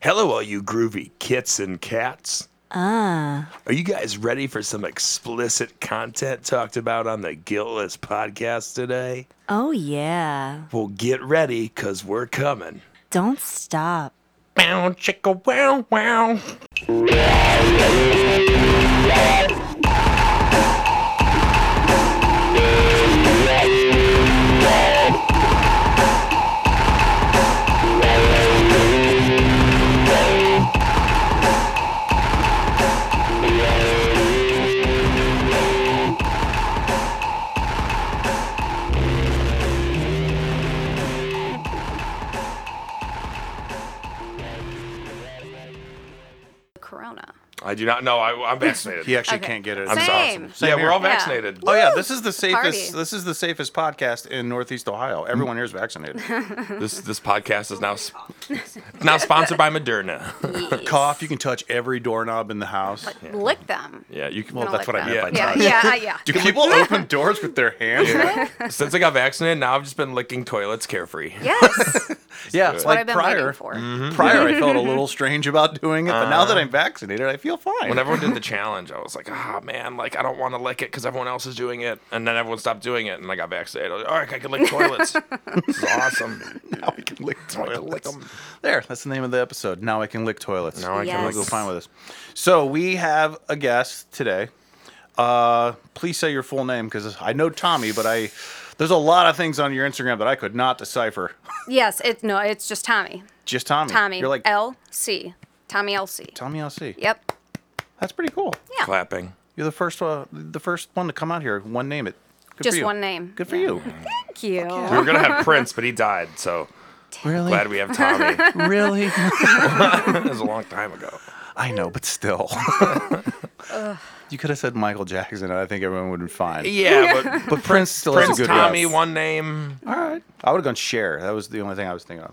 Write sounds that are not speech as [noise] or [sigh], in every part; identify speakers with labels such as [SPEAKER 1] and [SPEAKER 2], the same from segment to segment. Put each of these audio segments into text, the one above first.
[SPEAKER 1] Hello, all you groovy kits and cats.
[SPEAKER 2] Uh,
[SPEAKER 1] Ah. Are you guys ready for some explicit content talked about on the Guiltless podcast today?
[SPEAKER 2] Oh, yeah.
[SPEAKER 1] Well, get ready, because we're coming.
[SPEAKER 2] Don't stop.
[SPEAKER 1] Bow, chicka, wow, wow.
[SPEAKER 3] Corona.
[SPEAKER 1] I do not know. I, I'm vaccinated.
[SPEAKER 4] He actually
[SPEAKER 3] Okay.
[SPEAKER 4] can't get it.
[SPEAKER 1] I'm
[SPEAKER 3] Same.
[SPEAKER 1] sorry. yeah,
[SPEAKER 4] here.
[SPEAKER 1] we're all
[SPEAKER 3] Yeah.
[SPEAKER 1] vaccinated.
[SPEAKER 4] Oh yeah, this is the safest.
[SPEAKER 3] Party.
[SPEAKER 4] This is the safest podcast in Northeast Ohio. Everyone here
[SPEAKER 3] [laughs]
[SPEAKER 4] is vaccinated.
[SPEAKER 1] [laughs] This this podcast is now s- now sponsored by Moderna. [laughs]
[SPEAKER 4] Cough. You can touch every doorknob in the house.
[SPEAKER 3] Lick them.
[SPEAKER 1] Yeah, you can.
[SPEAKER 4] Well,
[SPEAKER 3] Gonna
[SPEAKER 4] that's
[SPEAKER 3] lick
[SPEAKER 4] what I
[SPEAKER 3] them.
[SPEAKER 4] meant by
[SPEAKER 3] yeah.
[SPEAKER 4] touch.
[SPEAKER 3] Yeah, yeah,
[SPEAKER 4] [laughs]
[SPEAKER 3] [laughs]
[SPEAKER 4] Do people open doors with their hands? [laughs] Yeah,
[SPEAKER 1] Since I got vaccinated, now I've just been licking toilets carefree.
[SPEAKER 3] Yes.
[SPEAKER 4] it's
[SPEAKER 3] what
[SPEAKER 4] like
[SPEAKER 3] I've been waiting
[SPEAKER 4] prior. Mm.
[SPEAKER 3] for.
[SPEAKER 4] Prior, I
[SPEAKER 3] [laughs]
[SPEAKER 4] felt a little strange about doing it, but now that I'm vaccinated, I feel fine.
[SPEAKER 1] When everyone did [laughs] the challenge, I was like, ah, man, like, I don't want to lick it because everyone else is doing it. And then everyone stopped doing it, and I got vaccinated. I was like, all right, I can lick [laughs] toilets. this is awesome.
[SPEAKER 3] [laughs]
[SPEAKER 4] [laughs] now I can lick
[SPEAKER 1] I
[SPEAKER 4] toilets.
[SPEAKER 1] can lick 'em.
[SPEAKER 4] There, that's the name of the episode. Now I can lick toilets.
[SPEAKER 1] Now I
[SPEAKER 3] Yes.
[SPEAKER 1] can
[SPEAKER 4] I'm
[SPEAKER 1] lick
[SPEAKER 4] gonna
[SPEAKER 1] toilets.
[SPEAKER 4] go fine with this. So we have a guest today. Uh, please say your full name because I know Tommy, but I there's a lot of things on your Instagram that I could not decipher.
[SPEAKER 3] yes. It's no. It's just Tommy.
[SPEAKER 4] Just Tommy.
[SPEAKER 3] Tommy.
[SPEAKER 4] You're like
[SPEAKER 3] L C. Tommy L C.
[SPEAKER 4] Tommy LC.
[SPEAKER 3] Yep.
[SPEAKER 4] That's pretty cool.
[SPEAKER 3] Yeah.
[SPEAKER 1] Clapping.
[SPEAKER 4] You're the first uh, the first one to come out here. One name it. Good
[SPEAKER 3] Just
[SPEAKER 4] for you.
[SPEAKER 3] one name.
[SPEAKER 4] Good for you.
[SPEAKER 3] Thank you.
[SPEAKER 1] We were going to have Prince, but he died, so
[SPEAKER 4] Really? [laughs]
[SPEAKER 1] glad we have [laughs] Tommy. it
[SPEAKER 4] really?
[SPEAKER 1] was a long time ago.
[SPEAKER 4] I know,
[SPEAKER 1] [laughs]
[SPEAKER 4] but still. you could have said Michael Jackson, and I think everyone would have been fine.
[SPEAKER 1] Yeah, but
[SPEAKER 4] But Prince still
[SPEAKER 1] Prince,
[SPEAKER 4] has a good
[SPEAKER 1] Tommy,
[SPEAKER 4] rep.
[SPEAKER 1] one name.
[SPEAKER 4] All right. I would have gone share. That was the only thing I was thinking of.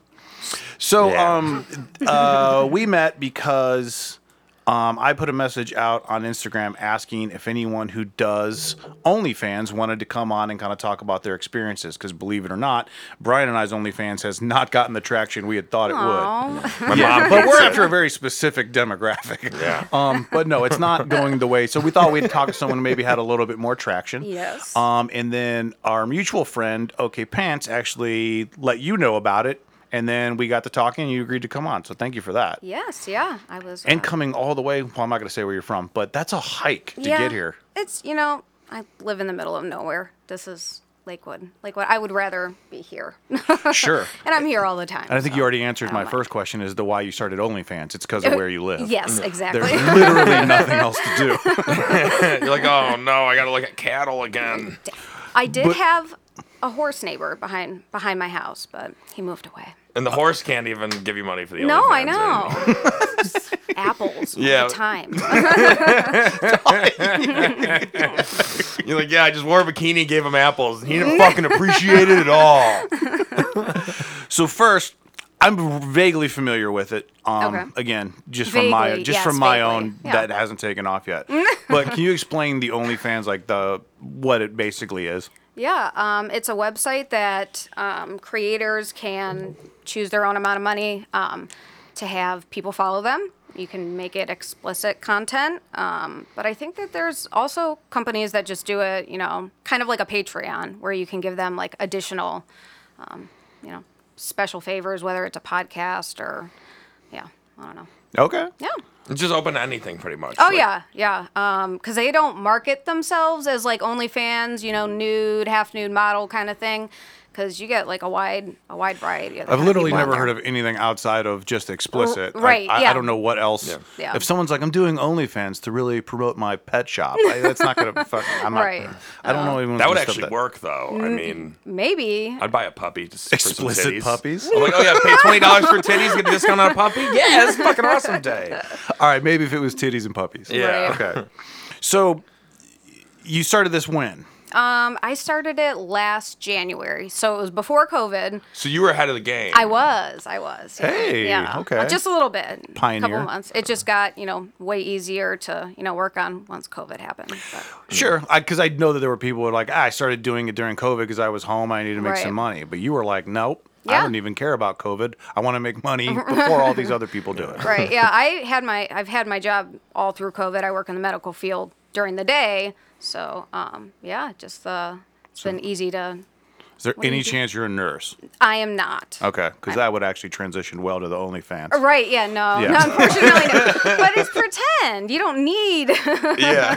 [SPEAKER 4] So
[SPEAKER 1] Yeah.
[SPEAKER 4] um, uh, we met because um, I put a message out on Instagram asking if anyone who does OnlyFans wanted to come on and kind of talk about their experiences. Because believe it or not, Brian and I's OnlyFans has not gotten the traction we had thought it would.
[SPEAKER 3] Aw.
[SPEAKER 1] My
[SPEAKER 3] [laughs]
[SPEAKER 1] mom
[SPEAKER 4] But
[SPEAKER 1] hates
[SPEAKER 4] we're
[SPEAKER 1] it.
[SPEAKER 4] after a very specific demographic.
[SPEAKER 1] [laughs] Yeah.
[SPEAKER 4] Um, but no, it's not going the way. So we thought we'd talk to someone who maybe had a little bit more traction.
[SPEAKER 3] Yes.
[SPEAKER 4] Um, and then our mutual friend, OK Pants, actually let you know about it. And then we got to talking and you agreed to come on. So thank you for that.
[SPEAKER 3] Yes. Yeah. I was.
[SPEAKER 4] And
[SPEAKER 3] uh,
[SPEAKER 4] coming all the way, well, I'm not going to say where you're from, but that's a hike to
[SPEAKER 3] yeah, [laughs]
[SPEAKER 4] get here.
[SPEAKER 3] It's you know I live in the middle of nowhere. This is Lakewood. Lakewood. I would rather be here. [laughs]
[SPEAKER 4] Sure.
[SPEAKER 3] And I'm here all the time.
[SPEAKER 4] And I think you already answered my
[SPEAKER 3] my.
[SPEAKER 4] first question as to why you started OnlyFans. It's because of where you live.
[SPEAKER 3] Yes,
[SPEAKER 4] There's
[SPEAKER 3] exactly. [laughs]
[SPEAKER 4] literally nothing else to do.
[SPEAKER 1] [laughs] You're like, oh no, I got to look at cattle
[SPEAKER 3] [laughs]
[SPEAKER 1] again.
[SPEAKER 3] I did
[SPEAKER 4] But-
[SPEAKER 3] have a horse neighbor behind behind my house, but he moved away.
[SPEAKER 1] And the horse can't even give you money for the
[SPEAKER 3] No, I
[SPEAKER 1] OnlyFans anymore.
[SPEAKER 3] know. [laughs] Apples
[SPEAKER 1] Yeah.
[SPEAKER 3] all the time.
[SPEAKER 1] [laughs] You're like, yeah, I just wore a bikini, and gave him apples, and he
[SPEAKER 3] [laughs]
[SPEAKER 1] didn't fucking appreciate it at all.
[SPEAKER 4] [laughs] So first, I'm vaguely familiar with it. Um,
[SPEAKER 3] Okay.
[SPEAKER 4] Again, just from my
[SPEAKER 3] Vaguely,
[SPEAKER 4] just
[SPEAKER 3] yes,
[SPEAKER 4] from my
[SPEAKER 3] vaguely,
[SPEAKER 4] own
[SPEAKER 3] yeah.
[SPEAKER 4] that hasn't taken
[SPEAKER 3] [laughs]
[SPEAKER 4] off yet. but can you explain the OnlyFans like the what it basically is?
[SPEAKER 3] [laughs] Yeah, um, it's a website that um, creators can choose their own amount of money um, to have people follow them. You can make it explicit content, um, but I think that there's also companies that just do it, you know, kind of like a Patreon, where you can give them like additional, um, you know, special favors, whether it's a podcast or, yeah, I don't know,
[SPEAKER 4] Okay.
[SPEAKER 3] yeah.
[SPEAKER 1] It's [laughs] just open to anything, pretty much.
[SPEAKER 3] Oh
[SPEAKER 1] Like,
[SPEAKER 3] yeah, yeah. Um, because they don't market themselves as like OnlyFans, you know, nude, half nude model kind of thing. Because you get like a wide, a wide variety. Of
[SPEAKER 4] I've literally never heard
[SPEAKER 3] of.
[SPEAKER 4] of anything outside of just explicit.
[SPEAKER 3] R- right,
[SPEAKER 4] I, I, I
[SPEAKER 3] yeah.
[SPEAKER 4] don't know what else.
[SPEAKER 1] Yeah.
[SPEAKER 3] Yeah.
[SPEAKER 4] If someone's like, I'm doing OnlyFans to really promote my pet shop, I, that's not going to fucking. I'm
[SPEAKER 3] [laughs]
[SPEAKER 4] not,
[SPEAKER 3] Right. Uh,
[SPEAKER 4] I don't know anyone
[SPEAKER 1] That would actually work, though.
[SPEAKER 3] Mm.
[SPEAKER 1] I mean,
[SPEAKER 3] Maybe.
[SPEAKER 1] I'd buy a puppy just for some
[SPEAKER 4] Explicit
[SPEAKER 1] titties.
[SPEAKER 4] puppies?
[SPEAKER 1] I'm like, oh yeah, pay twenty dollars for titties, get a discount on a puppy. [laughs] Yeah, that's a fucking awesome day.
[SPEAKER 4] All right, maybe if it was titties and
[SPEAKER 1] [laughs]
[SPEAKER 4] puppies.
[SPEAKER 1] Yeah.
[SPEAKER 3] Right.
[SPEAKER 4] Okay. So you started this when?
[SPEAKER 3] Um, I started it last January, so it was before COVID.
[SPEAKER 1] So you were ahead of the game.
[SPEAKER 3] I was, I was. yeah,
[SPEAKER 4] Hey,
[SPEAKER 3] yeah.
[SPEAKER 4] okay.
[SPEAKER 3] Uh, Just a little bit. A
[SPEAKER 4] Pioneer.
[SPEAKER 3] couple months. It just got you know way easier to you know work on once COVID happened. But.
[SPEAKER 4] Sure, because I, know that there were people who were like, ah, I started doing it during COVID because I was home. I needed to make some
[SPEAKER 3] Right.
[SPEAKER 4] money. But you were like, nope, I
[SPEAKER 3] Yeah.
[SPEAKER 4] don't even care about COVID. I want to
[SPEAKER 3] [laughs]
[SPEAKER 4] make money before all these other people do it.
[SPEAKER 3] right yeah i had my i've had my job all through covid i work in the medical field during the day so um, yeah just the it's been easy to
[SPEAKER 4] Is there
[SPEAKER 3] do
[SPEAKER 4] any
[SPEAKER 3] you do?
[SPEAKER 4] chance you're a nurse?
[SPEAKER 3] i am not
[SPEAKER 4] Okay, because that would actually transition well to the OnlyFans.
[SPEAKER 3] [laughs] right yeah no,
[SPEAKER 4] Yeah.
[SPEAKER 3] no unfortunately no. but it's pretend you don't
[SPEAKER 4] [laughs]
[SPEAKER 3] need [laughs]
[SPEAKER 1] Yeah.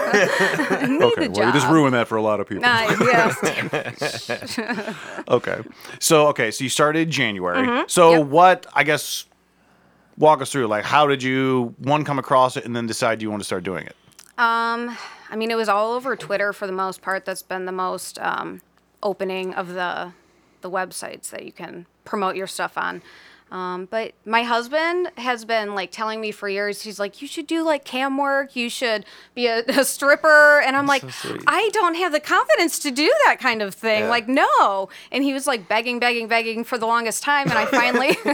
[SPEAKER 4] Okay,
[SPEAKER 3] the
[SPEAKER 4] well, you just
[SPEAKER 3] job.
[SPEAKER 4] ruined that for a lot of people.
[SPEAKER 3] Nah,
[SPEAKER 4] [laughs]
[SPEAKER 3] yeah.
[SPEAKER 4] Okay, so okay, so you started January. So
[SPEAKER 3] Mm-hmm. Yep.
[SPEAKER 4] what? I guess walk us through. Like, how did you one come across it and then decide you want to start doing it?
[SPEAKER 3] i mean it was all over twitter for the most part that's been the most um, opening of the the websites that you can promote your stuff on um, but my husband has been like telling me for years he's like you should do like cam work you should be a, a stripper and i'm like
[SPEAKER 1] sweet.
[SPEAKER 3] i don't have the confidence to do that kind of thing
[SPEAKER 1] Yeah.
[SPEAKER 3] like no and he was like begging begging begging for the longest time and i finally
[SPEAKER 1] [laughs]
[SPEAKER 3] [laughs]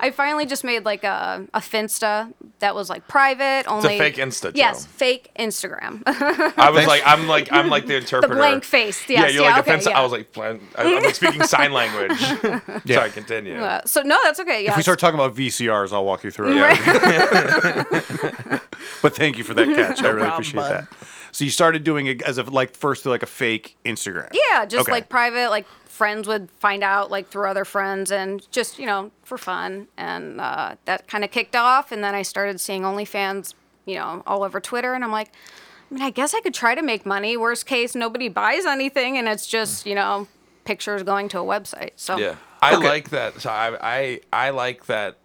[SPEAKER 3] i finally just made like a, a finsta that was like private only
[SPEAKER 1] fake Insta,
[SPEAKER 3] yes
[SPEAKER 1] Joe.
[SPEAKER 3] fake instagram [laughs]
[SPEAKER 1] I was like, I'm like, I'm like the interpreter.
[SPEAKER 3] blank face,
[SPEAKER 1] yeah,
[SPEAKER 3] yes,
[SPEAKER 1] you're
[SPEAKER 3] yeah,
[SPEAKER 1] like
[SPEAKER 3] okay,
[SPEAKER 1] offensive.
[SPEAKER 3] yeah.
[SPEAKER 1] I was like, plan- I- I'm like speaking
[SPEAKER 3] [laughs]
[SPEAKER 1] sign language. Sorry, continue.
[SPEAKER 3] Uh, so no, that's okay. Yeah.
[SPEAKER 4] If we start talking about VCRs, I'll walk you through it.
[SPEAKER 3] [laughs]
[SPEAKER 4] but thank you for that catch. I really
[SPEAKER 1] problem,
[SPEAKER 4] appreciate
[SPEAKER 1] bud.
[SPEAKER 4] that. So you started doing it as of like first like a fake Instagram.
[SPEAKER 3] yeah, just
[SPEAKER 4] Okay.
[SPEAKER 3] like private, like friends would find out like through other friends, and just you know for fun, and uh, that kind of kicked off, and then I started seeing OnlyFans, you know, all over Twitter, and I'm like. I mean, I guess I could try to make money. Worst case, nobody buys anything, and it's just you know pictures going to a website. So
[SPEAKER 1] Yeah, I
[SPEAKER 4] Okay.
[SPEAKER 1] like that. So I I, I like that.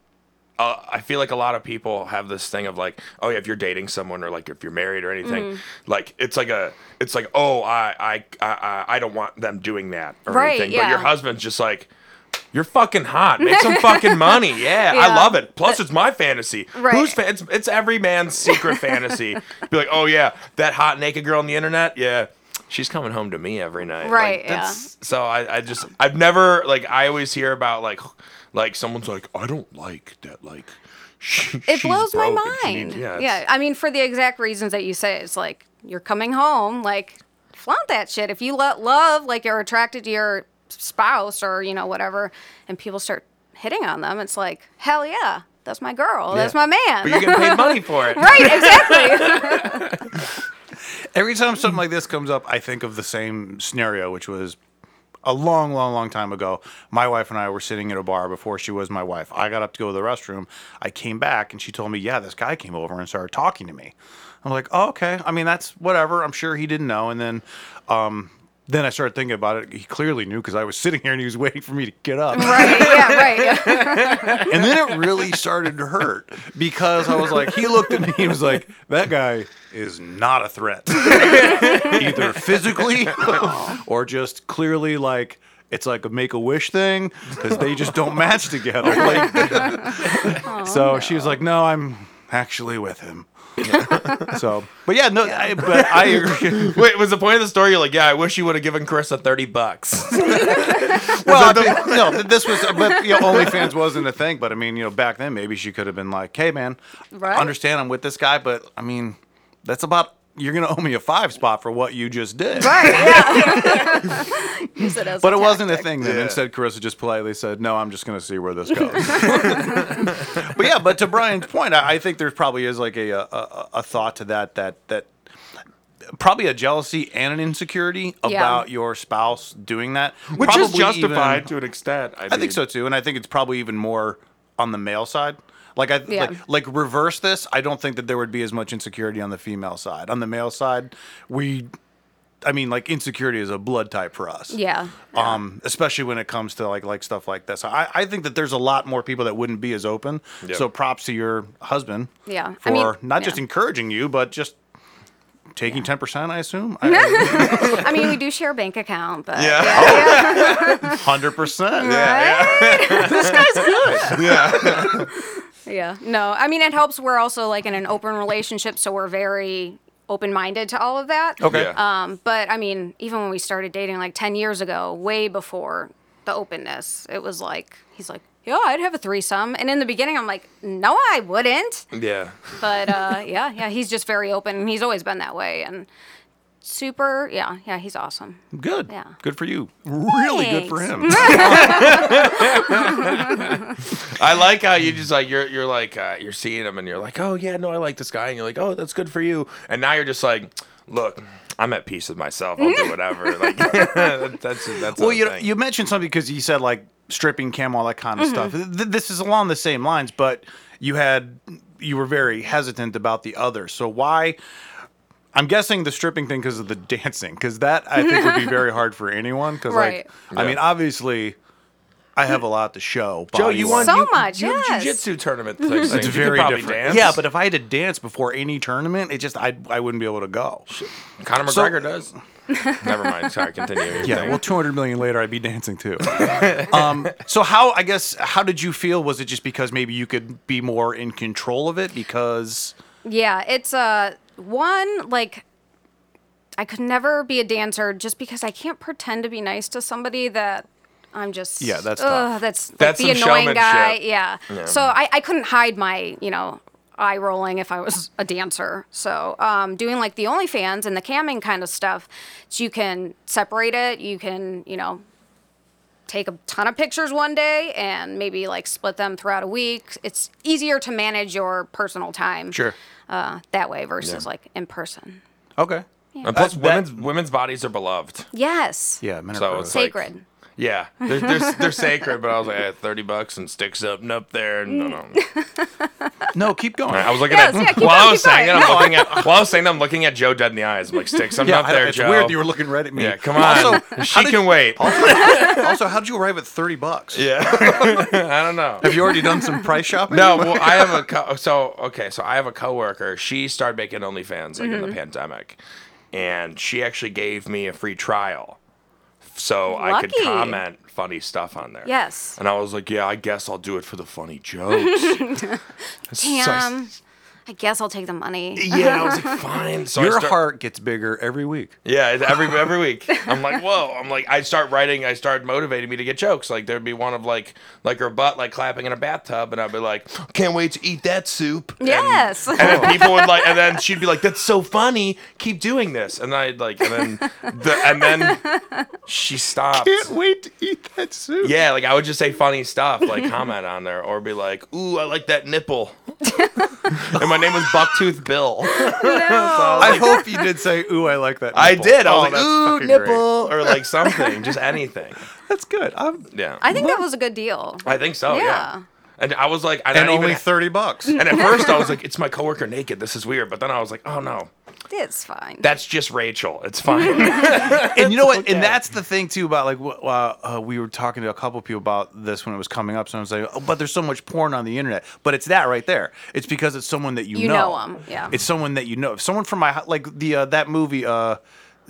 [SPEAKER 1] Uh, I feel like a lot of people have this thing of like, oh yeah, if you're dating someone or like if you're married or anything,
[SPEAKER 3] Mm-hmm.
[SPEAKER 1] like it's like a, it's like oh I I I- I, I don't want them doing that or
[SPEAKER 3] Right,
[SPEAKER 1] anything. But your
[SPEAKER 3] yeah.
[SPEAKER 1] husband's just like. You're fucking hot. Make
[SPEAKER 3] [laughs]
[SPEAKER 1] some fucking money. Yeah, I
[SPEAKER 3] Yeah.
[SPEAKER 1] love it. Plus, it's my fantasy.
[SPEAKER 3] Right.
[SPEAKER 1] Who's fa- it's, it's every man's secret
[SPEAKER 3] [laughs]
[SPEAKER 1] fantasy. Be like, oh yeah, that hot naked girl on the internet. Yeah, she's coming home to me every night. Like,
[SPEAKER 3] Right, yeah.
[SPEAKER 1] that's- so I, I just I've never like I always hear about like like someone's like I don't like that like [laughs] she,
[SPEAKER 3] it
[SPEAKER 1] she's
[SPEAKER 3] blows my
[SPEAKER 1] broke and she
[SPEAKER 3] mind.
[SPEAKER 1] needs-" yeah,
[SPEAKER 3] yeah,
[SPEAKER 1] it's-
[SPEAKER 3] I mean, for the exact reasons that you say, it's like you're coming home, like flaunt that shit. If you let love, like you're attracted to your spouse or you know whatever, and people start hitting on them, it's like hell yeah, that's my girl, that's
[SPEAKER 1] Yeah.
[SPEAKER 3] my man.
[SPEAKER 1] but you're getting paid money for it.
[SPEAKER 3] [laughs] right, exactly.
[SPEAKER 4] Every time something like this comes up, I think of the same scenario, which was a long, long, long time ago. My wife and I were sitting at a bar before she was my wife. I got up to go to the restroom. I came back and she told me, Yeah, this guy came over and started talking to me. I'm like, oh, Okay. I mean, that's whatever. I'm sure he didn't know. And then, um, then I started thinking about it. He clearly knew because I was [laughs] sitting here and he was waiting for me to get up
[SPEAKER 3] right, yeah, right. Yeah.
[SPEAKER 4] and then it really started to hurt because I was like, he looked at me, he was like, that guy is not a threat, [laughs] either physically [laughs] or just clearly like. It's like a make a wish thing because they just don't match together. Like- so she was like, "No, I'm actually with him." so, but yeah, no, I, but I agree.
[SPEAKER 1] Wait, was the point of the story? You're like, yeah, I wish you would have given Carissa thirty bucks.
[SPEAKER 4] Well, I
[SPEAKER 3] [laughs]
[SPEAKER 4] mean, no, th- this was, but you know, OnlyFans wasn't a thing. But I mean, you know, back then maybe she could have been like, "Hey, man,
[SPEAKER 3] Right.
[SPEAKER 4] I understand I'm with this guy, but I mean, that's about you're gonna owe me a five spot for what you just did."
[SPEAKER 3] Right, yeah. Use it as
[SPEAKER 4] [laughs] But
[SPEAKER 3] a
[SPEAKER 4] it wasn't a
[SPEAKER 3] tactic.
[SPEAKER 4] thing then.
[SPEAKER 1] Yeah.
[SPEAKER 4] Instead, Carissa just politely said, "No, I'm just gonna see where this
[SPEAKER 3] [laughs]
[SPEAKER 4] goes." [laughs] but yeah, but to Brian's point, I, I think there probably is like a, a- a a thought to that that that probably a jealousy and an insecurity
[SPEAKER 3] Yeah.
[SPEAKER 4] about your spouse doing that,
[SPEAKER 1] [laughs] Which is
[SPEAKER 4] Probably even-
[SPEAKER 1] justified to an extent. I,
[SPEAKER 4] I
[SPEAKER 1] mean.
[SPEAKER 4] think so too, and I think it's probably even more on the male side. Like I
[SPEAKER 3] Yeah.
[SPEAKER 4] like, like reverse this. I don't think that there would be as much insecurity on the female side. On the male side, we, I mean, like insecurity is a blood type for us. [laughs]
[SPEAKER 3] Yeah.
[SPEAKER 4] Um, especially when it comes to like like stuff like this. I, I think that there's a lot more people that wouldn't be as open.
[SPEAKER 1] Yeah.
[SPEAKER 4] So props to your husband.
[SPEAKER 3] Yeah.
[SPEAKER 4] For
[SPEAKER 3] I mean,
[SPEAKER 4] not just
[SPEAKER 3] yeah.
[SPEAKER 4] encouraging you, but just taking ten percent. I
[SPEAKER 3] [laughs]
[SPEAKER 4] assume. I-
[SPEAKER 3] I mean, we do share a bank account, but
[SPEAKER 1] Yeah.
[SPEAKER 3] yeah, yeah.
[SPEAKER 4] Hundred percent.
[SPEAKER 1] Yeah,
[SPEAKER 3] Right?
[SPEAKER 4] This guy's good.
[SPEAKER 3] [laughs] Yeah. No, I mean, it helps. We're also like in an open relationship, so we're very open minded to all of that.
[SPEAKER 1] yeah.
[SPEAKER 4] Okay.
[SPEAKER 1] Yeah.
[SPEAKER 3] Um, but I mean, even when we started dating like 10 years ago, way before the openness, it was like, he's like, yeah, I'd have a threesome. And in the beginning, I'm like, no, I wouldn't.
[SPEAKER 1] Um, yeah.
[SPEAKER 4] [laughs]
[SPEAKER 3] But uh, yeah, yeah, he's just very open and he's always been that way. And super. Yeah, yeah, he's awesome.
[SPEAKER 4] Good.
[SPEAKER 3] Yeah.
[SPEAKER 4] Good for you. Really good
[SPEAKER 3] [laughs]
[SPEAKER 4] for him.
[SPEAKER 1] I like how you just like you're you're like uh, you're seeing him and you're like, oh yeah, no, I like this guy, and you're like, oh, that's good for you, and now you're just like, look, I'm at peace with myself. I'll
[SPEAKER 3] [laughs]
[SPEAKER 1] do whatever. Like [laughs] that's that's
[SPEAKER 4] well,
[SPEAKER 1] a
[SPEAKER 4] you
[SPEAKER 1] thing.
[SPEAKER 4] you mentioned something because you said like stripping Cam, all that kind of stuff. Th- this is along the same lines, but you had you were very hesitant about the other. So why? I'm guessing the stripping thing because of the [laughs] dancing, because that I think would be very hard for anyone. Because
[SPEAKER 3] Right.
[SPEAKER 4] like, I mean, obviously, I have a lot to show.
[SPEAKER 1] Joe, you won
[SPEAKER 4] body-wise.
[SPEAKER 3] So
[SPEAKER 1] you,
[SPEAKER 3] much,
[SPEAKER 1] you
[SPEAKER 3] yes. Mm-hmm.
[SPEAKER 1] jiu-jitsu tournament. Type thing.
[SPEAKER 4] It's
[SPEAKER 1] You could
[SPEAKER 4] very
[SPEAKER 1] probably
[SPEAKER 4] different.
[SPEAKER 1] Dance.
[SPEAKER 4] Yeah, but if I had to dance before any tournament, it just I I wouldn't be able to go.
[SPEAKER 1] Conor
[SPEAKER 4] So-
[SPEAKER 1] McGregor
[SPEAKER 4] [laughs]
[SPEAKER 1] does. Never mind. Sorry, continue. your
[SPEAKER 4] Yeah,
[SPEAKER 1] thing. [laughs]
[SPEAKER 4] well, 200 million later, I'd be dancing too. um, so how I guess how did you feel? Was it just because maybe you could be more in control of it? Because
[SPEAKER 3] Yeah, it's uh, one like I could never be a dancer just because I can't pretend to be nice to somebody that I'm just
[SPEAKER 4] Yeah, that's
[SPEAKER 3] ugh,
[SPEAKER 4] tough.
[SPEAKER 3] that's like,
[SPEAKER 1] That's
[SPEAKER 3] the
[SPEAKER 1] some
[SPEAKER 3] annoying guy.
[SPEAKER 1] showmanship.
[SPEAKER 3] Yeah. So I, I couldn't hide my you know eye rolling if I was a dancer. So um, doing like the OnlyFans and the camming kind of stuff, so you can separate it. You can you know take a ton of pictures one day and maybe like split them throughout a week. It's easier to manage your personal time.
[SPEAKER 4] Sure.
[SPEAKER 3] Uh, that way versus
[SPEAKER 1] Yeah.
[SPEAKER 3] like in person.
[SPEAKER 4] okay,
[SPEAKER 1] and plus
[SPEAKER 4] that-
[SPEAKER 1] women's women's bodies are beloved.
[SPEAKER 3] Yes.
[SPEAKER 4] yeah, men are
[SPEAKER 1] So
[SPEAKER 4] gross.
[SPEAKER 1] it's like-
[SPEAKER 3] Sacred.
[SPEAKER 1] Yeah, they're, they're,
[SPEAKER 3] [laughs]
[SPEAKER 1] they're sacred. But I was like, eh, thirty bucks and sticks up and up there. And, no, no.
[SPEAKER 4] no, keep going.
[SPEAKER 1] I was looking
[SPEAKER 3] Mm. Yes,
[SPEAKER 1] at [laughs]
[SPEAKER 3] yeah, keep
[SPEAKER 1] while
[SPEAKER 3] going,
[SPEAKER 1] I was
[SPEAKER 3] keep
[SPEAKER 1] saying it,
[SPEAKER 3] going.
[SPEAKER 1] I'm looking at while I was saying it, I'm looking at Joe dead in the eyes. I'm like, sticks, I'm
[SPEAKER 4] yeah,
[SPEAKER 1] not
[SPEAKER 4] I-
[SPEAKER 1] there,
[SPEAKER 4] it's
[SPEAKER 1] Joe.
[SPEAKER 4] weird you were looking right at me.
[SPEAKER 1] yeah, come on.
[SPEAKER 4] Also, how
[SPEAKER 1] she
[SPEAKER 4] did-
[SPEAKER 1] can wait.
[SPEAKER 4] [laughs] also, how did you arrive at 30 bucks?
[SPEAKER 1] yeah, [laughs] I don't know.
[SPEAKER 4] Have you already done some price
[SPEAKER 3] [laughs]
[SPEAKER 4] shopping?
[SPEAKER 1] No, well, I have a co- so okay. So I have a coworker. She started making OnlyFans like
[SPEAKER 3] Mm-hmm.
[SPEAKER 1] in the pandemic, and she actually gave me a free trial, so I could
[SPEAKER 3] Lucky.
[SPEAKER 1] comment funny stuff on there.
[SPEAKER 3] Yes.
[SPEAKER 1] And I was like, yeah, I guess I'll do it for the funny jokes.
[SPEAKER 3] [laughs]
[SPEAKER 1] So I s-
[SPEAKER 3] Damn. I guess I'll take the money.
[SPEAKER 1] yeah, I was like, fine. So I
[SPEAKER 4] Your
[SPEAKER 1] start-
[SPEAKER 4] heart gets bigger every week.
[SPEAKER 1] Yeah, it's every
[SPEAKER 3] [laughs]
[SPEAKER 1] every week. I'm like, whoa. I'm like, I start writing. I start motivating me to get jokes. Like there'd be one of like like her butt like clapping in a bathtub, and I'd be like, can't wait to eat that soup. And- [laughs]
[SPEAKER 3] Yes.
[SPEAKER 1] And, then people would like, and then she'd be like, that's so funny. Keep doing this. And I'd like, and then the, and then she stopped.
[SPEAKER 4] wait to eat that soup.
[SPEAKER 1] Yeah, like I would just say funny stuff, like comment on there, or be like, "Ooh, I like that
[SPEAKER 3] [laughs]
[SPEAKER 1] nipple." and my name was Bucktooth Bill.
[SPEAKER 4] I hope you did say, "Ooh, I like that." Nipple.
[SPEAKER 1] I did. I
[SPEAKER 4] Oh,
[SPEAKER 1] was
[SPEAKER 4] that's
[SPEAKER 1] like, "Ooh,
[SPEAKER 4] fucking great.
[SPEAKER 1] nipple," or like something, just anything.
[SPEAKER 4] That's good. I'm,
[SPEAKER 1] Yeah.
[SPEAKER 3] I think that was a good deal.
[SPEAKER 1] I think so. Yeah.
[SPEAKER 3] Yeah.
[SPEAKER 1] And I was like, and,
[SPEAKER 4] and
[SPEAKER 1] I
[SPEAKER 4] only
[SPEAKER 1] even,
[SPEAKER 4] 30 bucks. [laughs]
[SPEAKER 1] and at first I was like, it's my coworker naked. This is weird. But then I was like, oh no,
[SPEAKER 3] It's fine.
[SPEAKER 1] that's just Rachel. It's
[SPEAKER 3] [laughs]
[SPEAKER 1] fine.
[SPEAKER 4] and you know what? And that's the thing too about like wh- uh, uh, we were talking to a couple people about this when it was coming up. So I was like, oh, but there's so much porn on the internet. But it's that right there. It's because it's someone that you,
[SPEAKER 3] You
[SPEAKER 4] know.
[SPEAKER 3] know 'em, yeah.
[SPEAKER 4] It's someone that you know. If someone from my hou- like the uh, that movie. uh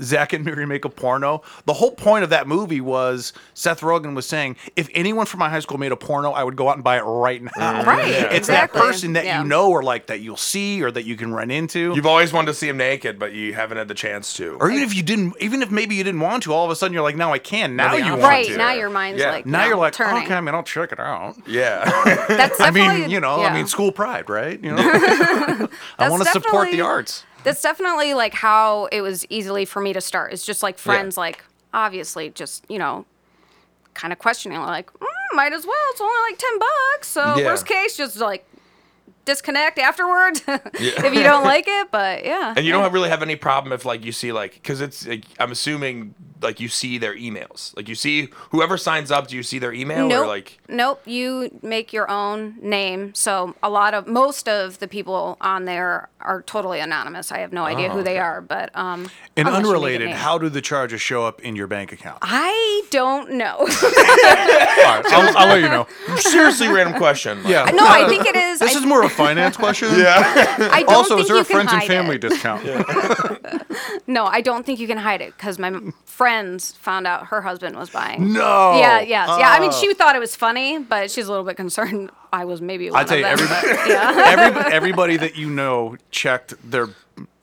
[SPEAKER 4] Zach and Miri make a porno. The whole point of that movie was Seth Rogen was saying, if anyone from my high school made a porno, I would go out and buy it right now.
[SPEAKER 3] Right,
[SPEAKER 4] It's
[SPEAKER 3] exactly.
[SPEAKER 4] that person that
[SPEAKER 3] Yeah.
[SPEAKER 4] you know or like that you'll see or that you can run into.
[SPEAKER 1] You've always wanted to see him naked, but you haven't had the chance to.
[SPEAKER 4] or even if you didn't, even if maybe you didn't want to, all of a sudden you're like, now I can. Now
[SPEAKER 1] the
[SPEAKER 4] you
[SPEAKER 1] option.
[SPEAKER 4] want
[SPEAKER 3] right.
[SPEAKER 4] to.
[SPEAKER 3] Now your mind's
[SPEAKER 1] Yeah.
[SPEAKER 3] like
[SPEAKER 4] Now you're like,
[SPEAKER 3] turning.
[SPEAKER 4] okay, I mean, I'll check it out.
[SPEAKER 1] yeah. [laughs]
[SPEAKER 3] That's
[SPEAKER 4] [laughs] I
[SPEAKER 3] definitely,
[SPEAKER 4] mean, you know,
[SPEAKER 3] yeah.
[SPEAKER 4] I mean, school pride, right? You know, I
[SPEAKER 3] [laughs] That's
[SPEAKER 4] want to support
[SPEAKER 3] definitely-
[SPEAKER 4] the arts.
[SPEAKER 3] That's definitely like how it was easily for me to start. It's just like friends, like obviously, just you know, kind of questioning, like mm, might as well. It's only like ten bucks, so
[SPEAKER 1] Yeah.
[SPEAKER 3] worst case, just like disconnect [laughs] afterward if you
[SPEAKER 4] [laughs]
[SPEAKER 3] don't like it. But yeah,
[SPEAKER 1] and you don't really have any problem if like you see like because it's like, I'm assuming like you see their emails, like you see whoever signs up, do you see their email
[SPEAKER 3] nope,
[SPEAKER 1] or like
[SPEAKER 3] nope. You make your own name, so a lot of most of the people on there are totally anonymous. I have no idea who they are, but um,
[SPEAKER 4] Oh,
[SPEAKER 3] unless
[SPEAKER 4] And
[SPEAKER 3] you make a
[SPEAKER 4] unrelated,
[SPEAKER 3] name.
[SPEAKER 4] how do the charges show up in your bank account?
[SPEAKER 3] I don't know. [laughs]
[SPEAKER 4] All right, I'll, I'll let you know.
[SPEAKER 1] seriously random
[SPEAKER 4] [laughs]
[SPEAKER 1] question? Like,
[SPEAKER 4] Yeah.
[SPEAKER 3] no, I think it is.
[SPEAKER 4] [laughs] This
[SPEAKER 3] I,
[SPEAKER 4] is more of
[SPEAKER 3] [laughs]
[SPEAKER 4] a finance question. [laughs]
[SPEAKER 1] Yeah.
[SPEAKER 3] I don't
[SPEAKER 4] Also,
[SPEAKER 3] think
[SPEAKER 4] is there
[SPEAKER 3] you
[SPEAKER 4] a friends
[SPEAKER 3] can hide
[SPEAKER 4] and family
[SPEAKER 3] it.
[SPEAKER 4] discount?
[SPEAKER 3] No, I don't think you can hide it because my m- friends found out her husband was buying.
[SPEAKER 4] [laughs] No.
[SPEAKER 3] Yeah, yes, yeah. I mean,
[SPEAKER 4] Oh.
[SPEAKER 3] she thought it was funny, but she's a little bit concerned. I was maybe one
[SPEAKER 4] I tell
[SPEAKER 3] of
[SPEAKER 4] you, [laughs]
[SPEAKER 3] them.
[SPEAKER 4] everybody,
[SPEAKER 3] yeah.
[SPEAKER 4] everybody, everybody that you know checked their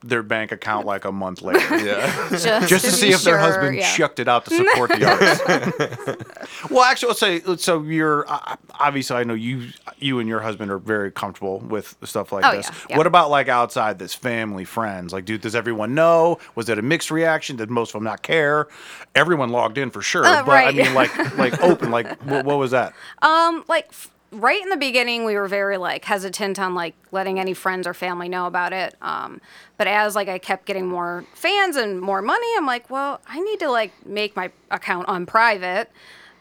[SPEAKER 4] their bank account like a month
[SPEAKER 3] [laughs]
[SPEAKER 4] later.
[SPEAKER 1] Yeah.
[SPEAKER 3] [laughs] Just,
[SPEAKER 4] Just to see
[SPEAKER 3] be
[SPEAKER 4] if their
[SPEAKER 3] sure,
[SPEAKER 4] husband
[SPEAKER 3] yeah.
[SPEAKER 4] chucked it out to support the
[SPEAKER 3] [laughs]
[SPEAKER 4] arts. [laughs] well, actually, let's say so. You're uh, obviously, I know you, you and your husband are very comfortable with stuff like
[SPEAKER 3] Oh,
[SPEAKER 4] this.
[SPEAKER 3] yeah, yeah.
[SPEAKER 4] What about like outside this, family, friends? Like, dude, does everyone know? Was it a mixed reaction? Did most of them not care? Everyone logged in for sure,
[SPEAKER 3] Uh,
[SPEAKER 4] but I
[SPEAKER 3] right.
[SPEAKER 4] mean,
[SPEAKER 3] [laughs]
[SPEAKER 4] like, like open, like, what, what was that?
[SPEAKER 3] Um, like f- right in the beginning, we were very like hesitant on like letting any friends or family know about it. Um, but as like I kept getting more fans and more money, I'm like, well, I need to like make my account on private.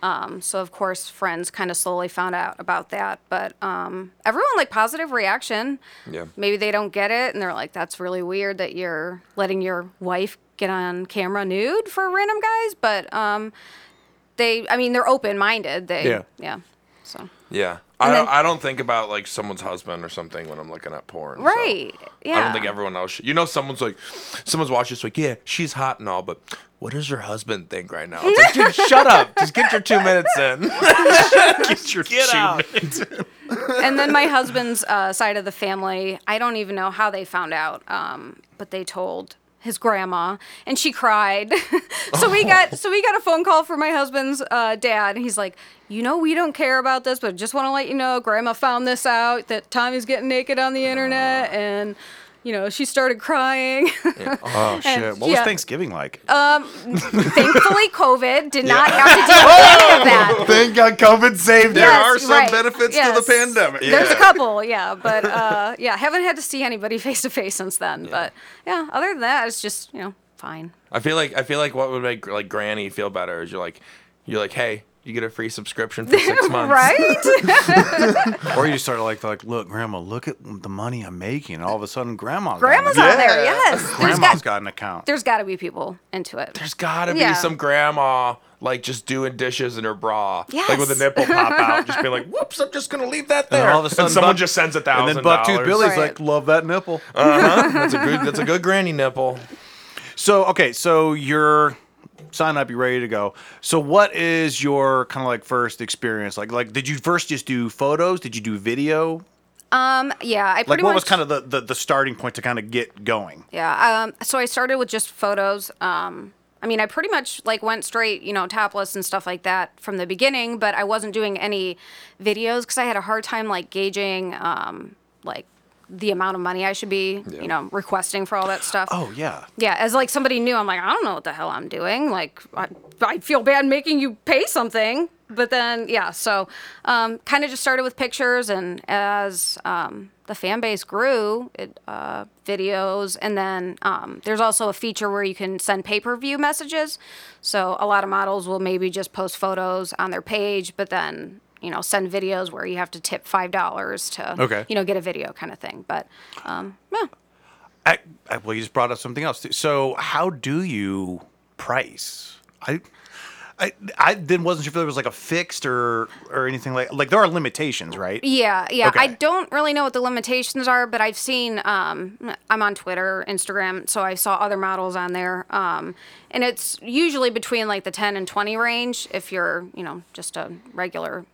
[SPEAKER 3] Um, so of course, friends kind of slowly found out about that. But um, everyone like positive reaction.
[SPEAKER 1] Yeah.
[SPEAKER 3] Maybe they don't get it, and they're like, "That's really weird that you're letting your wife get on camera nude for random guys." But um, they, I mean, they're open minded. They,
[SPEAKER 4] Yeah.
[SPEAKER 3] yeah. So
[SPEAKER 1] Yeah. I
[SPEAKER 3] And
[SPEAKER 1] don't,
[SPEAKER 3] then-
[SPEAKER 1] I don't think about like someone's husband or something when I'm looking at porn. so
[SPEAKER 3] right, yeah.
[SPEAKER 1] I don't think everyone else. Should. You know, someone's like, someone's watching this like, yeah, she's hot and all, but what does her husband think right now? It's like, dude, shut up. Just get your two minutes
[SPEAKER 3] [laughs]
[SPEAKER 1] in. get your two
[SPEAKER 4] out.
[SPEAKER 1] minutes.
[SPEAKER 3] and then my husband's uh, side of the family, I don't even know how they found out, um, but they told his grandma, and she cried. [laughs] so we got so we got a phone call from my husband's uh, dad, and he's like, "You know, we don't care about this, but just want to let you know, Grandma found this out that Tommy's getting naked on the internet, and you know, she started crying."
[SPEAKER 4] Oh shit! What was
[SPEAKER 3] yeah. Oh.
[SPEAKER 4] Thanksgiving like?
[SPEAKER 3] [laughs] Thankfully, COVID did not have to deal with any of that.
[SPEAKER 4] Thank God, COVID saved
[SPEAKER 1] There
[SPEAKER 3] Yes,
[SPEAKER 1] are some
[SPEAKER 3] right.
[SPEAKER 1] benefits
[SPEAKER 3] Yes.
[SPEAKER 1] to the pandemic.
[SPEAKER 3] There's a couple,
[SPEAKER 1] [laughs]
[SPEAKER 3] yeah, but uh, yeah, haven't had to see anybody [laughs] face to face since then. But yeah, other than that, it's just you know fine.
[SPEAKER 1] I feel like I feel like what would make like Granny feel better is you're like, you're like, hey, you get a free subscription for
[SPEAKER 3] [laughs]
[SPEAKER 1] six months. [laughs]
[SPEAKER 3] Right?
[SPEAKER 4] Or you start like like, look, grandma, look at the money I'm making. And all of a sudden, grandma's
[SPEAKER 3] Grandma's
[SPEAKER 4] got
[SPEAKER 3] on there,
[SPEAKER 1] Yeah.
[SPEAKER 3] yes. There's
[SPEAKER 4] grandma's
[SPEAKER 3] got,
[SPEAKER 4] got an account.
[SPEAKER 3] there's got to be people into it.
[SPEAKER 1] There's gotta
[SPEAKER 3] Yeah.
[SPEAKER 1] be some grandma like just doing dishes in her bra, like with a
[SPEAKER 3] Yes.
[SPEAKER 1] nipple pop out, just being like, "Whoops, I'm just gonna leave that
[SPEAKER 4] then
[SPEAKER 1] there."
[SPEAKER 4] all of a sudden,
[SPEAKER 1] someone
[SPEAKER 4] Buck-
[SPEAKER 1] just sends a
[SPEAKER 4] And
[SPEAKER 1] thousand.
[SPEAKER 4] then Bucktooth Billy's
[SPEAKER 3] Right.
[SPEAKER 4] like, love that nipple.
[SPEAKER 3] Uh.
[SPEAKER 1] That's a good. That's a good granny nipple.
[SPEAKER 4] so okay, so you're sign up, you're ready to go. So what is your kind of like first experience? Like like did you first just do photos? Did you do video?
[SPEAKER 3] Um, yeah, I
[SPEAKER 4] Like
[SPEAKER 3] pretty
[SPEAKER 4] what
[SPEAKER 3] much
[SPEAKER 4] was kind of the, the the starting point to kind of get going?
[SPEAKER 3] yeah. Um, so I started with just photos. Um, I mean, I pretty much like went straight, you know, topless and stuff like that from the beginning. But I wasn't doing any videos because I had a hard time like gauging, um, like the amount of money I should be, you know, requesting for all that stuff.
[SPEAKER 4] Oh yeah.
[SPEAKER 3] Yeah, as like somebody new, I'm like, I don't know what the hell I'm doing. Like, I, I feel bad making you pay something. But then, yeah, so um, kind of just started with pictures, and as um, the fan base grew, it, uh, videos, and then um, there's also a feature where you can send pay per view messages. So a lot of models will maybe just post photos on their page, but then you know send videos where you have to tip five dollars to
[SPEAKER 4] Okay.
[SPEAKER 3] you know get a video kind of thing. But um, yeah.
[SPEAKER 4] I, I, well, you just brought up something else. Too. So, how do you price? I, I, I then wasn't sure if there was like a fixed or or anything like like there are limitations, right?
[SPEAKER 3] Yeah, yeah. I
[SPEAKER 4] Okay.
[SPEAKER 3] don't really know what the limitations are, but I've seen. Um, I'm on Twitter, Instagram, so I saw other models on there, um, and it's usually between like the 10 and 20 range if you're, you know, just a regular,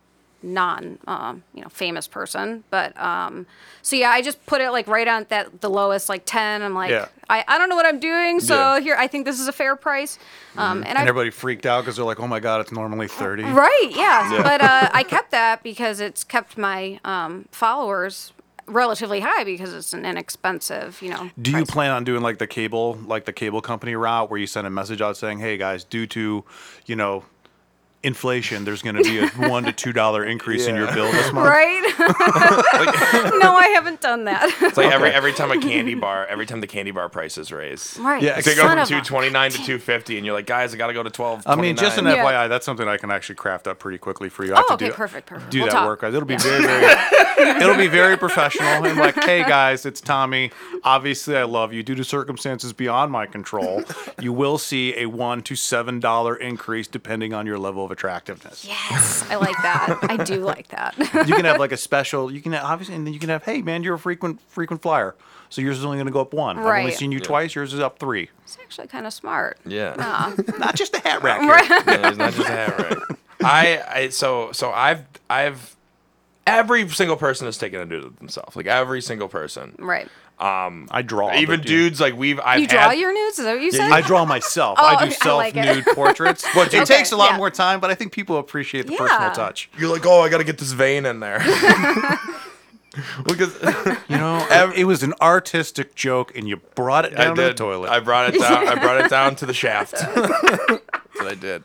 [SPEAKER 3] non, um, you know, famous person. But um, so yeah, I just put it like right on that the lowest like 10. I'm like,
[SPEAKER 4] Yeah.
[SPEAKER 3] I, I don't know what I'm doing, so
[SPEAKER 4] Yeah. Mm-hmm.
[SPEAKER 3] here I think this is a fair price, um, and,
[SPEAKER 4] And
[SPEAKER 3] I
[SPEAKER 4] everybody freaked out because they're like, "Oh my god, it's normally 30.
[SPEAKER 3] Right, yeah. But uh, I kept that because it's kept my um, followers relatively high because it's an inexpensive, you know.
[SPEAKER 4] Do you
[SPEAKER 3] price.
[SPEAKER 4] plan on doing like the cable, like the cable company route, where you send a message out saying, "Hey guys, due to, you know, inflation, there's going to be a
[SPEAKER 3] [laughs]
[SPEAKER 4] one to two dollar increase in your
[SPEAKER 1] Yeah.
[SPEAKER 4] bill this month."
[SPEAKER 3] Right? no, I haven't done that.
[SPEAKER 1] It's like every every time a
[SPEAKER 3] [laughs]
[SPEAKER 1] candy bar, every time the candy bar price is raised.
[SPEAKER 3] right.
[SPEAKER 4] Yeah,
[SPEAKER 1] So you go
[SPEAKER 3] son
[SPEAKER 1] from
[SPEAKER 3] of a-
[SPEAKER 1] two twenty nine to two fifty, and you're like, guys, I gotta go to twelve.
[SPEAKER 4] I mean, just an
[SPEAKER 1] 29."
[SPEAKER 3] Yeah.
[SPEAKER 4] FYI, that's something I can actually craft up pretty quickly for you.
[SPEAKER 3] Oh,
[SPEAKER 4] I have to
[SPEAKER 3] okay,
[SPEAKER 4] do,
[SPEAKER 3] perfect, perfect.
[SPEAKER 4] Do
[SPEAKER 3] We'll
[SPEAKER 4] that
[SPEAKER 3] talk.
[SPEAKER 4] work, guys. It'll be very,
[SPEAKER 3] [laughs]
[SPEAKER 4] very, it'll be very professional. And like, hey guys, it's Tommy. Obviously, I love you. Due to circumstances beyond my control, you will see a one to seven dollar increase depending on your level of attractiveness.
[SPEAKER 3] Yes, I like that. I do like that.
[SPEAKER 4] You can have like a special. You can have, obviously, and then you can have, hey man, you're a frequent frequent flyer, so yours is only going to go up one. I've only
[SPEAKER 3] Right.
[SPEAKER 4] seen you twice. Yours is up three.
[SPEAKER 3] it's actually kind of smart.
[SPEAKER 1] Yeah.
[SPEAKER 4] Not just a hat rack. here.
[SPEAKER 3] Right. [laughs]
[SPEAKER 1] Yeah, it's not just a hat rack. I, I so so I've I've every single person has taken a dude to themselves. Like every single person.
[SPEAKER 3] Right.
[SPEAKER 4] I draw.
[SPEAKER 1] Even
[SPEAKER 4] but, dude,
[SPEAKER 1] dudes like we've I've
[SPEAKER 3] You draw
[SPEAKER 1] had,
[SPEAKER 3] your nudes? Is that what you said?
[SPEAKER 4] I draw myself.
[SPEAKER 3] Oh,
[SPEAKER 4] I do
[SPEAKER 3] okay, I
[SPEAKER 4] self
[SPEAKER 3] like it.
[SPEAKER 4] nude portraits.
[SPEAKER 3] [laughs]
[SPEAKER 1] What,
[SPEAKER 4] it
[SPEAKER 1] dude?
[SPEAKER 4] takes a lot
[SPEAKER 3] Yeah.
[SPEAKER 4] more time, but I think people appreciate the personal
[SPEAKER 3] Yeah.
[SPEAKER 1] [laughs]
[SPEAKER 4] touch.
[SPEAKER 1] You're like, oh, I gotta get this vein in
[SPEAKER 3] [laughs]
[SPEAKER 1] there. [laughs] because [laughs]
[SPEAKER 4] You know, it was an artistic joke, and you brought it down
[SPEAKER 1] I
[SPEAKER 4] to the
[SPEAKER 1] did.
[SPEAKER 4] toilet.
[SPEAKER 1] I brought it
[SPEAKER 3] [laughs]
[SPEAKER 1] down. I brought it down to the shaft. [laughs] That's what I did.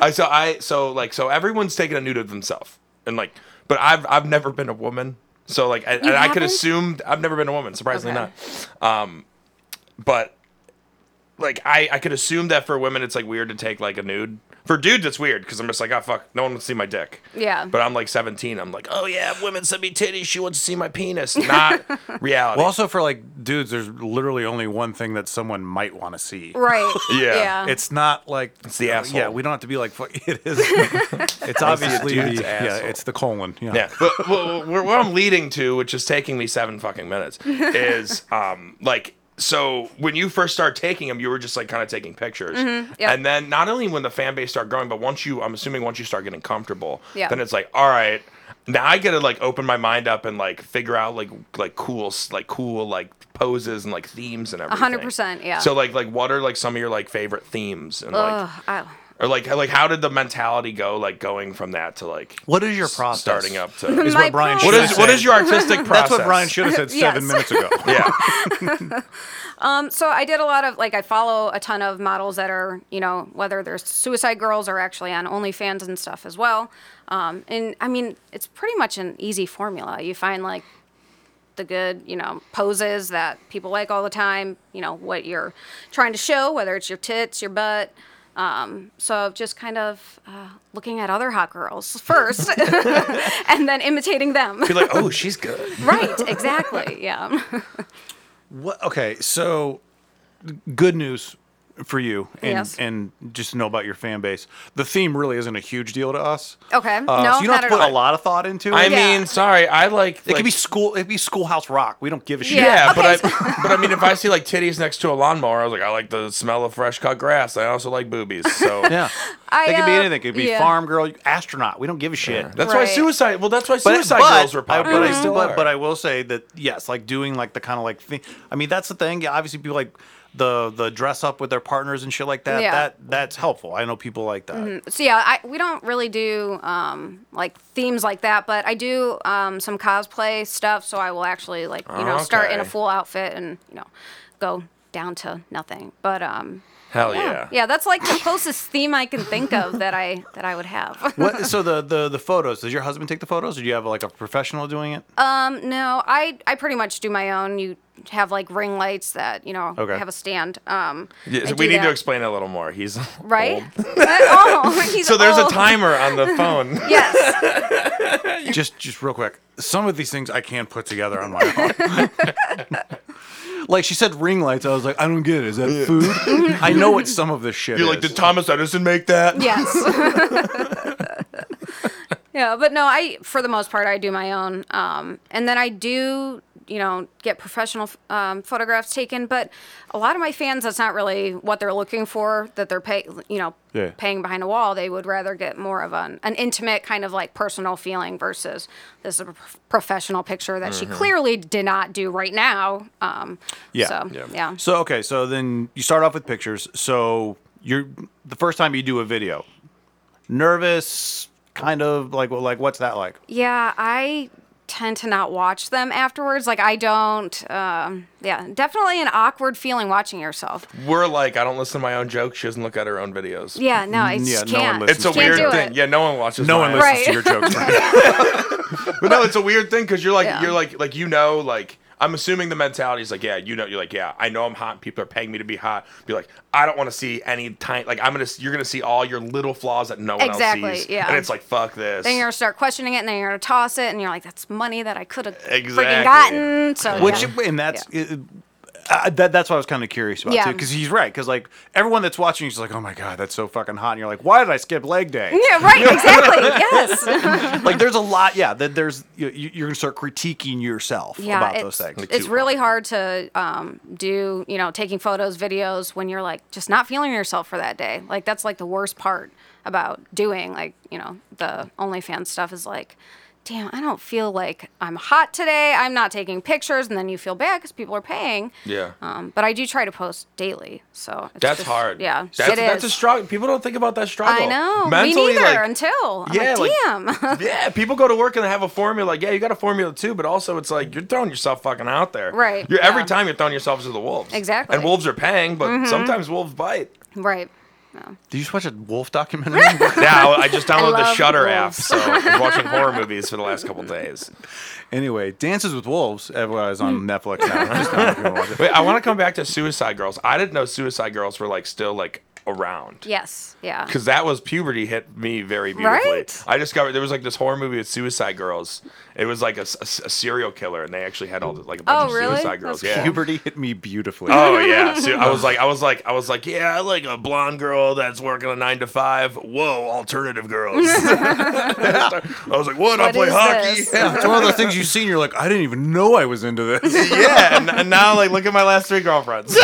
[SPEAKER 1] I so I so like so everyone's taking a nude of themselves and like, but I've I've never been a woman, so like I, and I could
[SPEAKER 3] haven't?
[SPEAKER 1] assume I've never been a woman. Surprisingly
[SPEAKER 3] Okay.
[SPEAKER 1] not. Um, but like I I could assume that for women it's like weird to take like a nude. For dudes, it's weird because I'm just like, oh fuck, no one would see my dick.
[SPEAKER 3] Yeah.
[SPEAKER 1] But I'm like 17. I'm like, oh yeah, women send me titties. She wants to see my penis.
[SPEAKER 4] [laughs]
[SPEAKER 1] Not reality.
[SPEAKER 4] Well, also for like dudes, there's literally only one thing that someone might want to see.
[SPEAKER 3] right.
[SPEAKER 1] Yeah.
[SPEAKER 3] Yeah.
[SPEAKER 4] It's not like
[SPEAKER 1] It's the
[SPEAKER 4] uh,
[SPEAKER 1] asshole.
[SPEAKER 4] Yeah, we don't have to be like fuck. [laughs] It
[SPEAKER 3] [laughs]
[SPEAKER 4] is. it's obviously
[SPEAKER 1] dude's
[SPEAKER 4] the, yeah.
[SPEAKER 1] asshole.
[SPEAKER 4] It's the colon. Yeah.
[SPEAKER 1] Yeah, but wh- wh- where, where I'm leading to, which is taking me seven fucking
[SPEAKER 3] [laughs]
[SPEAKER 1] minutes, is um like so when you first start taking them, you were just like kind of taking pictures,
[SPEAKER 3] yep.
[SPEAKER 1] and then not only when the fan base start growing, but once you, I'm assuming once you start getting comfortable,
[SPEAKER 3] Yeah.
[SPEAKER 1] then it's like all right. Now I gotta like open my mind up and like figure out like like cool s- like cool like poses and like themes and everything.
[SPEAKER 3] hundred percent, yeah.
[SPEAKER 1] So like like what are like some of your like favorite themes and like
[SPEAKER 3] Ugh, I,
[SPEAKER 1] or like like how did the mentality go like going from that to like
[SPEAKER 4] What is your process?
[SPEAKER 1] starting up
[SPEAKER 3] [laughs]
[SPEAKER 1] to [laughs]
[SPEAKER 4] Is
[SPEAKER 3] My
[SPEAKER 4] what Brian.
[SPEAKER 3] process-
[SPEAKER 1] what
[SPEAKER 4] should have
[SPEAKER 1] is what
[SPEAKER 4] said.
[SPEAKER 1] is your
[SPEAKER 3] [laughs]
[SPEAKER 1] artistic process?
[SPEAKER 4] That's what Brian should have said seven
[SPEAKER 3] Yes.
[SPEAKER 4] minutes ago.
[SPEAKER 1] [laughs] Yeah,
[SPEAKER 3] so I did a lot of like I follow a ton of models that are you know whether they're suicide girls or actually on OnlyFans and stuff as well. Um, and I mean it's pretty much an easy formula. You find like the good you know poses that people like all the time. You know what you're trying to show, whether it's your tits, your butt. Um, so just kind of uh, looking at other hot girls [laughs] first, and then imitating them.
[SPEAKER 1] be like, oh, she's good.
[SPEAKER 3] [laughs] right? Exactly. Yeah.
[SPEAKER 4] What? Okay, so good news for you, and
[SPEAKER 3] Yes.
[SPEAKER 4] and just to know about your fan base. The theme really isn't a huge deal to us.
[SPEAKER 3] Okay.
[SPEAKER 4] Uh,
[SPEAKER 3] no,
[SPEAKER 4] so you don't
[SPEAKER 3] not
[SPEAKER 4] have to
[SPEAKER 3] at
[SPEAKER 4] put
[SPEAKER 3] all.
[SPEAKER 4] a lot of thought into it.
[SPEAKER 1] I
[SPEAKER 3] Yeah.
[SPEAKER 1] mean, sorry, I like.
[SPEAKER 4] it could be school. It'd be Schoolhouse Rock. We don't give a
[SPEAKER 3] [laughs]
[SPEAKER 4] shit.
[SPEAKER 1] Yeah,
[SPEAKER 3] Yeah,
[SPEAKER 1] but I but I mean, if I see like titties next to a lawnmower, I was like, I like the smell of fresh cut grass. I also like boobies. [laughs] So
[SPEAKER 4] Yeah.
[SPEAKER 3] I,
[SPEAKER 4] it could be
[SPEAKER 3] uh,
[SPEAKER 4] anything. It could be
[SPEAKER 3] yeah.
[SPEAKER 4] farm girl, astronaut. We don't give a shit.
[SPEAKER 1] that's why
[SPEAKER 3] Right.
[SPEAKER 1] suicide. Well, that's why suicide girls were
[SPEAKER 4] I,
[SPEAKER 1] popular.
[SPEAKER 4] but,
[SPEAKER 1] They
[SPEAKER 4] I,
[SPEAKER 1] still
[SPEAKER 4] but,
[SPEAKER 1] are.
[SPEAKER 4] but I will say that yes, like doing like the kind of like thing. I mean, that's the thing. Yeah, obviously, people like the the dress up with their partners and shit like that.
[SPEAKER 3] Yeah. Mm-hmm.
[SPEAKER 4] That that's helpful. I know people like that.
[SPEAKER 3] so yeah, I, we don't really do um, like themes like that, but I do um, some cosplay stuff. So I will actually like you know start in a
[SPEAKER 1] Okay.
[SPEAKER 3] full outfit and you know go down to nothing. But um,
[SPEAKER 1] hell
[SPEAKER 3] yeah,
[SPEAKER 1] yeah,
[SPEAKER 3] yeah, that's like the closest theme I can think of that I that I would have. [laughs]
[SPEAKER 4] What? So the, the the photos. Does your husband take the photos, or do you have like a professional doing it?
[SPEAKER 3] Um, no, I I pretty much do my own. You have like ring lights that you know
[SPEAKER 4] Okay.
[SPEAKER 3] have a stand. Um,
[SPEAKER 1] Yeah,
[SPEAKER 3] I
[SPEAKER 1] so
[SPEAKER 3] do
[SPEAKER 1] we need to
[SPEAKER 3] that.
[SPEAKER 1] explain it a little more. He's
[SPEAKER 3] right.
[SPEAKER 1] old.
[SPEAKER 3] [laughs] oh, he's
[SPEAKER 1] So there's a
[SPEAKER 3] old.
[SPEAKER 1] timer on
[SPEAKER 3] [laughs]
[SPEAKER 1] the phone.
[SPEAKER 3] Yes.
[SPEAKER 4] just just real quick. Some of these things I can't put together on my own. [laughs] like she said, ring lights. I was like, I don't get it. Is that food? I know what some of this shit
[SPEAKER 1] You're
[SPEAKER 4] is.
[SPEAKER 1] like, did Thomas Edison make that?
[SPEAKER 3] Yes.
[SPEAKER 4] [laughs]
[SPEAKER 3] [laughs] yeah, but no, I for the most part I do my own, um, and then I do you know get professional um, photographs taken. But a lot of my fans, that's not really what they're looking for. That they're pay you know
[SPEAKER 4] Yeah.
[SPEAKER 3] paying behind a wall. They would rather get more of an an intimate kind of like personal feeling versus this is a prof- professional picture that she clearly did not do right now. Um,
[SPEAKER 4] Mm-hmm. Yeah.
[SPEAKER 3] So,
[SPEAKER 1] Yeah.
[SPEAKER 3] yeah.
[SPEAKER 4] So okay, so then you start off with pictures. So you're the first time you do a video, nervous, kind of like well, like what's that like?
[SPEAKER 3] Yeah, I tend to not watch them afterwards. Like I don't. Um, yeah, definitely an awkward feeling watching yourself.
[SPEAKER 1] We're like, I don't listen to my own jokes. She doesn't look at her own videos.
[SPEAKER 3] Yeah, no, I
[SPEAKER 4] yeah,
[SPEAKER 3] just
[SPEAKER 4] no one
[SPEAKER 3] can't.
[SPEAKER 4] listens
[SPEAKER 1] It's a
[SPEAKER 4] Can't
[SPEAKER 1] weird
[SPEAKER 3] do
[SPEAKER 1] thing.
[SPEAKER 3] it.
[SPEAKER 1] Yeah, no one watches.
[SPEAKER 4] No
[SPEAKER 1] my
[SPEAKER 4] one
[SPEAKER 1] own.
[SPEAKER 4] listens to
[SPEAKER 3] Right.
[SPEAKER 4] your [laughs] jokes.
[SPEAKER 1] But no,
[SPEAKER 3] [laughs]
[SPEAKER 1] it's a weird thing because you're like
[SPEAKER 3] Yeah.
[SPEAKER 1] you're like like you know like I'm assuming the mentality is like yeah you know you're like yeah I know I'm hot and people are paying me to be hot. Be like I don't want to see any tiny like I'm gonna you're gonna see all your little flaws that no one
[SPEAKER 3] Exactly,
[SPEAKER 1] else sees.
[SPEAKER 3] yeah.
[SPEAKER 1] And it's like fuck this.
[SPEAKER 3] Then you're gonna start questioning it, and then you're gonna toss it, and you're like, "That's money that I could have
[SPEAKER 1] Exactly.
[SPEAKER 3] freaking gotten." So
[SPEAKER 4] Which
[SPEAKER 3] yeah.
[SPEAKER 4] and that's. it- uh, that, that's what I was kind of curious about
[SPEAKER 3] Yeah.
[SPEAKER 4] too, because he's right. Because like everyone that's watching is like, "Oh my god, that's so fucking hot," and you're like, "Why did I skip leg day?"
[SPEAKER 3] [laughs] yeah, right, exactly. yes.
[SPEAKER 4] [laughs] like there's a lot, yeah. That there's you, you- you're gonna start critiquing yourself
[SPEAKER 3] Yeah,
[SPEAKER 4] about
[SPEAKER 3] it's,
[SPEAKER 4] those things.
[SPEAKER 3] it's really hard to um, do, you know, taking photos, videos when you're like just not feeling yourself for that day. Like that's like the worst part about doing like, you know, the OnlyFans stuff is like damn, I don't feel like I'm hot today. I'm not taking pictures. And then you feel bad because people are paying.
[SPEAKER 1] Yeah.
[SPEAKER 3] Um, but I do try to post daily. So it's
[SPEAKER 1] That's
[SPEAKER 3] just-
[SPEAKER 1] hard.
[SPEAKER 3] Yeah.
[SPEAKER 1] That's,
[SPEAKER 3] it
[SPEAKER 1] that's a
[SPEAKER 3] is.
[SPEAKER 1] struggle. People don't think about that struggle.
[SPEAKER 3] I know. Me
[SPEAKER 1] Mentally,
[SPEAKER 3] neither
[SPEAKER 1] like,
[SPEAKER 3] until. I'm
[SPEAKER 1] yeah,
[SPEAKER 3] like,
[SPEAKER 1] like- [laughs]
[SPEAKER 3] damn. [laughs]
[SPEAKER 1] yeah, people go to work and they have a formula. Like, yeah, you got a formula too, but also it's like you're throwing yourself fucking out there.
[SPEAKER 3] Right,
[SPEAKER 1] You're, Every
[SPEAKER 3] yeah.
[SPEAKER 1] time you're throwing yourself to the wolves.
[SPEAKER 3] Exactly. Mm-hmm.
[SPEAKER 1] And wolves are paying, but sometimes wolves bite.
[SPEAKER 3] right.
[SPEAKER 4] Did you just watch a wolf
[SPEAKER 3] [laughs]
[SPEAKER 4] documentary?
[SPEAKER 1] Now I just downloaded the
[SPEAKER 3] love
[SPEAKER 1] Shutter app,
[SPEAKER 3] wolves.
[SPEAKER 1] so I'm watching
[SPEAKER 3] [laughs]
[SPEAKER 1] horror movies for the last couple days.
[SPEAKER 4] [laughs] anyway, Dances with Wolves uh, well, is
[SPEAKER 3] Mm.
[SPEAKER 4] on
[SPEAKER 3] [laughs]
[SPEAKER 4] Netflix now. Just don't know if you wanna watch it.
[SPEAKER 1] Wait, I want to come back to Suicide Girls. I didn't know Suicide Girls were like still like around.
[SPEAKER 3] Yes. Yeah.
[SPEAKER 1] Because that was puberty hit me very beautifully.
[SPEAKER 3] Right?
[SPEAKER 1] I discovered there was like this horror movie with Suicide Girls. It was like a, s- a s- a serial killer, and they actually had all the, like a bunch
[SPEAKER 3] Oh,
[SPEAKER 1] of
[SPEAKER 3] really?
[SPEAKER 1] Suicide Girls.
[SPEAKER 3] That's
[SPEAKER 1] yeah.
[SPEAKER 4] Puberty hit me beautifully.
[SPEAKER 1] Oh
[SPEAKER 3] [laughs]
[SPEAKER 1] yeah, So I was like, I was like, I was like, yeah, I like a blonde girl that's working a nine to five. Whoa, alternative
[SPEAKER 3] [laughs]
[SPEAKER 1] girls. [laughs] I was like, what? I
[SPEAKER 3] What
[SPEAKER 1] play
[SPEAKER 3] is
[SPEAKER 1] hockey.
[SPEAKER 3] this?
[SPEAKER 4] [laughs] Yeah, it's one of those things you see and you're like, I didn't even know I was into this. [laughs]
[SPEAKER 1] yeah, and, and now like look at my last three
[SPEAKER 3] [laughs]
[SPEAKER 1] girlfriends.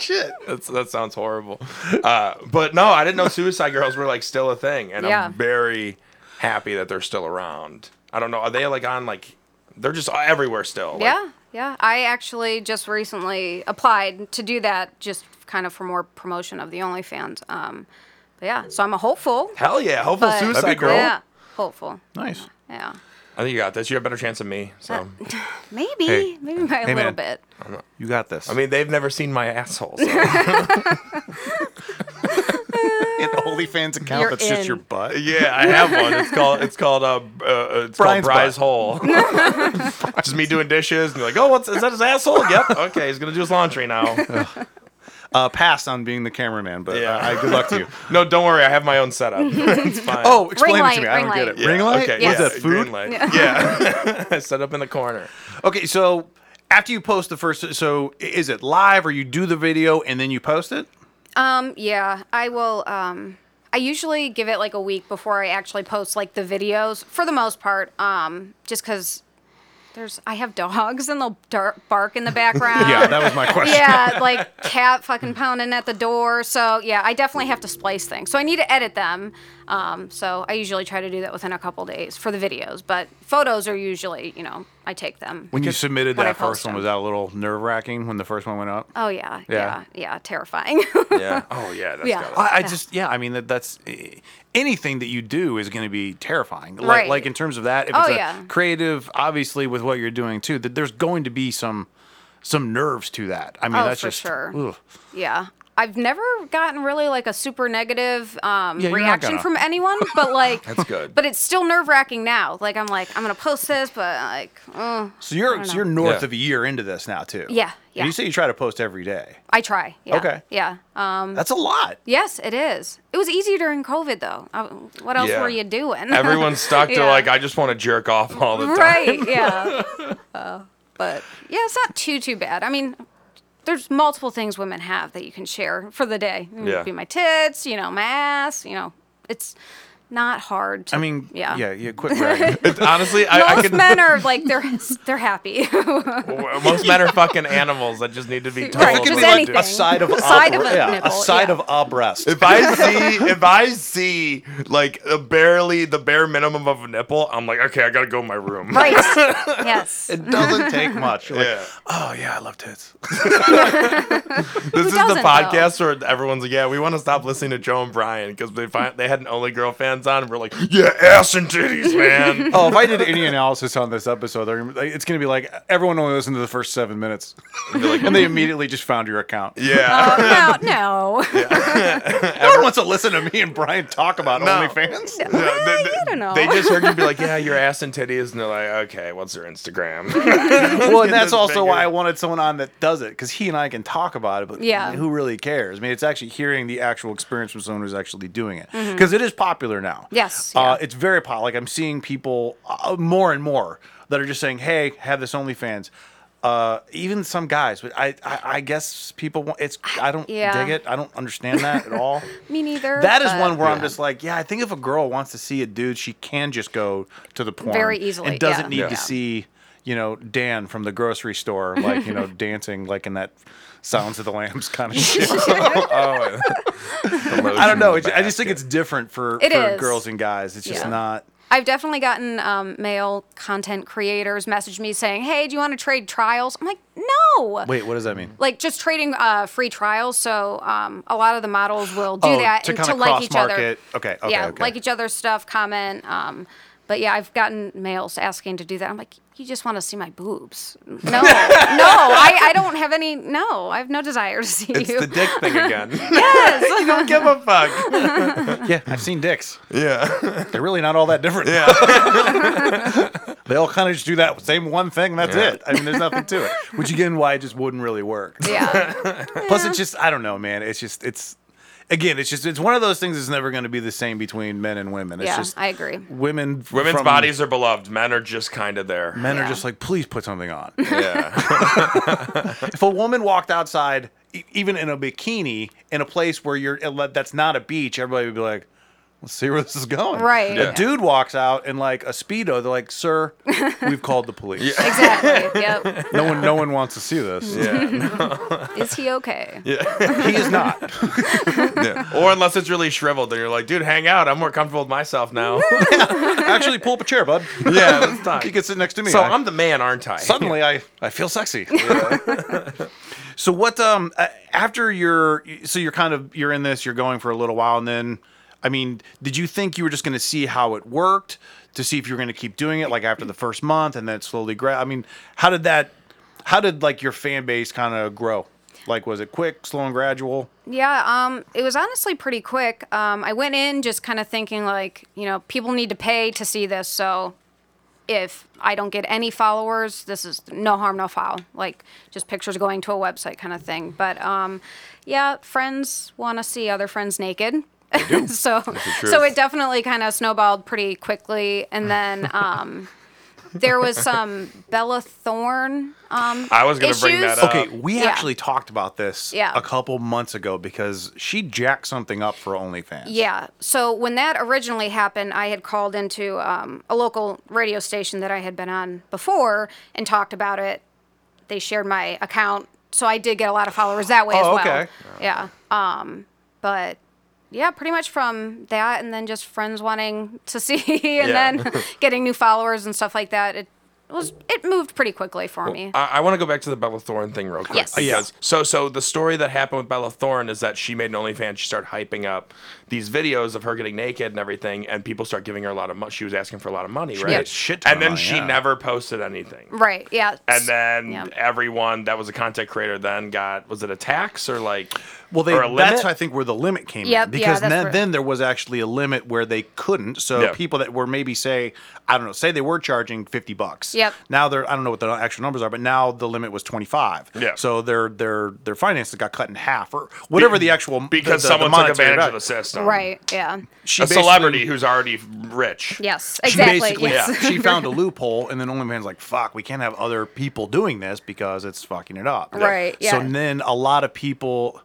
[SPEAKER 1] Shit, That's, that sounds horrible. Uh, but no, I didn't know Suicide Girls were like still a thing, and
[SPEAKER 3] Yeah.
[SPEAKER 1] I'm very happy that they're still around. I don't know, are they like on like? They're just everywhere still. like-
[SPEAKER 3] Yeah, yeah. I actually just recently applied to do that, just kind of for more promotion of the OnlyFans. Um, but yeah, so I'm a hopeful.
[SPEAKER 1] Hell yeah, hopeful
[SPEAKER 3] But,
[SPEAKER 1] Suicide Girl.
[SPEAKER 3] Yeah, hopeful.
[SPEAKER 4] nice.
[SPEAKER 3] Yeah,
[SPEAKER 1] I think you got this. You have a better chance than me. So
[SPEAKER 3] maybe,
[SPEAKER 4] Hey.
[SPEAKER 3] maybe by a
[SPEAKER 4] Hey,
[SPEAKER 3] little
[SPEAKER 4] man.
[SPEAKER 3] bit.
[SPEAKER 4] You got this.
[SPEAKER 1] I mean, they've never seen my asshole. So.
[SPEAKER 3] [laughs]
[SPEAKER 4] an OnlyFans account
[SPEAKER 3] You're
[SPEAKER 4] that's just
[SPEAKER 3] in.
[SPEAKER 4] your butt.
[SPEAKER 1] yeah, I have one. It's called it's called uh, uh it's
[SPEAKER 4] Brian's
[SPEAKER 1] called Bry's
[SPEAKER 4] butt.
[SPEAKER 1] hole.
[SPEAKER 4] [laughs]
[SPEAKER 1] Just me doing dishes and you're like, oh, what's is that his asshole? yep. Okay, he's gonna do his laundry now.
[SPEAKER 4] Uh, passed on being the cameraman, but
[SPEAKER 1] Yeah.
[SPEAKER 4] yeah. uh, good luck to
[SPEAKER 1] [laughs]
[SPEAKER 4] you.
[SPEAKER 1] no, don't worry, I have my own setup.
[SPEAKER 4] [laughs]
[SPEAKER 1] it's fine.
[SPEAKER 4] Oh, explain it
[SPEAKER 3] light,
[SPEAKER 4] to me. I
[SPEAKER 3] ring
[SPEAKER 4] don't get
[SPEAKER 3] light.
[SPEAKER 4] it.
[SPEAKER 1] Yeah,
[SPEAKER 4] Ring light?
[SPEAKER 1] Okay,
[SPEAKER 4] What's
[SPEAKER 1] yeah,
[SPEAKER 4] that,
[SPEAKER 1] green
[SPEAKER 4] food?
[SPEAKER 1] light.
[SPEAKER 4] [laughs]
[SPEAKER 1] Yeah, [laughs] set up in the corner.
[SPEAKER 4] Okay, so after you post the first, so i- is it live or you do the video and then you post it?
[SPEAKER 3] Um, yeah, I will. Um, I usually give it like a week before I actually post like the videos for the most part. Um, just because there's I have dogs and they'll dar- bark
[SPEAKER 4] [laughs]
[SPEAKER 3] in the background.
[SPEAKER 4] Yeah, that was my question. [laughs]
[SPEAKER 3] yeah, like cat fucking pounding at the door. So yeah, I definitely have to splice things. So I need to edit them. Um, so I usually try to do that within a couple days for the videos. But photos are usually, you know, I take them.
[SPEAKER 4] When you submitted
[SPEAKER 3] when I
[SPEAKER 4] that first
[SPEAKER 3] post
[SPEAKER 4] one,
[SPEAKER 3] them.
[SPEAKER 4] was that a little nerve wracking when the first one went up?
[SPEAKER 3] oh yeah,
[SPEAKER 4] Yeah.
[SPEAKER 3] yeah, yeah, terrifying. [laughs]
[SPEAKER 1] Yeah. Oh yeah. That's
[SPEAKER 3] Yeah.
[SPEAKER 1] gotta-
[SPEAKER 4] I, I just yeah, I mean that that's eh, anything that you do is going to be terrifying. Like
[SPEAKER 3] Right.
[SPEAKER 4] like in terms of that, if
[SPEAKER 3] Oh,
[SPEAKER 4] it's a
[SPEAKER 3] yeah.
[SPEAKER 4] creative, obviously with what you're doing too, that there's going to be some some nerves to that. I mean
[SPEAKER 3] Oh,
[SPEAKER 4] that's
[SPEAKER 3] for
[SPEAKER 4] just
[SPEAKER 3] sure.
[SPEAKER 4] ugh.
[SPEAKER 3] yeah. I've never gotten really like a super negative um,
[SPEAKER 4] Yeah, you're not
[SPEAKER 3] reaction
[SPEAKER 4] gonna.
[SPEAKER 3] from
[SPEAKER 4] [laughs]
[SPEAKER 3] anyone, but like
[SPEAKER 1] That's good.
[SPEAKER 3] But it's still nerve wracking now. Like I'm like I'm gonna post this, but like uh,
[SPEAKER 4] So you're so you're north
[SPEAKER 1] Yeah.
[SPEAKER 4] of a year into this now too.
[SPEAKER 3] Yeah, yeah.
[SPEAKER 4] And you say you try to post every day.
[SPEAKER 3] I try. Yeah.
[SPEAKER 4] Okay.
[SPEAKER 3] Yeah. Um,
[SPEAKER 4] That's a lot.
[SPEAKER 3] Yes, it is. It was easy during COVID, though. Uh, What else
[SPEAKER 1] Yeah.
[SPEAKER 3] were you doing? [laughs]
[SPEAKER 1] Everyone's stuck to
[SPEAKER 3] Yeah.
[SPEAKER 1] like, I just want to jerk off all the time.
[SPEAKER 3] right. Yeah. Uh,
[SPEAKER 1] [laughs]
[SPEAKER 3] but yeah, it's not too too bad. I mean, there's multiple things women have that you can share for the day. It would
[SPEAKER 1] Yeah.
[SPEAKER 3] Be my tits, you know, my ass, you know. It's not hard. To,
[SPEAKER 4] I mean,
[SPEAKER 3] yeah.
[SPEAKER 4] yeah, yeah,
[SPEAKER 3] [laughs]
[SPEAKER 4] quit bragging.
[SPEAKER 1] It's- honestly, I, I
[SPEAKER 3] Most
[SPEAKER 1] could. [laughs]
[SPEAKER 3] men are like they're they're happy.
[SPEAKER 1] Most men are fucking animals that just need to be told.
[SPEAKER 3] Right,
[SPEAKER 1] what
[SPEAKER 3] just
[SPEAKER 1] to
[SPEAKER 3] anything.
[SPEAKER 1] do.
[SPEAKER 4] a side of a,
[SPEAKER 3] Side of [laughs]
[SPEAKER 4] bre-
[SPEAKER 3] a
[SPEAKER 4] yeah,
[SPEAKER 3] nipple,
[SPEAKER 4] a side
[SPEAKER 3] yeah.
[SPEAKER 4] of a breast.
[SPEAKER 1] If I see if I see like a barely the bare minimum of a nipple, I'm like, okay, I gotta go in my room.
[SPEAKER 3] right. [laughs]
[SPEAKER 1] [laughs]
[SPEAKER 3] Yes.
[SPEAKER 4] it doesn't take much. You're like,
[SPEAKER 1] Yeah.
[SPEAKER 4] Oh yeah, I love tits.
[SPEAKER 1] This is the
[SPEAKER 3] doesn't,
[SPEAKER 1] podcast where everyone's like, yeah, we want to stop listening to Joe and Brian because they find they had an only girl fans on, and we're like, yeah, ass and titties,
[SPEAKER 3] [laughs]
[SPEAKER 1] man.
[SPEAKER 4] Oh, if I did any analysis on this episode, they're gonna be like- it's going to be like everyone only listened to the first seven [laughs] minutes, and they immediately just found your account.
[SPEAKER 1] yeah.
[SPEAKER 3] Uh, no, no. [laughs]
[SPEAKER 4] Everyone wants to listen to me and Brian talk about OnlyFans.
[SPEAKER 1] No, they, they-
[SPEAKER 3] don't know.
[SPEAKER 1] they just heard you be like, yeah, your ass and titties, and they're like, okay, what's their Instagram?
[SPEAKER 3] [laughs]
[SPEAKER 4] [laughs] Well, and that's
[SPEAKER 1] This
[SPEAKER 4] also
[SPEAKER 1] figure.
[SPEAKER 4] why I wanted someone on that does it because he and I can talk about it, but
[SPEAKER 3] Yeah.
[SPEAKER 4] who really cares? I mean, it's actually hearing the actual experience from someone who's actually doing it because is popular now.
[SPEAKER 3] Mm-hmm. Yes,
[SPEAKER 4] uh,
[SPEAKER 3] yeah.
[SPEAKER 4] it's very popular. Like I'm seeing people uh, more and more that are just saying, "Hey, have this OnlyFans." Uh, even some guys, but I, I, I guess people want it's. I don't
[SPEAKER 3] Yeah.
[SPEAKER 4] dig it. I don't understand that at
[SPEAKER 3] [laughs]
[SPEAKER 4] all.
[SPEAKER 3] Me neither.
[SPEAKER 4] That is
[SPEAKER 3] but-
[SPEAKER 4] one where I'm just like, yeah, I think if a girl wants to see a dude, she can just go to the porn
[SPEAKER 3] Very easily,
[SPEAKER 4] and doesn't
[SPEAKER 3] yeah.
[SPEAKER 4] need to
[SPEAKER 3] Yeah.
[SPEAKER 4] see, you know, Dan from the grocery store, like you
[SPEAKER 3] [laughs]
[SPEAKER 4] know, dancing like in that Sounds of the Lambs kind of shit.
[SPEAKER 1] [laughs]
[SPEAKER 3] [laughs]
[SPEAKER 1] oh, I
[SPEAKER 4] I don't know. It, I just think it's different for,
[SPEAKER 3] It
[SPEAKER 4] for
[SPEAKER 3] is.
[SPEAKER 4] girls and guys. It's just
[SPEAKER 3] Yeah.
[SPEAKER 4] not.
[SPEAKER 3] I've definitely gotten um, male content creators message me saying, "Hey, do you want to trade trials?" I'm like, "No."
[SPEAKER 4] Wait, what does that mean?
[SPEAKER 3] Like just trading uh, free trials, so um, a lot of the models will do
[SPEAKER 4] Oh,
[SPEAKER 3] that
[SPEAKER 4] to
[SPEAKER 3] and
[SPEAKER 4] kinda
[SPEAKER 3] to like each other.
[SPEAKER 4] cross-market. Okay, okay,
[SPEAKER 3] yeah,
[SPEAKER 4] okay.
[SPEAKER 3] like each other's stuff, comment. Um, but yeah, I've gotten males asking to do that. I'm like, you just want to see my boobs? No,
[SPEAKER 4] [laughs]
[SPEAKER 3] no, I, I don't have any. No, I have no desire to see
[SPEAKER 1] It's
[SPEAKER 3] you.
[SPEAKER 1] the dick thing
[SPEAKER 3] [laughs]
[SPEAKER 1] again.
[SPEAKER 3] yes,
[SPEAKER 4] don't [laughs] give a
[SPEAKER 3] [laughs]
[SPEAKER 4] fuck. yeah, I've seen dicks.
[SPEAKER 1] yeah.
[SPEAKER 4] They're really not all that different.
[SPEAKER 1] Yeah.
[SPEAKER 4] [laughs] They all kind of just do that same one thing. That's
[SPEAKER 1] Yeah.
[SPEAKER 4] it. I mean, there's nothing [laughs] to it. Which again, why it just wouldn't really work.
[SPEAKER 3] yeah.
[SPEAKER 4] Plus, [laughs] it's just I don't know, man. It's just it's again, it's just it's one of those things that's never going to be the same between men and women. It's
[SPEAKER 3] Yeah,
[SPEAKER 4] just
[SPEAKER 3] I agree.
[SPEAKER 4] Women, f-
[SPEAKER 1] Women's
[SPEAKER 4] from-
[SPEAKER 1] bodies are beloved. Men are just kind of there. [laughs]
[SPEAKER 4] Men are
[SPEAKER 3] Yeah.
[SPEAKER 4] just like, please put something on.
[SPEAKER 1] Yeah.
[SPEAKER 4] if a woman walked outside, e- even in a bikini, in a place where you're that's not a beach, everybody would be like, let's see where this is going.
[SPEAKER 3] Right.
[SPEAKER 1] Yeah.
[SPEAKER 4] A dude walks out in like a speedo. They're like, sir, we've called the police.
[SPEAKER 3] Exactly. Yep.
[SPEAKER 4] No one, no one wants to see this.
[SPEAKER 1] yeah.
[SPEAKER 3] Is he okay?
[SPEAKER 4] He is not.
[SPEAKER 1] yeah. [laughs] Or unless it's really shriveled, then you're like, dude, hang out. I'm more comfortable with myself
[SPEAKER 4] [laughs]
[SPEAKER 1] now.
[SPEAKER 4] Actually, pull up a chair, bud.
[SPEAKER 1] yeah, that's time.
[SPEAKER 4] You can sit next to me.
[SPEAKER 1] So
[SPEAKER 4] I-
[SPEAKER 1] I'm the man, aren't I?
[SPEAKER 3] [laughs]
[SPEAKER 4] suddenly I, I feel sexy. so what um uh, after you're so you're kind of you're in this you're going for a little while and then I mean did you think you were just going to see how it worked to see if you were going to keep doing it like after the first month and then slowly grow I mean how did that how did like your fan base kind of grow like was it quick slow and gradual
[SPEAKER 3] Yeah, um, it was honestly pretty quick. Um, I went in just kind of thinking, like, you know, people need to pay to see this. So if I don't get any followers, this is no harm, no foul. Like, just pictures going to a website kind of thing. But um, yeah, friends want to see other friends naked. [laughs] so, so
[SPEAKER 1] truth.
[SPEAKER 3] it definitely kind of snowballed pretty quickly. And then um, there was some Bella Thorne. Um,
[SPEAKER 1] I was gonna bring that
[SPEAKER 3] issues.
[SPEAKER 1] up.
[SPEAKER 4] Okay, Uh, we
[SPEAKER 3] Yeah.
[SPEAKER 4] actually talked about this
[SPEAKER 3] Yeah.
[SPEAKER 4] a couple months ago because she jacked something up for OnlyFans.
[SPEAKER 3] Yeah. So when that originally happened, I had called into um, a local radio station that I had been on before and talked about it. They shared my account, so I did get a lot of followers that way
[SPEAKER 4] Oh,
[SPEAKER 3] as well.
[SPEAKER 4] okay.
[SPEAKER 3] Yeah. Um, but yeah, pretty much from that, and then just friends wanting to [laughs] see, and
[SPEAKER 1] Yeah.
[SPEAKER 3] then getting new followers and stuff like that. It was it moved pretty quickly for me.
[SPEAKER 1] I, I want to go back to the Bella Thorne thing real quick.
[SPEAKER 3] Yes.
[SPEAKER 1] because-
[SPEAKER 4] Uh, Yeah.
[SPEAKER 1] So, so the story that happened with Bella Thorne is that she made an OnlyFans. She started hyping up these videos of her getting naked and everything, and people start giving her a lot of money. She was asking for a lot of money, right?
[SPEAKER 3] made a
[SPEAKER 4] shit ton
[SPEAKER 1] and
[SPEAKER 4] of
[SPEAKER 1] then
[SPEAKER 4] money,
[SPEAKER 1] she
[SPEAKER 4] yeah.
[SPEAKER 1] never posted anything.
[SPEAKER 3] right. Yeah.
[SPEAKER 1] And then
[SPEAKER 3] Yeah.
[SPEAKER 1] everyone that was a content creator then got was it a tax or like
[SPEAKER 4] Well, they,
[SPEAKER 1] or a
[SPEAKER 4] that's
[SPEAKER 1] limit?
[SPEAKER 4] I think where the limit came
[SPEAKER 3] Yep,
[SPEAKER 4] in
[SPEAKER 3] yeah,
[SPEAKER 4] because
[SPEAKER 3] that's
[SPEAKER 4] then,
[SPEAKER 3] where-
[SPEAKER 4] then there was actually a limit where they couldn't. So
[SPEAKER 1] Yeah.
[SPEAKER 4] people that were maybe say I don't know, say they were charging fifty bucks.
[SPEAKER 3] Yep.
[SPEAKER 4] Now they're I don't know what the actual numbers are, but now the limit was twenty five.
[SPEAKER 1] Yeah.
[SPEAKER 4] So their their their finances got cut in half or whatever the actual
[SPEAKER 1] because
[SPEAKER 4] the- the- the
[SPEAKER 1] someone took
[SPEAKER 4] monetary
[SPEAKER 1] advantage of
[SPEAKER 4] value.
[SPEAKER 1] the system,
[SPEAKER 3] right. Yeah.
[SPEAKER 4] She
[SPEAKER 1] A
[SPEAKER 4] basically-
[SPEAKER 1] celebrity who's already rich.
[SPEAKER 3] Yes.
[SPEAKER 4] She
[SPEAKER 3] Exactly.
[SPEAKER 4] basically
[SPEAKER 3] yes.
[SPEAKER 1] Yeah.
[SPEAKER 4] she
[SPEAKER 3] [laughs]
[SPEAKER 4] found a loophole, and then OnlyFans like fuck, we can't have other people doing this because it's fucking it up.
[SPEAKER 3] Right,
[SPEAKER 4] So
[SPEAKER 3] yeah.
[SPEAKER 4] then a lot of people,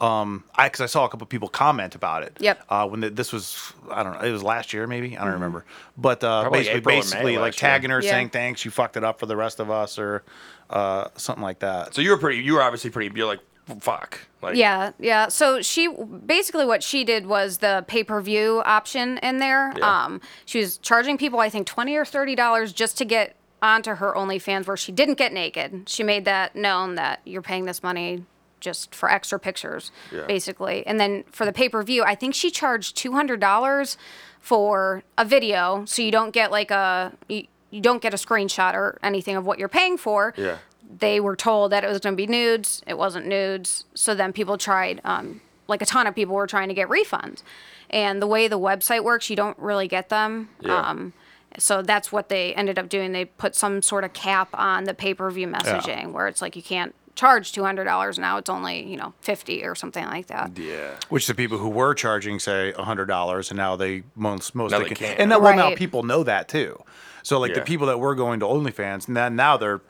[SPEAKER 4] um, I because I saw a couple people comment about it.
[SPEAKER 3] Yep. Mm-hmm.
[SPEAKER 4] Uh, when the, this was, I don't know, it was last year maybe, I don't remember, but uh,
[SPEAKER 1] Probably
[SPEAKER 4] basically,
[SPEAKER 1] April or May
[SPEAKER 4] basically like
[SPEAKER 1] last year.
[SPEAKER 4] tagging her,
[SPEAKER 3] Yeah.
[SPEAKER 4] saying thanks, you fucked it up for the rest of us, or uh, something like that.
[SPEAKER 1] So you were pretty. You were obviously pretty. You're like fuck. Like
[SPEAKER 3] Yeah, yeah. So she basically what she did was the pay per view option in there.
[SPEAKER 1] Yeah.
[SPEAKER 3] Um, she was charging people I think twenty or thirty dollars just to get onto her OnlyFans where she didn't get naked. She made that known that you're paying this money just for extra pictures,
[SPEAKER 1] Yeah.
[SPEAKER 3] basically. And then for the pay per view, I think she charged two hundred dollars for a video, so you don't get like a you, you don't get a screenshot or anything of what you're paying for
[SPEAKER 1] Yeah.
[SPEAKER 3] they were told that it was going to be nudes. It wasn't nudes. So then people tried, um, like a ton of people were trying to get refunds. And the way the website works, you don't really get them.
[SPEAKER 1] Yeah.
[SPEAKER 3] Um, so that's what they ended up doing. They put some sort of cap on the pay per view messaging where it's like you can't charge $200 now. It's only, you know, 50 or something like that.
[SPEAKER 1] Yeah.
[SPEAKER 4] Which the people who were charging say hundred dollars, and now they most most
[SPEAKER 1] Now
[SPEAKER 4] they
[SPEAKER 1] they
[SPEAKER 4] can,
[SPEAKER 1] can't.
[SPEAKER 4] and now, well now
[SPEAKER 3] Right.
[SPEAKER 4] people know that too. So like the
[SPEAKER 1] Yeah.
[SPEAKER 4] people that were going to OnlyFans, now now they're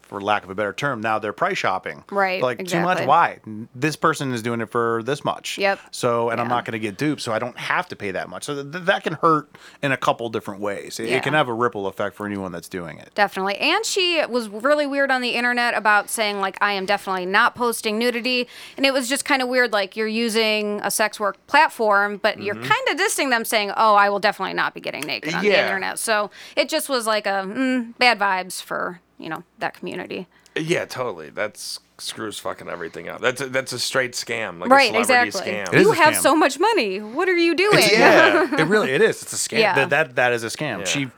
[SPEAKER 4] for lack of a better term, now they're price shopping.
[SPEAKER 3] Right,
[SPEAKER 4] Like too much.
[SPEAKER 3] exactly.
[SPEAKER 4] Why? This person is doing it for this much.
[SPEAKER 3] Yep.
[SPEAKER 4] So and I'm
[SPEAKER 3] Yeah.
[SPEAKER 4] not going to get duped, so I don't have to pay that much. So th- that can hurt in a couple different ways. It, it
[SPEAKER 3] Yeah.
[SPEAKER 4] can have a ripple effect for anyone that's doing it.
[SPEAKER 3] Definitely. And she was really weird on the internet about saying, like, I am definitely not posting nudity. And it was just kind of weird, like, you're using a sex work platform, but you're kind of dissing them saying, oh, I will definitely not be getting naked on
[SPEAKER 1] Yeah.
[SPEAKER 3] the internet. So it just was like a mm, bad vibes for, you know, that community.
[SPEAKER 1] Yeah, totally. That's screws fucking everything up. That's a, that's a straight scam, like
[SPEAKER 3] right,
[SPEAKER 1] a celebrity
[SPEAKER 3] exactly.
[SPEAKER 1] scam.
[SPEAKER 4] It is
[SPEAKER 3] You
[SPEAKER 4] a
[SPEAKER 3] have
[SPEAKER 4] scam.
[SPEAKER 3] so much money. What are you doing?
[SPEAKER 4] yeah,
[SPEAKER 3] [laughs]
[SPEAKER 4] it really it is. It's a scam.
[SPEAKER 3] Yeah.
[SPEAKER 4] That, that that is a scam.
[SPEAKER 1] Yeah.
[SPEAKER 4] She,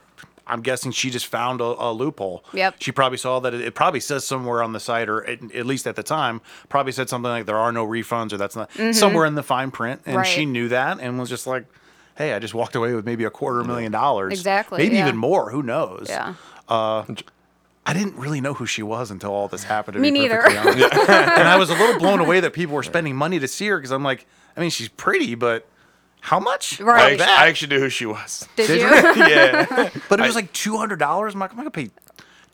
[SPEAKER 4] I'm guessing she just found a, a loophole.
[SPEAKER 3] Yep.
[SPEAKER 4] She probably saw that it, it probably says somewhere on the site, or at, at least at the time, probably said something like there are no refunds, or that's not somewhere in the fine print, and she
[SPEAKER 3] Mm-hmm. Right.
[SPEAKER 4] knew that and was just like, hey, I just walked away with maybe a quarter million dollars,
[SPEAKER 3] Exactly,
[SPEAKER 4] maybe
[SPEAKER 3] yeah.
[SPEAKER 4] even more. Who knows?
[SPEAKER 3] Yeah.
[SPEAKER 4] I didn't really know who she was until all this happened. To
[SPEAKER 3] Me
[SPEAKER 4] be
[SPEAKER 3] neither.
[SPEAKER 4] perfectly
[SPEAKER 3] [laughs]
[SPEAKER 4] honest. [laughs] and I was a little blown away that people were spending money to see her because I'm like, I mean, she's pretty, but how much?
[SPEAKER 1] I,
[SPEAKER 3] Right.
[SPEAKER 1] actually, I actually knew who she
[SPEAKER 3] [laughs]
[SPEAKER 1] was.
[SPEAKER 3] Did,
[SPEAKER 4] Did
[SPEAKER 3] you?
[SPEAKER 1] yeah.
[SPEAKER 4] [laughs] But it was like two hundred dollars. I'm like, I'm not gonna pay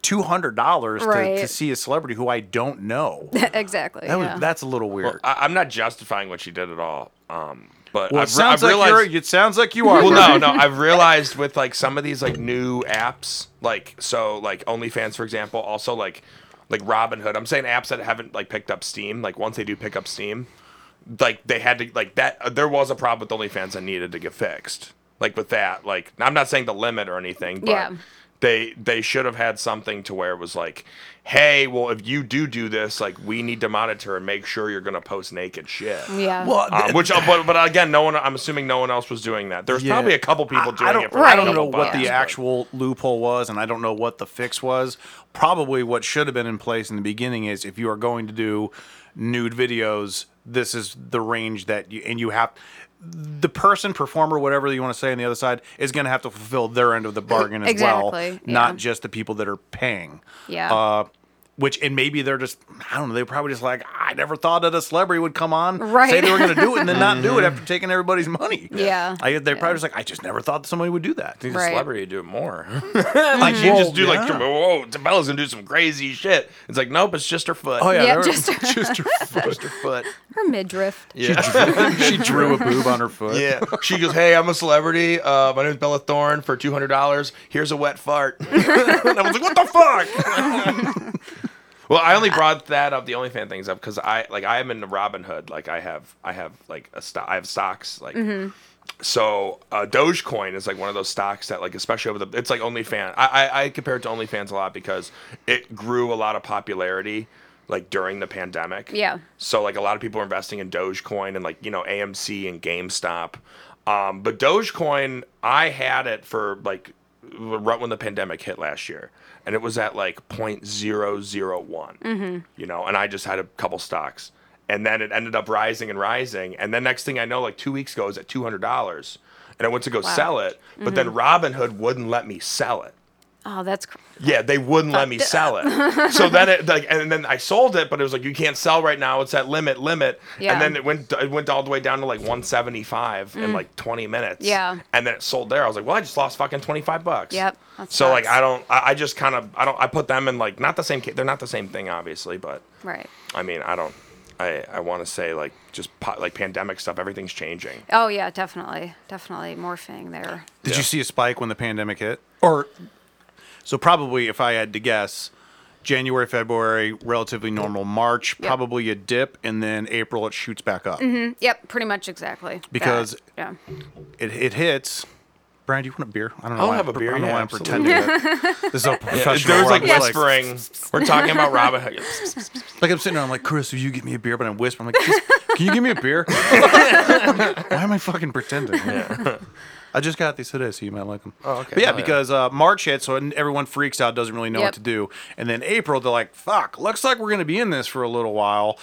[SPEAKER 4] two hundred dollars to, to
[SPEAKER 3] Right.
[SPEAKER 4] see a celebrity who I don't know. That
[SPEAKER 3] exactly.
[SPEAKER 4] was
[SPEAKER 3] yeah.
[SPEAKER 4] that's a little weird.
[SPEAKER 1] I, I'm not justifying what she did at all. Um, but
[SPEAKER 4] well, it
[SPEAKER 1] I've, re-
[SPEAKER 4] sounds
[SPEAKER 1] I've
[SPEAKER 4] like
[SPEAKER 1] realized.
[SPEAKER 4] you're, it sounds like you are. [laughs]
[SPEAKER 1] well,
[SPEAKER 4] Kirby.
[SPEAKER 1] no, no. I've realized with like some of these like new apps, like so, like OnlyFans, for example. Also, like like Robinhood. I'm saying apps that haven't like picked up steam. Like once they do pick up steam, like they had to like that. uh, there was a problem with OnlyFans that needed to get fixed. Like with that, like I'm not saying the limit or anything, but
[SPEAKER 3] Yeah.
[SPEAKER 1] they they should have had something to where it was like, hey, well if you do do this, like we need to monitor and make sure you're gonna post naked shit.
[SPEAKER 3] yeah.
[SPEAKER 4] Well,
[SPEAKER 1] Um,
[SPEAKER 4] th-
[SPEAKER 1] which, uh, but, but again, no one. I'm assuming no one else was doing that. There's
[SPEAKER 4] yeah.
[SPEAKER 1] probably a couple people
[SPEAKER 4] I-
[SPEAKER 1] doing
[SPEAKER 4] I don't,
[SPEAKER 1] it. For
[SPEAKER 3] Right.
[SPEAKER 4] I don't know
[SPEAKER 1] couple
[SPEAKER 4] what
[SPEAKER 1] bucks,
[SPEAKER 4] the
[SPEAKER 1] but-
[SPEAKER 4] actual loophole was, and I don't know what the fix was. Probably what should have been in place in the beginning is if you are going to do nude videos, this is the range that you and you have. The person, performer, whatever you want to say on the other side, is going to have to fulfill their end of the bargain as well,
[SPEAKER 3] Exactly,
[SPEAKER 4] not
[SPEAKER 3] yeah.
[SPEAKER 4] just the people that are paying.
[SPEAKER 3] Yeah.
[SPEAKER 4] Uh, which and maybe they're just I don't know. They're probably just like I never thought that a celebrity would come on, say
[SPEAKER 3] Right.
[SPEAKER 4] they were going to do it, and then not
[SPEAKER 1] [laughs]
[SPEAKER 4] do it
[SPEAKER 1] Mm-hmm.
[SPEAKER 4] after taking everybody's money.
[SPEAKER 3] Yeah.
[SPEAKER 4] I, they're
[SPEAKER 3] Yeah.
[SPEAKER 4] probably just like, I just never thought somebody would do that.
[SPEAKER 1] Need a
[SPEAKER 3] Right.
[SPEAKER 1] celebrity to do it
[SPEAKER 4] [laughs]
[SPEAKER 1] more. [laughs] like you
[SPEAKER 4] Well,
[SPEAKER 1] just do like,
[SPEAKER 4] yeah.
[SPEAKER 1] whoa, Tabella's gonna do some crazy shit. It's like, nope, it's just her foot.
[SPEAKER 4] Oh yeah,
[SPEAKER 3] Yeah,
[SPEAKER 4] there-
[SPEAKER 3] just-
[SPEAKER 4] [laughs] just
[SPEAKER 3] [laughs]
[SPEAKER 4] her foot. Just her foot.
[SPEAKER 3] Her midriff.
[SPEAKER 4] she drew a
[SPEAKER 1] [laughs]
[SPEAKER 4] boob on her foot.
[SPEAKER 1] Yeah. She goes, hey, I'm a celebrity. Uh, my name's Bella Thorne. For two hundred dollars, here's a wet fart. [laughs] and I was like, what the fuck? [laughs] well, I only brought that up, the OnlyFans things up, because I like I am in Robin Hood. Like I have, I have like a stock. I have stocks. Like. So uh, Dogecoin is like one of those stocks that like especially over the it's like OnlyFans. I, I I compare it to OnlyFans a lot because it grew a lot of popularity like during the pandemic.
[SPEAKER 3] Yeah.
[SPEAKER 1] So like a lot of people are investing in Dogecoin and like you know AMC and GameStop. Um, but Dogecoin, I had it for like right when the pandemic hit last year, and it was at like 0.001. You know, and I just had a couple stocks, and then it ended up rising and rising, and then next thing I know, like two weeks ago, it was at two hundred dollars, and I went to go sell it, but then Robinhood wouldn't let me sell it.
[SPEAKER 3] Oh, that's cr-
[SPEAKER 1] Yeah, they wouldn't let me sell it. so
[SPEAKER 3] [laughs]
[SPEAKER 1] then it like and then I sold it, but it was like you can't sell right now. It's at limit, limit.
[SPEAKER 3] Yeah. Mm.
[SPEAKER 1] And then it went it went all the way down to like 175 in like 20 minutes.
[SPEAKER 3] Yeah.
[SPEAKER 1] And then it sold there. I was like, well, I just lost fucking 25 bucks.
[SPEAKER 3] Yep, that
[SPEAKER 1] So like
[SPEAKER 3] sucks.
[SPEAKER 1] I don't I, I just kind of I don't I put them in like not the same ca- they're not the same thing obviously, but
[SPEAKER 3] right.
[SPEAKER 1] I mean, I don't I I want to say like just po- like pandemic stuff, everything's changing.
[SPEAKER 3] Oh yeah, definitely, definitely morphing there.
[SPEAKER 4] Did
[SPEAKER 1] Yeah.
[SPEAKER 4] you see a spike when the pandemic hit? Or so probably if I had to guess, January, February, relatively normal. March,
[SPEAKER 3] Yeah.
[SPEAKER 4] probably a dip, and then April it shoots back up.
[SPEAKER 3] Mm, Yep, pretty much exactly. that.
[SPEAKER 4] Because-
[SPEAKER 3] yeah,
[SPEAKER 4] It, it hits. Brian, do you want a beer? I don't know.
[SPEAKER 1] I'll
[SPEAKER 4] why
[SPEAKER 1] have a
[SPEAKER 4] I'm-
[SPEAKER 1] beer,
[SPEAKER 4] I don't know
[SPEAKER 1] yeah,
[SPEAKER 4] why I'm
[SPEAKER 1] absolutely.
[SPEAKER 4] pretending.
[SPEAKER 1] [laughs]
[SPEAKER 4] that this is a professional.
[SPEAKER 1] There was
[SPEAKER 4] where
[SPEAKER 1] like
[SPEAKER 4] I'm just
[SPEAKER 1] whispering. We're talking
[SPEAKER 3] [laughs]
[SPEAKER 1] about Robin Hood.
[SPEAKER 4] Like I'm sitting there, I'm like, Chris, will you get me a beer? But I'm whispering, I'm like, "Just- can you give me a
[SPEAKER 1] [laughs]
[SPEAKER 4] beer? [laughs] Why am I fucking pretending? [laughs] I just got these today, so you might like them.
[SPEAKER 1] Oh, okay.
[SPEAKER 4] But yeah,
[SPEAKER 1] Oh, yeah.
[SPEAKER 4] because Uh, March hit, so everyone freaks out, doesn't really know what
[SPEAKER 3] Yep.
[SPEAKER 4] to do. And then April, they're like, fuck, looks like we're going to be in this for a little while.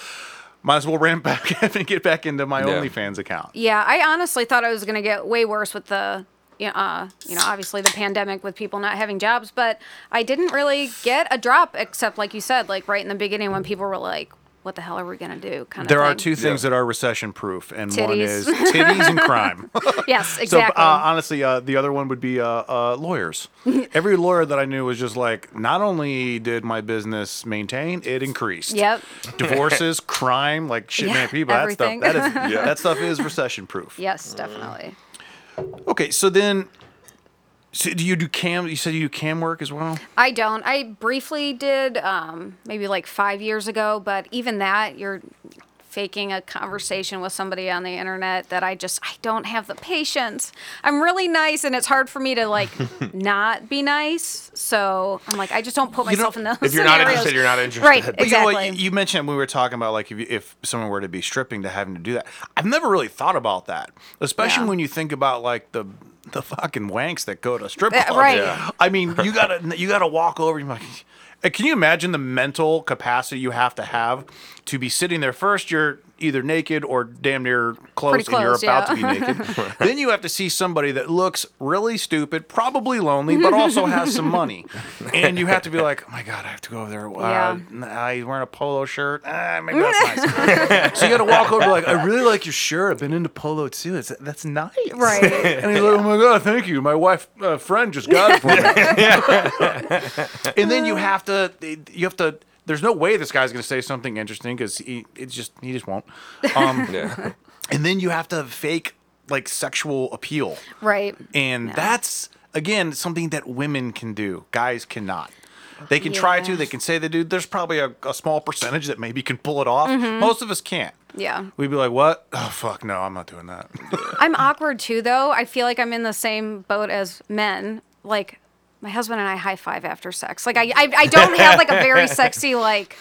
[SPEAKER 4] Might as well ramp [laughs] back up and get back into my
[SPEAKER 1] Yeah.
[SPEAKER 4] OnlyFans account.
[SPEAKER 3] yeah. I honestly thought I was gonna get way worse with the, you know, uh, you know, obviously the pandemic with people not having jobs, but I didn't really get a drop except like you said, like right in the beginning when people were like, what the hell are we gonna do? Kind
[SPEAKER 4] There
[SPEAKER 3] of.
[SPEAKER 4] are
[SPEAKER 3] thing.
[SPEAKER 4] two things that are recession proof, and one
[SPEAKER 3] Titties.
[SPEAKER 4] is titties and
[SPEAKER 3] [laughs]
[SPEAKER 4] crime.
[SPEAKER 3] Yes,
[SPEAKER 4] So uh,
[SPEAKER 3] exactly.
[SPEAKER 4] honestly, uh, the other one would be uh,
[SPEAKER 3] [laughs]
[SPEAKER 4] uh, lawyers. Every lawyer that I knew was just like, not only did my business maintain, it increased.
[SPEAKER 3] Yep. [laughs]
[SPEAKER 4] Divorces, crime, like shit,
[SPEAKER 3] Yeah,
[SPEAKER 4] man, people. That stuff,
[SPEAKER 3] everything.
[SPEAKER 4] that, is,
[SPEAKER 3] [laughs]
[SPEAKER 1] Yeah.
[SPEAKER 4] that stuff is recession proof.
[SPEAKER 3] yes, definitely.
[SPEAKER 4] Okay, so then, so do you do cam? You said you do cam work as well.
[SPEAKER 3] I don't. I briefly did um, maybe like five years ago, but even that, you're faking a conversation with somebody on the internet that I just I don't have the patience. I'm really nice, and it's hard for me
[SPEAKER 1] [laughs]
[SPEAKER 3] to like not be nice. So I'm like, I just don't put
[SPEAKER 4] You know,
[SPEAKER 3] myself in those.
[SPEAKER 1] If you're not
[SPEAKER 3] scenarios.
[SPEAKER 1] interested, you're not interested.
[SPEAKER 3] Right,
[SPEAKER 1] But
[SPEAKER 4] But
[SPEAKER 3] exactly.
[SPEAKER 4] you know what? You mentioned when we were talking about like if, you, if someone were to be stripping to having to do that. I've never really thought about that, especially
[SPEAKER 3] Yeah.
[SPEAKER 4] when you think about like the the fucking wanks that go to strip
[SPEAKER 3] Uh,
[SPEAKER 4] clubs.
[SPEAKER 3] right.
[SPEAKER 1] Yeah.
[SPEAKER 4] [laughs] I mean, you gotta you gotta walk over. You're like, and can you imagine the mental capacity you have to have to be sitting there? First, you're either naked or damn near close,
[SPEAKER 3] Pretty
[SPEAKER 4] and you're
[SPEAKER 3] close,
[SPEAKER 4] about
[SPEAKER 3] yeah.
[SPEAKER 4] to
[SPEAKER 3] [laughs]
[SPEAKER 4] be naked. then you have to see somebody that looks really stupid, probably lonely, but also has some money, and you have to be like, oh my god, I have to go over there. Uh,
[SPEAKER 3] Yeah.
[SPEAKER 4] nah, he's wearing a polo shirt. Ah,
[SPEAKER 3] [laughs]
[SPEAKER 4] maybe that's nice. so you got to walk over like, I really like your shirt. I've been into polo too. It's, that's nice.
[SPEAKER 3] Right.
[SPEAKER 4] [laughs] And he's like, oh my God, thank you. My wife, uh, friend just got it
[SPEAKER 3] [laughs]
[SPEAKER 4] for me. [laughs] and then you have to, you have to, there's no way this guy's going to say something interesting because he, it's just, he just won't.
[SPEAKER 3] [laughs]
[SPEAKER 4] Um,
[SPEAKER 1] Yeah.
[SPEAKER 4] And then you have to fake like sexual appeal.
[SPEAKER 3] Right.
[SPEAKER 4] And that's again something that women can do. Guys cannot. They can try to,
[SPEAKER 3] Yeah.
[SPEAKER 4] they can say they do. There's probably a, a small percentage that maybe can pull it off. Most of us can't.
[SPEAKER 3] Yeah.
[SPEAKER 4] We'd be like, what? Oh, fuck, no, I'm not doing that. [laughs]
[SPEAKER 3] I'm awkward too, though. I feel like I'm in the same boat as men. Like, my husband and I high five after sex. Like, I, I, I don't have like
[SPEAKER 1] [laughs]
[SPEAKER 3] a very sexy like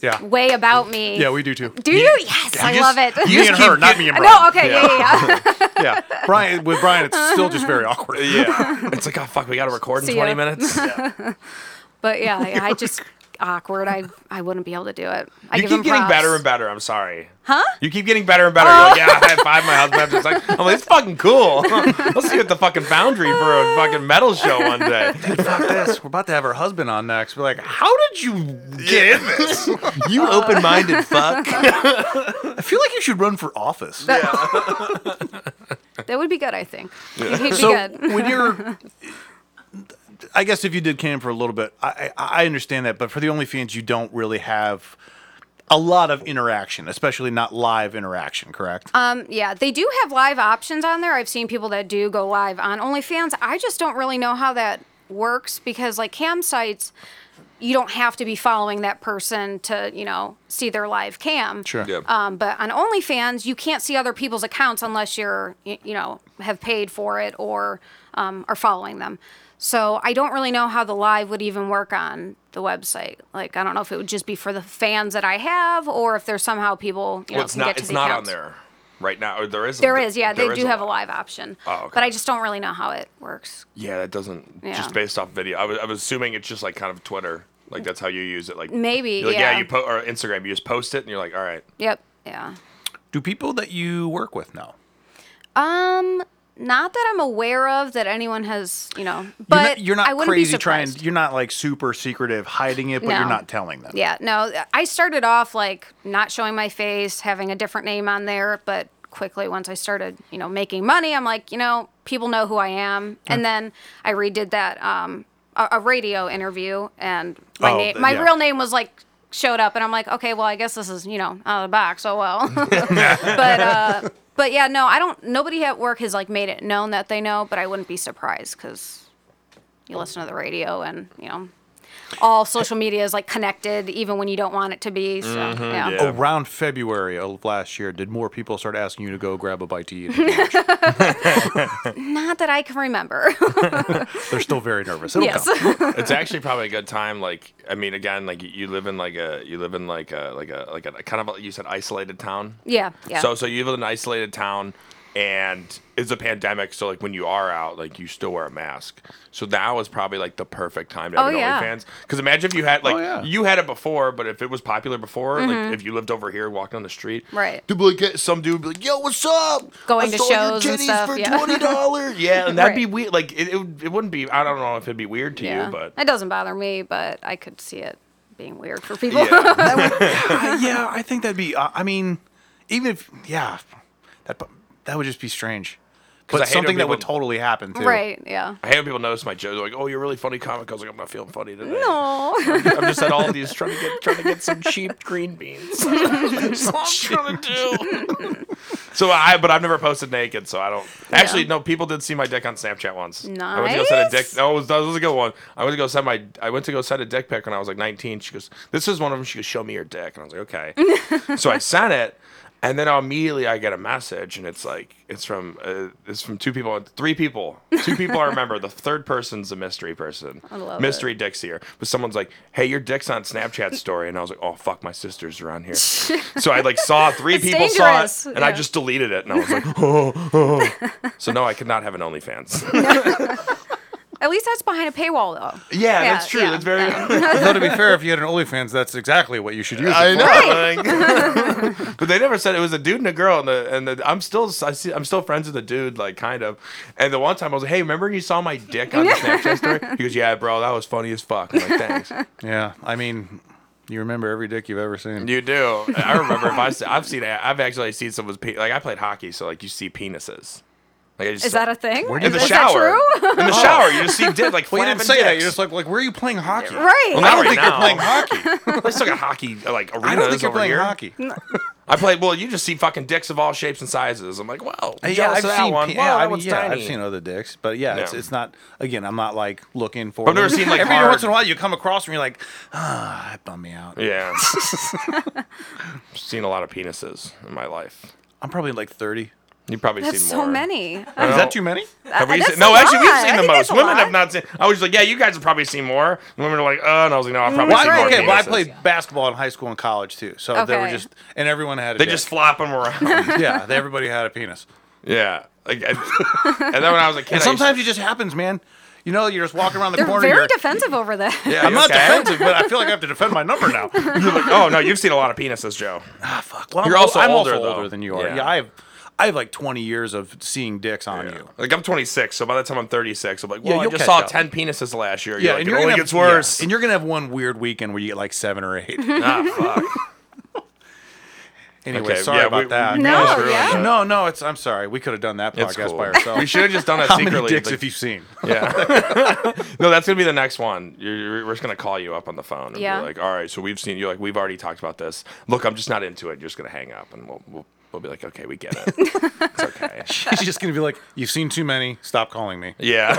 [SPEAKER 4] Yeah.
[SPEAKER 3] way about me.
[SPEAKER 4] Yeah, we do too.
[SPEAKER 3] Do you? Yes, I
[SPEAKER 4] just-
[SPEAKER 3] love it.
[SPEAKER 4] You and her,
[SPEAKER 3] [laughs]
[SPEAKER 4] not me and
[SPEAKER 3] I
[SPEAKER 4] Brian.
[SPEAKER 3] know. Okay. Yeah. Yeah. yeah.
[SPEAKER 4] Yeah. Brian, with Brian, it's still just very awkward.
[SPEAKER 3] [laughs]
[SPEAKER 1] Yeah. It's like, oh fuck, we got to record in
[SPEAKER 3] See
[SPEAKER 1] 20
[SPEAKER 3] ya.
[SPEAKER 1] minutes.
[SPEAKER 3] [laughs] but yeah, I- I just awkward. I I wouldn't be able to do it. I
[SPEAKER 1] You
[SPEAKER 3] give
[SPEAKER 1] keep
[SPEAKER 3] him
[SPEAKER 1] getting
[SPEAKER 3] props.
[SPEAKER 1] better and better. I'm sorry. Huh? You keep getting better and better. You're like, yeah, I high five my husband. It's like, I'm like, it's fucking cool. [laughs] Let's see at the fucking Foundry for a fucking metal show one day.
[SPEAKER 4] Fuck this. We're about to have her husband on next. We're like, "Ah." how did you
[SPEAKER 1] Get in this. You open-minded
[SPEAKER 4] [laughs]
[SPEAKER 1] fuck.
[SPEAKER 4] I feel like you should run for office.
[SPEAKER 1] [laughs]
[SPEAKER 3] Um, That would be good. I think. He'd be
[SPEAKER 4] so
[SPEAKER 3] good. [laughs]
[SPEAKER 4] when you're i guess if you did cam for a little bit I, I i understand that but for the onlyfans you don't really have a lot of interaction especially not live interaction correct
[SPEAKER 3] Um, yeah, they do have live options on there. I've seen people that do go live on OnlyFans. I just don't really know how that works because, like, cam sites, you don't have to be following that person to, you know, see their live cam.
[SPEAKER 4] Sure. Yep.
[SPEAKER 3] Um, but on OnlyFans, you can't see other people's accounts unless you're, y- you know, have paid for it or um, are following them. So I don't really know how the live would even work on the website. Like, I don't know if it would just be for the fans that I have or if there's somehow people, you know,
[SPEAKER 1] Well, it's
[SPEAKER 3] can get
[SPEAKER 1] not.
[SPEAKER 3] to
[SPEAKER 1] It's
[SPEAKER 3] the
[SPEAKER 1] not on
[SPEAKER 3] accounts.
[SPEAKER 1] there right now. Or There is.
[SPEAKER 3] There is, yeah.
[SPEAKER 1] there
[SPEAKER 3] They
[SPEAKER 1] is
[SPEAKER 3] do have a live option.
[SPEAKER 1] Oh, okay.
[SPEAKER 3] But I just don't really know how it works.
[SPEAKER 1] Yeah, that doesn't.
[SPEAKER 3] Yeah.
[SPEAKER 1] Just based off video, I was, I was assuming it's just like kind of Twitter. Like that's how you use it. Like
[SPEAKER 3] Maybe,
[SPEAKER 1] you're like, yeah.
[SPEAKER 3] yeah.
[SPEAKER 1] You po- or Instagram. You just post it, and you're like, all right.
[SPEAKER 3] Yep. Yeah.
[SPEAKER 4] do people that you work with know
[SPEAKER 3] Um, not that I'm aware of that anyone has, you know,
[SPEAKER 4] You're
[SPEAKER 3] but
[SPEAKER 4] not- you're not,
[SPEAKER 3] I wouldn't
[SPEAKER 4] crazy
[SPEAKER 3] be
[SPEAKER 4] trying
[SPEAKER 3] surprised.
[SPEAKER 4] you're not like super secretive hiding it but you're
[SPEAKER 3] No.
[SPEAKER 4] not telling them
[SPEAKER 3] Yeah. No, I started off like not showing my face, having a different name on there, but quickly once I started, you know, making money, I'm like, you know, people know who I am. And then I redid that um a, a radio interview and my
[SPEAKER 4] Oh,
[SPEAKER 3] name
[SPEAKER 4] th-
[SPEAKER 3] my
[SPEAKER 4] yeah.
[SPEAKER 3] real name was like showed up and I'm like, okay, well, I guess this is, you know, out of the box. Oh
[SPEAKER 4] [laughs]
[SPEAKER 3] well. [laughs] but uh but yeah, no, I don't nobody at work has like made it known that they know, but I wouldn't be surprised cuz you listen to the radio and, you know, all social media is like connected even when you don't want it to be. So, yeah.
[SPEAKER 1] Mm-hmm, yeah.
[SPEAKER 4] around february of last year did more people start asking you to go grab a bite to eat
[SPEAKER 3] [laughs]
[SPEAKER 4] and watch?
[SPEAKER 3] Not that I can remember. [laughs]
[SPEAKER 4] they're still very nervous It'll
[SPEAKER 3] yes. [laughs]
[SPEAKER 4] come.
[SPEAKER 1] it's actually probably a good time. Like, I mean, again, like you- you live in like a you live in like a like a like a kind of a, you said isolated town.
[SPEAKER 3] yeah. Yeah.
[SPEAKER 1] So so you live in an isolated town, and it's a pandemic. So like when you are out, like you still wear a mask. So now is probably like the perfect time to have
[SPEAKER 3] Oh,
[SPEAKER 1] an
[SPEAKER 3] yeah.
[SPEAKER 1] OnlyFans. Because imagine if you had like
[SPEAKER 4] Oh, yeah.
[SPEAKER 1] you had it before, but if it was popular before, like if you lived over here, walked on the street,
[SPEAKER 3] Mm-hmm. Right.
[SPEAKER 1] Dude, would get some dude would be like, "Yo, what's up?
[SPEAKER 3] Going
[SPEAKER 1] I
[SPEAKER 3] to
[SPEAKER 1] sold your
[SPEAKER 3] shows and
[SPEAKER 1] titties
[SPEAKER 3] stuff,
[SPEAKER 1] for
[SPEAKER 3] yeah.
[SPEAKER 1] twenty
[SPEAKER 3] [laughs]
[SPEAKER 1] dollars." yeah, and that'd
[SPEAKER 3] Right.
[SPEAKER 1] be weird. Like it, it, would- it wouldn't be. I don't know if it'd be weird to
[SPEAKER 3] yeah.
[SPEAKER 1] you, but
[SPEAKER 3] it doesn't bother me, but I could see it being weird for people. [laughs]
[SPEAKER 1] Yeah.
[SPEAKER 4] That
[SPEAKER 1] [laughs]
[SPEAKER 4] would- I- yeah, I think that'd be. Uh, I mean, even if yeah, that that would just be strange.
[SPEAKER 1] 'Cause I
[SPEAKER 4] But
[SPEAKER 1] hate when
[SPEAKER 4] something that would
[SPEAKER 1] people-
[SPEAKER 4] totally happen too.
[SPEAKER 3] right.
[SPEAKER 1] [laughs]
[SPEAKER 3] Yeah.
[SPEAKER 1] I hate when people notice my jokes. They're like, "Oh, you're a really funny comic." I was like, "I'm not feeling funny today.
[SPEAKER 3] No.
[SPEAKER 1] I'm just at Aldi's trying to get trying to get some cheap green [laughs] beans. That's all I'm trying to do. so I, but I've never posted naked, so I don't. Actually, no. People did see my dick on Snapchat once. I went to go send a dick.
[SPEAKER 3] Nice.
[SPEAKER 1] No, it was, that was a good one. I went to go send my. I went to go send a dick pic when I was like 19. She goes, "This is one of them." She goes, "Show me your dick," and I was like, [laughs] "Okay." so I sent it. And then immediately I get a message, and it's like it's from uh, it's from two people, three people, two people I remember. The third person's a mystery person, I
[SPEAKER 3] love
[SPEAKER 1] mystery mystery dicks here. But someone's like, "Hey, your dick's on Snapchat story," and I was like, "Oh fuck, my sister's around
[SPEAKER 3] [laughs]
[SPEAKER 1] here." so I like saw three
[SPEAKER 3] It's
[SPEAKER 1] people saw it,
[SPEAKER 3] dangerous,
[SPEAKER 1] and I
[SPEAKER 3] yeah.
[SPEAKER 1] just deleted it, and I was like, [laughs] "Oh, oh." So no, I could not have an OnlyFans.
[SPEAKER 3] At least that's behind a paywall though.
[SPEAKER 1] yeah, that's true.
[SPEAKER 3] yeah,
[SPEAKER 1] that's very.
[SPEAKER 4] Though to be fair, if you had an OnlyFans, that's exactly what you should use.
[SPEAKER 1] I
[SPEAKER 4] it
[SPEAKER 1] know.
[SPEAKER 4] for.
[SPEAKER 3] [laughs]
[SPEAKER 1] like- [laughs] but they never said it was a dude and a girl, and the, and the, I'm still I see, I'm still friends with the dude, like kind of. And the one time I was like, "Hey, remember you saw my dick
[SPEAKER 3] [laughs]
[SPEAKER 1] on the Snapchat story?" He goes, "Yeah, bro, that was funny as fuck." I'm like, "Thanks."
[SPEAKER 4] Yeah, I mean, you remember every dick you've ever seen.
[SPEAKER 1] You do. I remember. if I, se- I've seen. I've actually seen someone's pe- like I played hockey, so like you see penises. Like I just
[SPEAKER 3] [laughs]
[SPEAKER 1] [laughs]
[SPEAKER 3] Is that a thing?
[SPEAKER 4] Where do
[SPEAKER 1] in
[SPEAKER 4] you-
[SPEAKER 1] the
[SPEAKER 3] Is that
[SPEAKER 1] shower?
[SPEAKER 3] true? [laughs] Oh.
[SPEAKER 1] In the shower, you just see dick like.
[SPEAKER 4] [laughs] Well, you didn't
[SPEAKER 1] flapping
[SPEAKER 4] say
[SPEAKER 1] dicks. Oh,
[SPEAKER 4] that. You're just like, like, where are you playing hockey?
[SPEAKER 3] right.
[SPEAKER 1] Well,
[SPEAKER 4] I
[SPEAKER 1] Not
[SPEAKER 4] don't think
[SPEAKER 1] right
[SPEAKER 4] you're playing
[SPEAKER 1] now.
[SPEAKER 4] hockey.
[SPEAKER 1] I still got hockey uh, like arenas
[SPEAKER 4] I don't think you're
[SPEAKER 1] over
[SPEAKER 4] playing
[SPEAKER 1] here.
[SPEAKER 4] hockey.
[SPEAKER 1] I played. Well, you just see fucking dicks of all shapes and sizes. I'm like, wow.
[SPEAKER 4] Uh,
[SPEAKER 1] yeah, I've
[SPEAKER 4] I've
[SPEAKER 1] that
[SPEAKER 4] seen.
[SPEAKER 1] one.
[SPEAKER 4] pe-
[SPEAKER 1] wow,
[SPEAKER 4] yeah,
[SPEAKER 1] that
[SPEAKER 4] I mean,
[SPEAKER 1] one's
[SPEAKER 4] yeah,
[SPEAKER 1] tiny.
[SPEAKER 4] I've seen other dicks, but yeah, it's
[SPEAKER 1] Yeah.
[SPEAKER 4] it's not. Again, I'm not like looking for.
[SPEAKER 1] I've never
[SPEAKER 4] them.
[SPEAKER 1] seen, like,
[SPEAKER 4] every
[SPEAKER 1] hard-
[SPEAKER 4] once in a while you come across and you're like, ah, that bummed me
[SPEAKER 1] [laughs]
[SPEAKER 4] out.
[SPEAKER 1] Yeah. I've seen a lot of penises in my life.
[SPEAKER 4] I'm probably like 30.
[SPEAKER 1] You've probably
[SPEAKER 3] That's
[SPEAKER 1] seen
[SPEAKER 3] so
[SPEAKER 1] more.
[SPEAKER 3] many. Uh,
[SPEAKER 1] I
[SPEAKER 4] Is
[SPEAKER 1] know.
[SPEAKER 4] that too many?
[SPEAKER 1] Have we
[SPEAKER 3] that's
[SPEAKER 1] seen, no,
[SPEAKER 3] a
[SPEAKER 1] actually, we've
[SPEAKER 3] lot.
[SPEAKER 1] seen
[SPEAKER 3] I
[SPEAKER 1] the
[SPEAKER 3] think
[SPEAKER 1] most.
[SPEAKER 3] that's a
[SPEAKER 1] Women
[SPEAKER 3] lot.
[SPEAKER 1] have not seen. I was like, yeah, you guys have probably seen more. And women are like, uh, and I was like, no, I've probably
[SPEAKER 4] Well,
[SPEAKER 1] seen
[SPEAKER 4] I,
[SPEAKER 1] more.
[SPEAKER 4] okay, well, I
[SPEAKER 1] penises.
[SPEAKER 4] played basketball in high school and college too, so they were
[SPEAKER 3] Okay.
[SPEAKER 4] just and everyone had. A
[SPEAKER 1] They
[SPEAKER 4] dick.
[SPEAKER 1] just flop them
[SPEAKER 3] [laughs]
[SPEAKER 1] around.
[SPEAKER 4] [laughs] yeah, they, everybody had a penis.
[SPEAKER 1] yeah. Like, and, and then when I was a kid, I used
[SPEAKER 4] And
[SPEAKER 1] to-
[SPEAKER 4] sometimes it just happens, man. You know, you're just walking around the
[SPEAKER 3] They're
[SPEAKER 4] corner.
[SPEAKER 3] very
[SPEAKER 4] you're-
[SPEAKER 3] defensive over that.
[SPEAKER 1] Yeah,
[SPEAKER 4] I'm
[SPEAKER 1] you
[SPEAKER 4] not
[SPEAKER 1] okay? [laughs]
[SPEAKER 4] defensive, but I feel like I have to defend my
[SPEAKER 3] [laughs]
[SPEAKER 4] number now.
[SPEAKER 1] You're like, oh no, you've seen a lot of penises, Joe.
[SPEAKER 4] ah, fuck. Well,
[SPEAKER 1] You're
[SPEAKER 4] I'm,
[SPEAKER 1] also
[SPEAKER 4] I'm
[SPEAKER 1] older, though.
[SPEAKER 4] older than you are.
[SPEAKER 1] Yeah.
[SPEAKER 4] Yeah. I have, I have like 20 years of seeing dicks on you.
[SPEAKER 1] Like I'm 26, so by the time I'm 36, I'm like,
[SPEAKER 4] Yeah,
[SPEAKER 1] well, I
[SPEAKER 4] you'll
[SPEAKER 1] just
[SPEAKER 4] catch
[SPEAKER 1] saw
[SPEAKER 4] up.
[SPEAKER 1] 10 penises last year. Yeah,
[SPEAKER 4] and
[SPEAKER 1] it
[SPEAKER 4] you're
[SPEAKER 1] only
[SPEAKER 4] gonna
[SPEAKER 1] gets
[SPEAKER 4] have,
[SPEAKER 1] worse.
[SPEAKER 4] yeah, and you're gonna have one weird weekend where you get like seven
[SPEAKER 3] [laughs]
[SPEAKER 4] or eight.
[SPEAKER 1] ah, fuck.
[SPEAKER 4] Anyway,
[SPEAKER 1] Okay,
[SPEAKER 4] sorry
[SPEAKER 1] yeah,
[SPEAKER 4] about
[SPEAKER 1] we-
[SPEAKER 4] that.
[SPEAKER 1] we
[SPEAKER 3] No,
[SPEAKER 1] just ruined
[SPEAKER 3] yeah.
[SPEAKER 1] that.
[SPEAKER 4] no, no, it's. I'm sorry. We could have done that
[SPEAKER 1] It's
[SPEAKER 4] podcast
[SPEAKER 1] cool.
[SPEAKER 4] by ourselves.
[SPEAKER 1] We should have just done that
[SPEAKER 4] [laughs] How
[SPEAKER 1] secretly.
[SPEAKER 4] many dicks
[SPEAKER 1] like-
[SPEAKER 4] have you seen?
[SPEAKER 1] Yeah. [laughs] no, that's gonna be the next one. You're, you're- we're just gonna call you up on the phone. And
[SPEAKER 3] Yeah.
[SPEAKER 1] Be like, all right, so we've seen you. Like, we've already talked about this. Look, I'm just not into it. You're just gonna hang up, and we'll we'll, we'll be like, okay, we get it. it's
[SPEAKER 4] [laughs]
[SPEAKER 1] okay.
[SPEAKER 4] She's just gonna be like, "You've seen too many. Stop calling me." [laughs]
[SPEAKER 1] Yeah.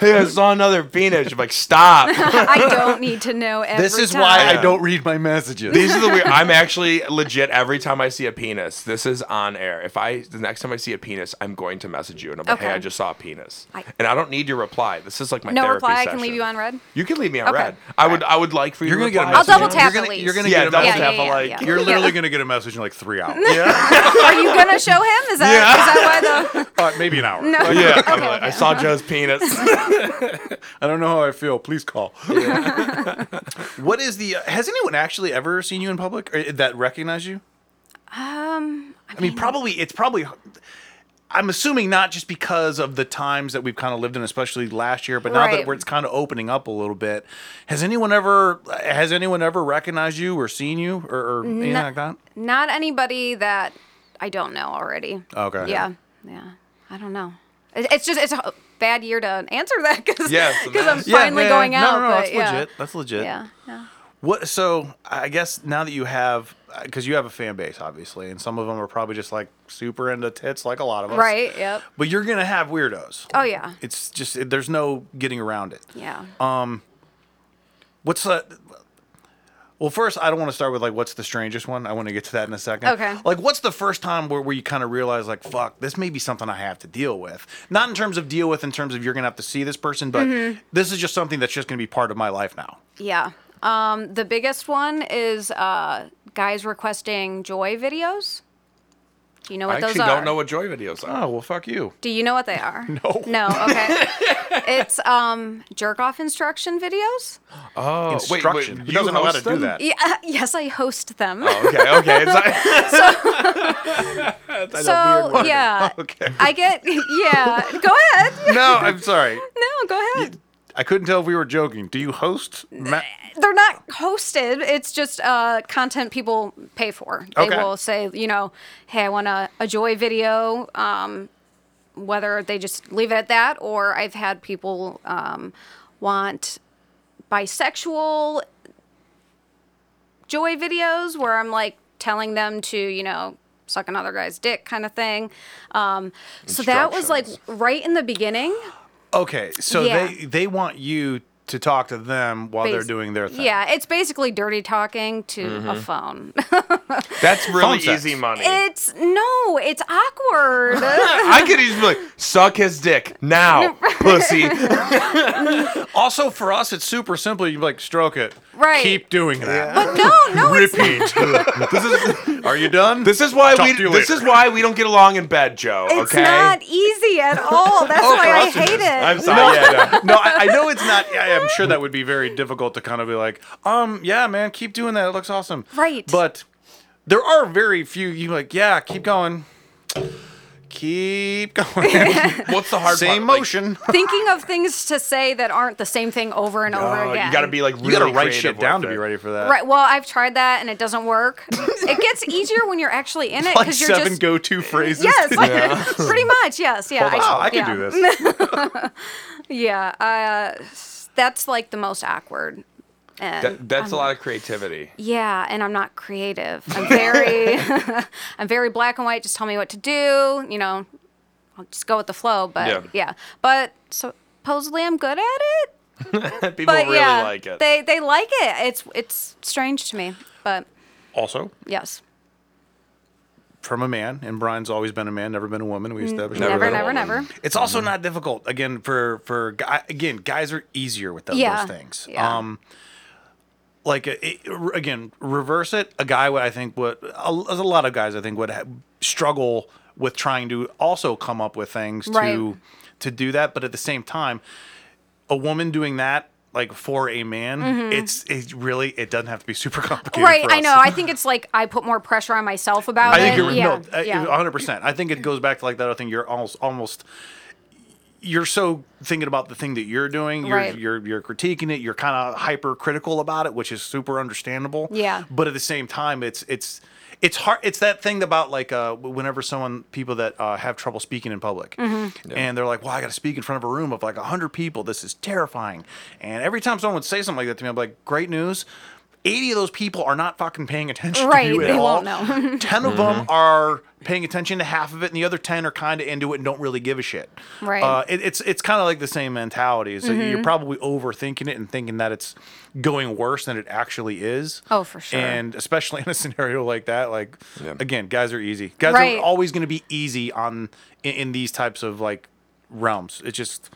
[SPEAKER 1] hey, I saw another penis. You're like, [laughs] stop.
[SPEAKER 3] I don't need to know every
[SPEAKER 4] This is
[SPEAKER 3] time.
[SPEAKER 4] why
[SPEAKER 1] Yeah.
[SPEAKER 4] I don't read my messages. [laughs]
[SPEAKER 1] These are the weird. I'm actually legit. Every time I see a penis, this is on air. If I the next time I see a penis, I'm going to message you and I'm like, hey,
[SPEAKER 3] Okay.
[SPEAKER 1] I just saw a penis,
[SPEAKER 3] I-
[SPEAKER 1] and I don't need your reply. This is like my
[SPEAKER 3] No
[SPEAKER 1] therapy
[SPEAKER 3] reply, I can
[SPEAKER 1] session.
[SPEAKER 3] leave you on red?
[SPEAKER 1] You can leave me on
[SPEAKER 3] Okay.
[SPEAKER 1] red. I would. I would like for you.
[SPEAKER 4] You're
[SPEAKER 1] to
[SPEAKER 4] gonna get a
[SPEAKER 1] reply.
[SPEAKER 4] message.
[SPEAKER 3] I'll double
[SPEAKER 4] You're
[SPEAKER 3] tap
[SPEAKER 4] gonna-
[SPEAKER 3] at least.
[SPEAKER 4] You're gonna
[SPEAKER 1] Yeah,
[SPEAKER 4] get a
[SPEAKER 1] double
[SPEAKER 4] message.
[SPEAKER 1] tap. like,
[SPEAKER 3] yeah.
[SPEAKER 4] [laughs] You're
[SPEAKER 3] Yeah.
[SPEAKER 4] literally gonna get a message in like three hours.
[SPEAKER 1] [laughs]
[SPEAKER 3] Are you gonna show him? Is that is that why the?
[SPEAKER 4] Uh, maybe an hour.
[SPEAKER 3] No.
[SPEAKER 1] Yeah, I'm like, I saw Joe's
[SPEAKER 3] [laughs]
[SPEAKER 1] penis.
[SPEAKER 4] I don't know how I feel. Please call. [laughs] what is the? uh, Has anyone actually ever seen you in public or uh, that recognize you?
[SPEAKER 3] [laughs] Um,
[SPEAKER 4] I mean, probably it's probably. I'm assuming not just because of the times that we've kind of lived in, especially last year, but now that
[SPEAKER 3] Right.
[SPEAKER 4] we're, it's kind of opening up a little bit. Has anyone ever has anyone ever recognized you or seen you or, or anything like that?
[SPEAKER 3] not anybody that I don't know already.
[SPEAKER 4] Okay.
[SPEAKER 3] Yeah, yeah. I don't know. It, it's just it's a bad year to answer that because
[SPEAKER 1] Yeah, it's a
[SPEAKER 3] because I'm
[SPEAKER 1] mess.
[SPEAKER 3] finally
[SPEAKER 4] yeah,
[SPEAKER 3] going
[SPEAKER 4] no,
[SPEAKER 3] out.
[SPEAKER 4] No, no,
[SPEAKER 3] but
[SPEAKER 4] that's
[SPEAKER 3] yeah.
[SPEAKER 4] legit. That's legit.
[SPEAKER 3] Yeah, yeah.
[SPEAKER 4] What? So I guess now that you have, because you have a fan base, obviously, and some of them are probably just like super into tits, like a lot of us.
[SPEAKER 3] Right. Yep.
[SPEAKER 4] But you're gonna have weirdos.
[SPEAKER 3] Oh yeah.
[SPEAKER 4] It's just it- there's no getting around it.
[SPEAKER 3] Yeah.
[SPEAKER 4] What's the? Well, first, I don't want to start with like what's the strangest one. I want to get to that in a second.
[SPEAKER 3] Okay.
[SPEAKER 4] Like, what's the first time where, where you kind of realize like, fuck, this may be something I have to deal with. Not in terms of deal with, in terms of you're gonna have to see this person, but
[SPEAKER 3] Mm-hmm.
[SPEAKER 4] this is just something that's just gonna be part of my life now.
[SPEAKER 3] yeah. Um, the biggest one is uh, guys requesting joy videos. Do you know what
[SPEAKER 1] I
[SPEAKER 3] those
[SPEAKER 1] actually
[SPEAKER 3] are?
[SPEAKER 1] don't know what joy videos are.
[SPEAKER 4] Oh well, fuck you.
[SPEAKER 3] Do you know what they are?
[SPEAKER 4] [laughs] No.
[SPEAKER 3] No.
[SPEAKER 4] [laughs]
[SPEAKER 3] Okay. it's um jerk off instruction videos.
[SPEAKER 1] Oh,
[SPEAKER 4] Instruction. Who
[SPEAKER 1] you
[SPEAKER 4] doesn't know how to
[SPEAKER 1] host
[SPEAKER 4] do
[SPEAKER 1] them?
[SPEAKER 4] that?
[SPEAKER 3] Yeah. Yes, I host
[SPEAKER 1] [laughs]
[SPEAKER 3] them.
[SPEAKER 4] Oh,
[SPEAKER 1] Okay, okay. It's
[SPEAKER 4] [laughs]
[SPEAKER 1] like,
[SPEAKER 3] so yeah.
[SPEAKER 4] [laughs] Okay.
[SPEAKER 3] I get yeah. Go ahead.
[SPEAKER 4] [laughs] No, I'm sorry.
[SPEAKER 3] No, go ahead.
[SPEAKER 4] I couldn't tell if we were joking. Do you host? Ma-
[SPEAKER 3] they're not hosted. It's just uh, content people pay for. They
[SPEAKER 4] Okay.
[SPEAKER 3] will say, you know, hey, I want a, a joy video. Um, whether they just leave it at that, or I've had people um, want bisexual joy videos where I'm like telling them to, you know, suck another guy's dick kind of thing. Um, so that was like
[SPEAKER 1] Instructions.
[SPEAKER 3] right in the beginning.
[SPEAKER 4] okay, so
[SPEAKER 3] Uh, Yeah.
[SPEAKER 4] they they want you to talk to them while Oh, they're
[SPEAKER 3] Bas-
[SPEAKER 4] doing their thing. Mm-hmm.
[SPEAKER 3] Yeah, it's basically dirty talking to a phone.
[SPEAKER 1] That's really
[SPEAKER 4] sex.
[SPEAKER 1] easy money.
[SPEAKER 3] It's no, it's
[SPEAKER 4] [laughs]
[SPEAKER 3] awkward.
[SPEAKER 1] I could easily be like, suck his dick
[SPEAKER 3] [laughs]
[SPEAKER 1] now, pussy. [laughs]
[SPEAKER 4] Also, for us, it's super simple. You can be like stroke it.
[SPEAKER 3] Right.
[SPEAKER 4] Keep doing that.
[SPEAKER 3] no, no, it's
[SPEAKER 1] Repeat. this is
[SPEAKER 4] [laughs] Are you done?
[SPEAKER 1] this is why
[SPEAKER 4] Talk
[SPEAKER 1] we
[SPEAKER 4] to you
[SPEAKER 1] this
[SPEAKER 4] later.
[SPEAKER 1] is why we don't get along in bed, Joe.
[SPEAKER 3] it's
[SPEAKER 1] okay.
[SPEAKER 3] not easy at all. That's why I hate Oh, it.
[SPEAKER 1] I'm sorry. Yeah, no.
[SPEAKER 4] [laughs] no, I, I know it's not. I, I'm sure that would be very difficult to kind of be like, um, yeah, man, keep doing that. It looks awesome.
[SPEAKER 3] Right.
[SPEAKER 4] But there are very few. You like, yeah, keep going,
[SPEAKER 1] [laughs]
[SPEAKER 4] keep going.
[SPEAKER 1] What's the hard
[SPEAKER 4] Same
[SPEAKER 1] part? Like,
[SPEAKER 4] motion. [laughs]
[SPEAKER 3] Thinking of things to say that aren't the same thing over and over
[SPEAKER 1] oh,
[SPEAKER 3] again.
[SPEAKER 1] you gotta be like really
[SPEAKER 4] you gotta write
[SPEAKER 1] creative
[SPEAKER 4] shit down
[SPEAKER 1] with
[SPEAKER 4] to be
[SPEAKER 1] it.
[SPEAKER 4] ready for that.
[SPEAKER 3] Right. Well, I've tried that and it doesn't work. it gets easier when you're actually in it
[SPEAKER 4] Like
[SPEAKER 3] because you're
[SPEAKER 4] seven
[SPEAKER 3] just
[SPEAKER 4] go-to
[SPEAKER 1] [laughs]
[SPEAKER 4] phrases. [laughs]
[SPEAKER 3] yes, [laughs] pretty much. Yes. Yeah.
[SPEAKER 1] Oh,
[SPEAKER 4] Wow, I can
[SPEAKER 3] yeah.
[SPEAKER 4] do
[SPEAKER 3] [laughs]
[SPEAKER 4] this.
[SPEAKER 3] Yeah. Uh, that's like the most awkward. And
[SPEAKER 1] That, that's a lot of creativity.
[SPEAKER 3] Yeah, and I'm not creative.
[SPEAKER 1] [laughs]
[SPEAKER 3] I'm very, [laughs] I'm very black and white. Just tell me what to do. You know, I'll just go with the flow. But
[SPEAKER 1] Yeah.
[SPEAKER 3] yeah, but supposedly I'm good at it.
[SPEAKER 1] People
[SPEAKER 3] But
[SPEAKER 1] really
[SPEAKER 3] yeah,
[SPEAKER 1] like it.
[SPEAKER 3] they they like it. It's it's strange to me, but
[SPEAKER 4] Also,
[SPEAKER 3] yes,
[SPEAKER 4] from a man, and Brian's always been a man, never been a woman. We established
[SPEAKER 1] Never
[SPEAKER 4] that.
[SPEAKER 3] Mm, never,
[SPEAKER 1] been a
[SPEAKER 3] never,
[SPEAKER 1] woman.
[SPEAKER 3] never.
[SPEAKER 4] It's also not difficult. Again, for for guy, again, guys are easier with those,
[SPEAKER 3] Yeah.
[SPEAKER 4] those things.
[SPEAKER 3] Yeah.
[SPEAKER 4] Um like uh, it, r- again, reverse it. A guy would I think would a, there's a lot of guys I think would ha- struggle with trying to also come up with things
[SPEAKER 3] Right.
[SPEAKER 4] to to do that, but at the same time, a woman doing that like for a man, it's it really it doesn't have to be super [laughs] complicated.
[SPEAKER 3] Mm-hmm. Right,
[SPEAKER 4] for
[SPEAKER 3] I
[SPEAKER 4] us.
[SPEAKER 3] know. I think it's like I put more pressure on myself about
[SPEAKER 4] I
[SPEAKER 3] it.
[SPEAKER 4] think you're
[SPEAKER 3] yeah,
[SPEAKER 4] no, uh,
[SPEAKER 3] yeah.
[SPEAKER 4] one hundred percent. I think it goes back to like that other thing. You're almost almost you're so thinking about the thing that you're doing. You're
[SPEAKER 3] Right.
[SPEAKER 4] you're, you're critiquing it. You're kind of hypercritical about it, which is super understandable.
[SPEAKER 3] Yeah.
[SPEAKER 4] But at the same time, it's it's it's hard. It's that thing about like uh, whenever someone people that uh, have trouble speaking in public,
[SPEAKER 3] Mm-hmm.
[SPEAKER 4] and they're like, "Well, I got to speak in front of a room of like hundred people. This is terrifying." And every time someone would say something like that to me, I'm like, "Great news." 80 of those people are not fucking paying attention
[SPEAKER 3] Right,
[SPEAKER 4] to you at
[SPEAKER 3] they
[SPEAKER 4] all.
[SPEAKER 3] won't [laughs] know.
[SPEAKER 4] 10 of them are paying attention to half of it and the other 10 are kind of into it and don't really give a shit
[SPEAKER 3] Right. Mm-hmm.
[SPEAKER 4] uh, it, it's it's kind of like the same mentality so you're probably overthinking it and thinking that it's going worse than it actually is
[SPEAKER 3] Oh, for sure.
[SPEAKER 4] and especially [laughs] in a scenario like that like
[SPEAKER 1] Yeah.
[SPEAKER 4] again guys are easy guys
[SPEAKER 3] Right.
[SPEAKER 4] are always going to be easy on in, in these types of like realms it's just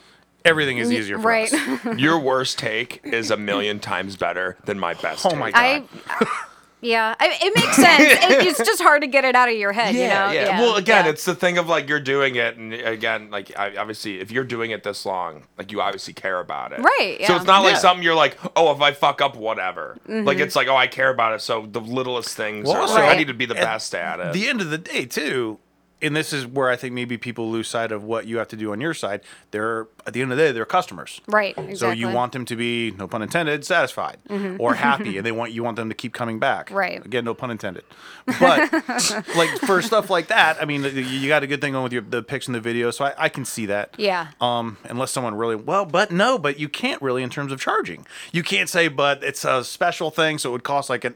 [SPEAKER 4] everything is easier for
[SPEAKER 3] right.
[SPEAKER 1] [laughs]
[SPEAKER 4] us
[SPEAKER 1] Your worst take is a million times better than my best.
[SPEAKER 4] oh
[SPEAKER 1] take.
[SPEAKER 4] my god
[SPEAKER 3] [laughs] I. Yeah, I, it makes sense. It, it's just hard to get it out of your head,
[SPEAKER 1] Yeah,
[SPEAKER 3] you know.
[SPEAKER 1] yeah. Well, again,
[SPEAKER 3] yeah.
[SPEAKER 1] it's the thing of like you're doing it, and again, like I, obviously, if you're doing it this long, like you obviously care about it,
[SPEAKER 3] Right,
[SPEAKER 1] So
[SPEAKER 3] yeah. Mm-hmm.
[SPEAKER 1] it's not like
[SPEAKER 4] Yeah.
[SPEAKER 1] something you're like, oh, if I fuck up, whatever. Like it's like, oh, I care about it, so the littlest things.
[SPEAKER 4] Well,
[SPEAKER 1] are,
[SPEAKER 4] also-
[SPEAKER 1] so I
[SPEAKER 3] Right.
[SPEAKER 1] need to be the
[SPEAKER 4] At
[SPEAKER 1] best at it.
[SPEAKER 4] the end of the day too and this is where i think maybe people lose sight of what you have to do on your side they're at the end of the day they're customers
[SPEAKER 3] right. Exactly. Mm-hmm.
[SPEAKER 4] so you want them to be no pun intended satisfied
[SPEAKER 3] [laughs]
[SPEAKER 4] or happy and they want you want them to keep coming back
[SPEAKER 3] Right.
[SPEAKER 4] again no pun intended but
[SPEAKER 3] [laughs]
[SPEAKER 4] like for stuff like that i mean you- you got a good thing going with your the pics and the video so i, I can see that
[SPEAKER 3] Yeah.
[SPEAKER 4] um unless someone really well but no but you can't really in terms of charging you can't say but it's a special thing so it would cost like an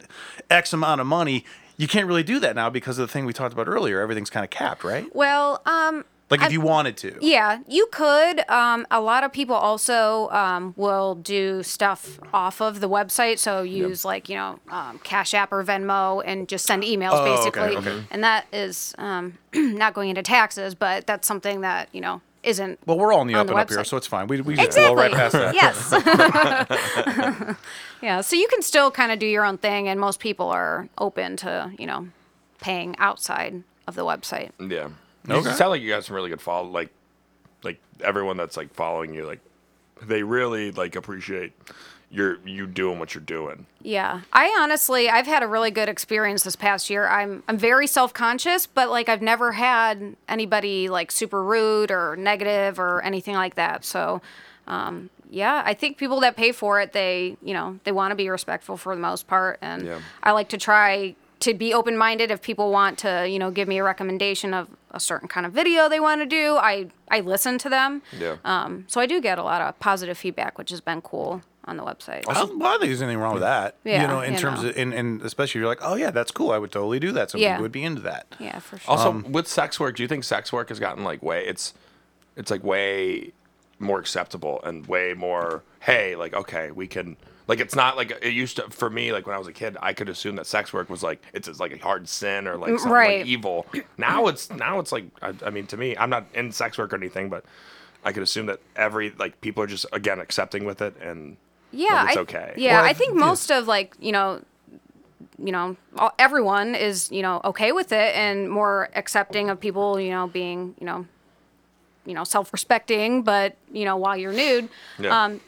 [SPEAKER 4] x amount of money you can't really do that now because of the thing we talked about earlier everything's kind of capped right
[SPEAKER 3] Well, um,
[SPEAKER 4] like if you wanted to
[SPEAKER 3] yeah, you could. Um, a lot of people also um, will do stuff off of the website, so use like you know um, Cash App or Venmo, and just send emails
[SPEAKER 4] Oh, okay,
[SPEAKER 3] basically.
[SPEAKER 4] okay.
[SPEAKER 3] And that is um, [clears throat] not going into taxes, but that's something that you know isn't.
[SPEAKER 4] well we're all in the
[SPEAKER 3] On
[SPEAKER 4] up
[SPEAKER 3] the
[SPEAKER 4] and up here
[SPEAKER 3] website.
[SPEAKER 4] so it's fine we, we just
[SPEAKER 3] Exactly.
[SPEAKER 4] blow right past that
[SPEAKER 3] Yes.
[SPEAKER 4] [laughs]
[SPEAKER 3] [laughs] yeah. So you can still kind of do your own thing, and most people are open to you know paying outside of the website.
[SPEAKER 1] yeah.
[SPEAKER 4] Okay.
[SPEAKER 1] You sound like you got some really good follow. Like, like everyone that's like following you, like they really like appreciate your you doing what you're doing.
[SPEAKER 3] Yeah. I honestly I've had a really good experience this past year. I'm I'm very self-conscious, but like I've never had anybody like super rude or negative or anything like that. So um yeah, I think people that pay for it, they, you know, they want to be respectful for the most part. And
[SPEAKER 1] Yeah.
[SPEAKER 3] I like to try to be open minded if people want to, you know, give me a recommendation of a certain kind of video they want to do. I, I listen to them.
[SPEAKER 1] Yeah.
[SPEAKER 3] Um, so I do get a lot of positive feedback, which has been cool on the website.
[SPEAKER 4] I don't, well, I don't think there's anything wrong with that. you
[SPEAKER 3] Oh. Yeah,
[SPEAKER 4] know, in
[SPEAKER 3] you
[SPEAKER 4] terms
[SPEAKER 3] know.
[SPEAKER 4] of, and, and especially if you're like, oh yeah, that's cool. I would totally do that. Some
[SPEAKER 3] Yeah.
[SPEAKER 4] people would be into that.
[SPEAKER 3] Yeah, for sure.
[SPEAKER 1] Also, with sex work, do you think sex work has gotten like way it's it's like way more acceptable and way more hey, like okay, we can like it's not like it used to for me like when I was a kid, I could assume that sex work was like it's just, like a hard sin or like something like,
[SPEAKER 3] right.
[SPEAKER 1] evil. Now it's now it's like I, I mean to me, I'm not in sex work or anything, but I could assume that every like people are just again accepting with it and
[SPEAKER 3] yeah,
[SPEAKER 1] like, it's
[SPEAKER 3] I,
[SPEAKER 1] okay.
[SPEAKER 3] Yeah,
[SPEAKER 4] Well,
[SPEAKER 3] I think
[SPEAKER 4] yeah.
[SPEAKER 3] most of like you know, you know, all, everyone is you know okay with it and more accepting of people you know being you know, you know self-respecting, but you know while you're nude,
[SPEAKER 1] Yeah.
[SPEAKER 3] um,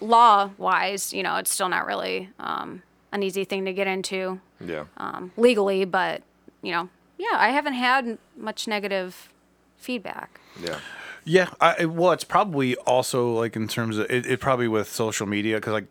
[SPEAKER 3] law-wise, you know it's still not really um, an easy thing to get into
[SPEAKER 1] yeah.
[SPEAKER 3] um, legally, but you know, yeah, I haven't had much negative feedback.
[SPEAKER 1] yeah.
[SPEAKER 4] Yeah, I, it- well, it's probably also like in terms of it, it probably with social media because like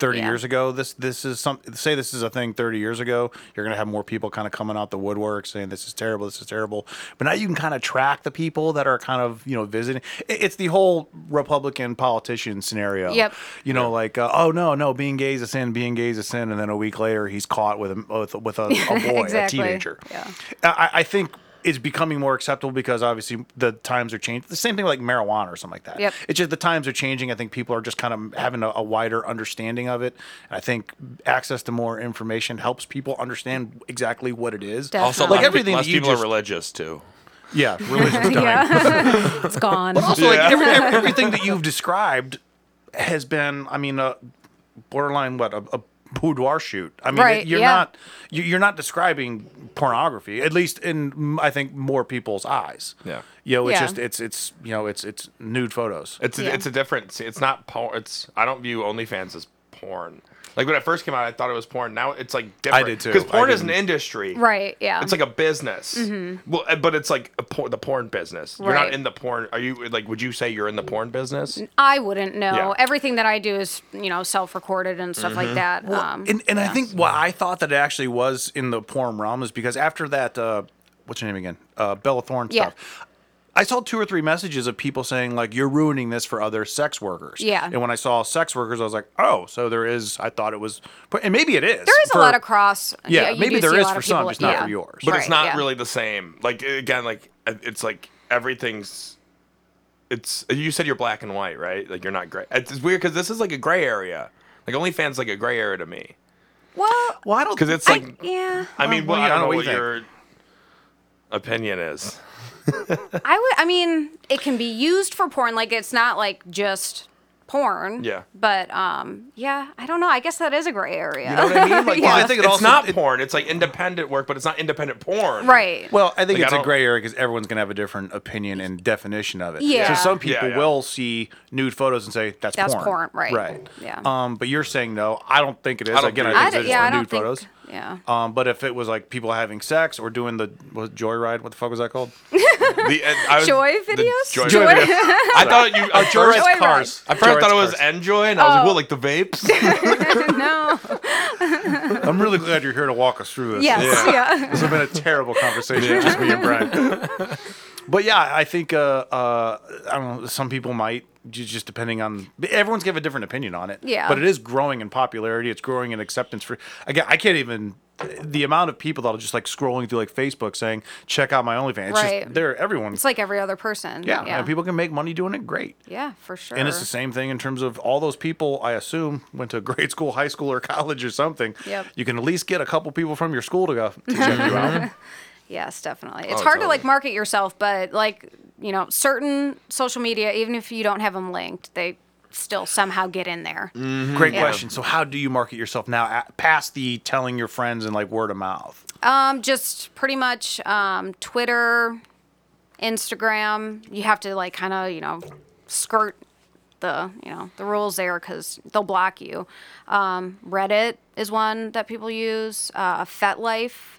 [SPEAKER 4] thirty
[SPEAKER 3] Yeah.
[SPEAKER 4] years ago, this this is some say this is a thing thirty years ago, you're gonna have more people kind of coming out the woodwork saying this is terrible, this is terrible. But now you can kind of track the people that are kind of you know visiting. It, it's the whole Republican politician scenario.
[SPEAKER 3] Yep.
[SPEAKER 4] You know, like uh, oh no, no, being gay is a sin, being gay is a sin, and then a week later he's caught with a with, with a,
[SPEAKER 3] [laughs]
[SPEAKER 4] a boy, a
[SPEAKER 3] Exactly.
[SPEAKER 4] teenager.
[SPEAKER 3] Yeah.
[SPEAKER 4] I, I think it's becoming more acceptable because obviously the times are changing. The same thing like marijuana or something like that.
[SPEAKER 3] Yep.
[SPEAKER 4] It's just the times are changing. I think people are just kind of having a, a wider understanding of it. And I think access to more information helps people understand exactly what it is.
[SPEAKER 3] Definitely.
[SPEAKER 1] Also,
[SPEAKER 3] Like
[SPEAKER 1] like
[SPEAKER 4] everything
[SPEAKER 1] everything less
[SPEAKER 4] that you
[SPEAKER 1] people
[SPEAKER 4] just-
[SPEAKER 1] are religious too.
[SPEAKER 4] Yeah,
[SPEAKER 3] [laughs]
[SPEAKER 4] religion's dying.
[SPEAKER 3] Yeah, it's gone.
[SPEAKER 4] Also, like every, every-
[SPEAKER 3] [laughs]
[SPEAKER 4] everything that you've described has been, I mean, a borderline what a, a boudoir shoot. I mean,
[SPEAKER 3] Right,
[SPEAKER 4] you're
[SPEAKER 3] yeah.
[SPEAKER 4] not you- you're not describing pornography, at least in mm, I think more people's eyes.
[SPEAKER 1] Yeah.
[SPEAKER 4] you know, it's
[SPEAKER 3] Yeah.
[SPEAKER 4] just it's it's you know it's it's nude photos.
[SPEAKER 1] It's a,
[SPEAKER 3] Yeah.
[SPEAKER 1] it's a different. see, It's not porn. It's I don't view OnlyFans as porn. Like when it first came out, I thought it was porn. Now it's like different.
[SPEAKER 4] did too.
[SPEAKER 1] Because
[SPEAKER 4] I
[SPEAKER 1] porn is an
[SPEAKER 4] didn't.
[SPEAKER 1] industry,
[SPEAKER 3] Right. Yeah.
[SPEAKER 1] It's like a business. Well, uh, but it's like a por- the porn business. You're
[SPEAKER 3] Right.
[SPEAKER 1] not in the porn. Are you like? Would you say you're in the porn business?
[SPEAKER 3] I wouldn't know.
[SPEAKER 1] Yeah.
[SPEAKER 3] Everything that I do is, you know, self-recorded and stuff
[SPEAKER 4] Mm-hmm.
[SPEAKER 3] like that.
[SPEAKER 4] Well,
[SPEAKER 3] um,
[SPEAKER 4] and and I think what I thought that it actually was in the porn realm is because after that, uh, what's her name again? Uh, Bella Thorne
[SPEAKER 3] Yeah.
[SPEAKER 4] stuff. I saw two or three messages of people saying like you're ruining this for other sex workers.
[SPEAKER 3] Yeah.
[SPEAKER 4] And when I saw sex workers, I was like, oh, so there is. I thought it was, but and maybe it is.
[SPEAKER 3] there is a lot of cross.
[SPEAKER 4] Yeah,
[SPEAKER 3] you
[SPEAKER 4] maybe
[SPEAKER 3] do
[SPEAKER 4] there
[SPEAKER 3] see a
[SPEAKER 4] is
[SPEAKER 3] lot
[SPEAKER 4] for
[SPEAKER 3] of
[SPEAKER 4] some,
[SPEAKER 3] people-
[SPEAKER 4] just not for
[SPEAKER 3] yeah.
[SPEAKER 4] yours.
[SPEAKER 1] But it's
[SPEAKER 3] Right,
[SPEAKER 1] not
[SPEAKER 3] yeah.
[SPEAKER 1] really the same. Like again, like uh, it's like everything's. It's eh, you said you're black and white, right? Like you're not gray. It's, it's weird because this is like a gray area. Like OnlyFans, like a gray area to me.
[SPEAKER 3] Well,
[SPEAKER 4] Well, I don't
[SPEAKER 1] 'Cause it's
[SPEAKER 4] I-
[SPEAKER 1] like-
[SPEAKER 3] yeah.
[SPEAKER 1] I mean,
[SPEAKER 4] Well,
[SPEAKER 1] well,
[SPEAKER 4] yeah,
[SPEAKER 1] I don't know
[SPEAKER 4] what do
[SPEAKER 1] what,
[SPEAKER 4] you think?
[SPEAKER 1] your opinion is.
[SPEAKER 3] I would. I mean, it can be used for porn. Like it's not like just porn.
[SPEAKER 1] Yeah.
[SPEAKER 3] But um, yeah. I don't know. I guess that is a gray area.
[SPEAKER 1] You know what I
[SPEAKER 4] [laughs]
[SPEAKER 1] mean? Like,
[SPEAKER 4] Well, I
[SPEAKER 1] it's-
[SPEAKER 4] think it
[SPEAKER 1] it's
[SPEAKER 4] also-
[SPEAKER 1] not
[SPEAKER 4] it-
[SPEAKER 1] porn. It's like independent work, but it's not independent porn.
[SPEAKER 3] right.
[SPEAKER 4] Well, I think
[SPEAKER 1] Like,
[SPEAKER 4] it's
[SPEAKER 1] I
[SPEAKER 4] a
[SPEAKER 1] don't-
[SPEAKER 4] gray area because everyone's going to have a different opinion and definition of it.
[SPEAKER 3] Yeah.
[SPEAKER 4] So some
[SPEAKER 1] Yeah,
[SPEAKER 4] people
[SPEAKER 1] yeah.
[SPEAKER 4] will see nude photos and say that's,
[SPEAKER 3] That's
[SPEAKER 4] porn.
[SPEAKER 3] porn, right.
[SPEAKER 4] Right.
[SPEAKER 3] Yeah.
[SPEAKER 4] Um, but you're saying no. I don't think it is.
[SPEAKER 1] I don't
[SPEAKER 4] Again,
[SPEAKER 1] think
[SPEAKER 4] I
[SPEAKER 1] it
[SPEAKER 4] think
[SPEAKER 3] I
[SPEAKER 4] it's
[SPEAKER 3] d-
[SPEAKER 4] just
[SPEAKER 3] yeah. I
[SPEAKER 4] nude
[SPEAKER 3] don't think.
[SPEAKER 4] photos.
[SPEAKER 3] Yeah. [laughs]
[SPEAKER 4] Um, but if it was like people having sex or doing the was it joyride, what the fuck was that called?
[SPEAKER 1] The, and I was-
[SPEAKER 3] Joy
[SPEAKER 1] the
[SPEAKER 3] videos?
[SPEAKER 1] Joy,
[SPEAKER 4] Joy
[SPEAKER 1] videos. [laughs] I thought you. I
[SPEAKER 4] Joyride's
[SPEAKER 1] first,
[SPEAKER 3] Joyride.
[SPEAKER 4] cars.
[SPEAKER 1] I first thought it was
[SPEAKER 4] Joyride's
[SPEAKER 1] enjoy, and I
[SPEAKER 3] Oh.
[SPEAKER 1] was like, well, like the vapes.
[SPEAKER 4] [laughs]
[SPEAKER 3] no.
[SPEAKER 4] cars. I'm really glad you're here to walk us through this.
[SPEAKER 3] Yes. Yeah. [laughs]
[SPEAKER 4] This has been a terrible conversation, just me and Brian. But yeah, I think uh, uh, I don't know. Some people might ju- just depending on everyone's give a different opinion on it.
[SPEAKER 3] Yeah.
[SPEAKER 4] But it is growing in popularity. It's growing in acceptance for. Again, I can't even the amount of people that are just like scrolling through like Facebook saying, "Check out my OnlyFans." It's
[SPEAKER 3] Right.
[SPEAKER 4] just they're everyone.
[SPEAKER 3] It's like every other person.
[SPEAKER 4] yeah,
[SPEAKER 3] Yeah.
[SPEAKER 4] and people can make money doing it. Great.
[SPEAKER 3] yeah. For sure.
[SPEAKER 4] And it's the same thing in terms of all those people, I assume, went to [laughs] grade school, high school, or college or something.
[SPEAKER 3] Yep.
[SPEAKER 4] You can at least get a couple people from your school to go to check you out.
[SPEAKER 3] Yes, definitely. It's
[SPEAKER 1] Oh,
[SPEAKER 3] hard to
[SPEAKER 1] totally.
[SPEAKER 3] like market yourself, but like, you know, certain social media, even if you don't have them linked, they still somehow get in there.
[SPEAKER 1] Mm-hmm.
[SPEAKER 4] Great question. So, how do you market yourself now a- past the telling your friends and like word of mouth?
[SPEAKER 3] Um, just pretty much um, Twitter, Instagram. You have to like kind of, you know, skirt the, you know, the rules there because they'll block you. Um, Reddit is one that people use. Uh, FetLife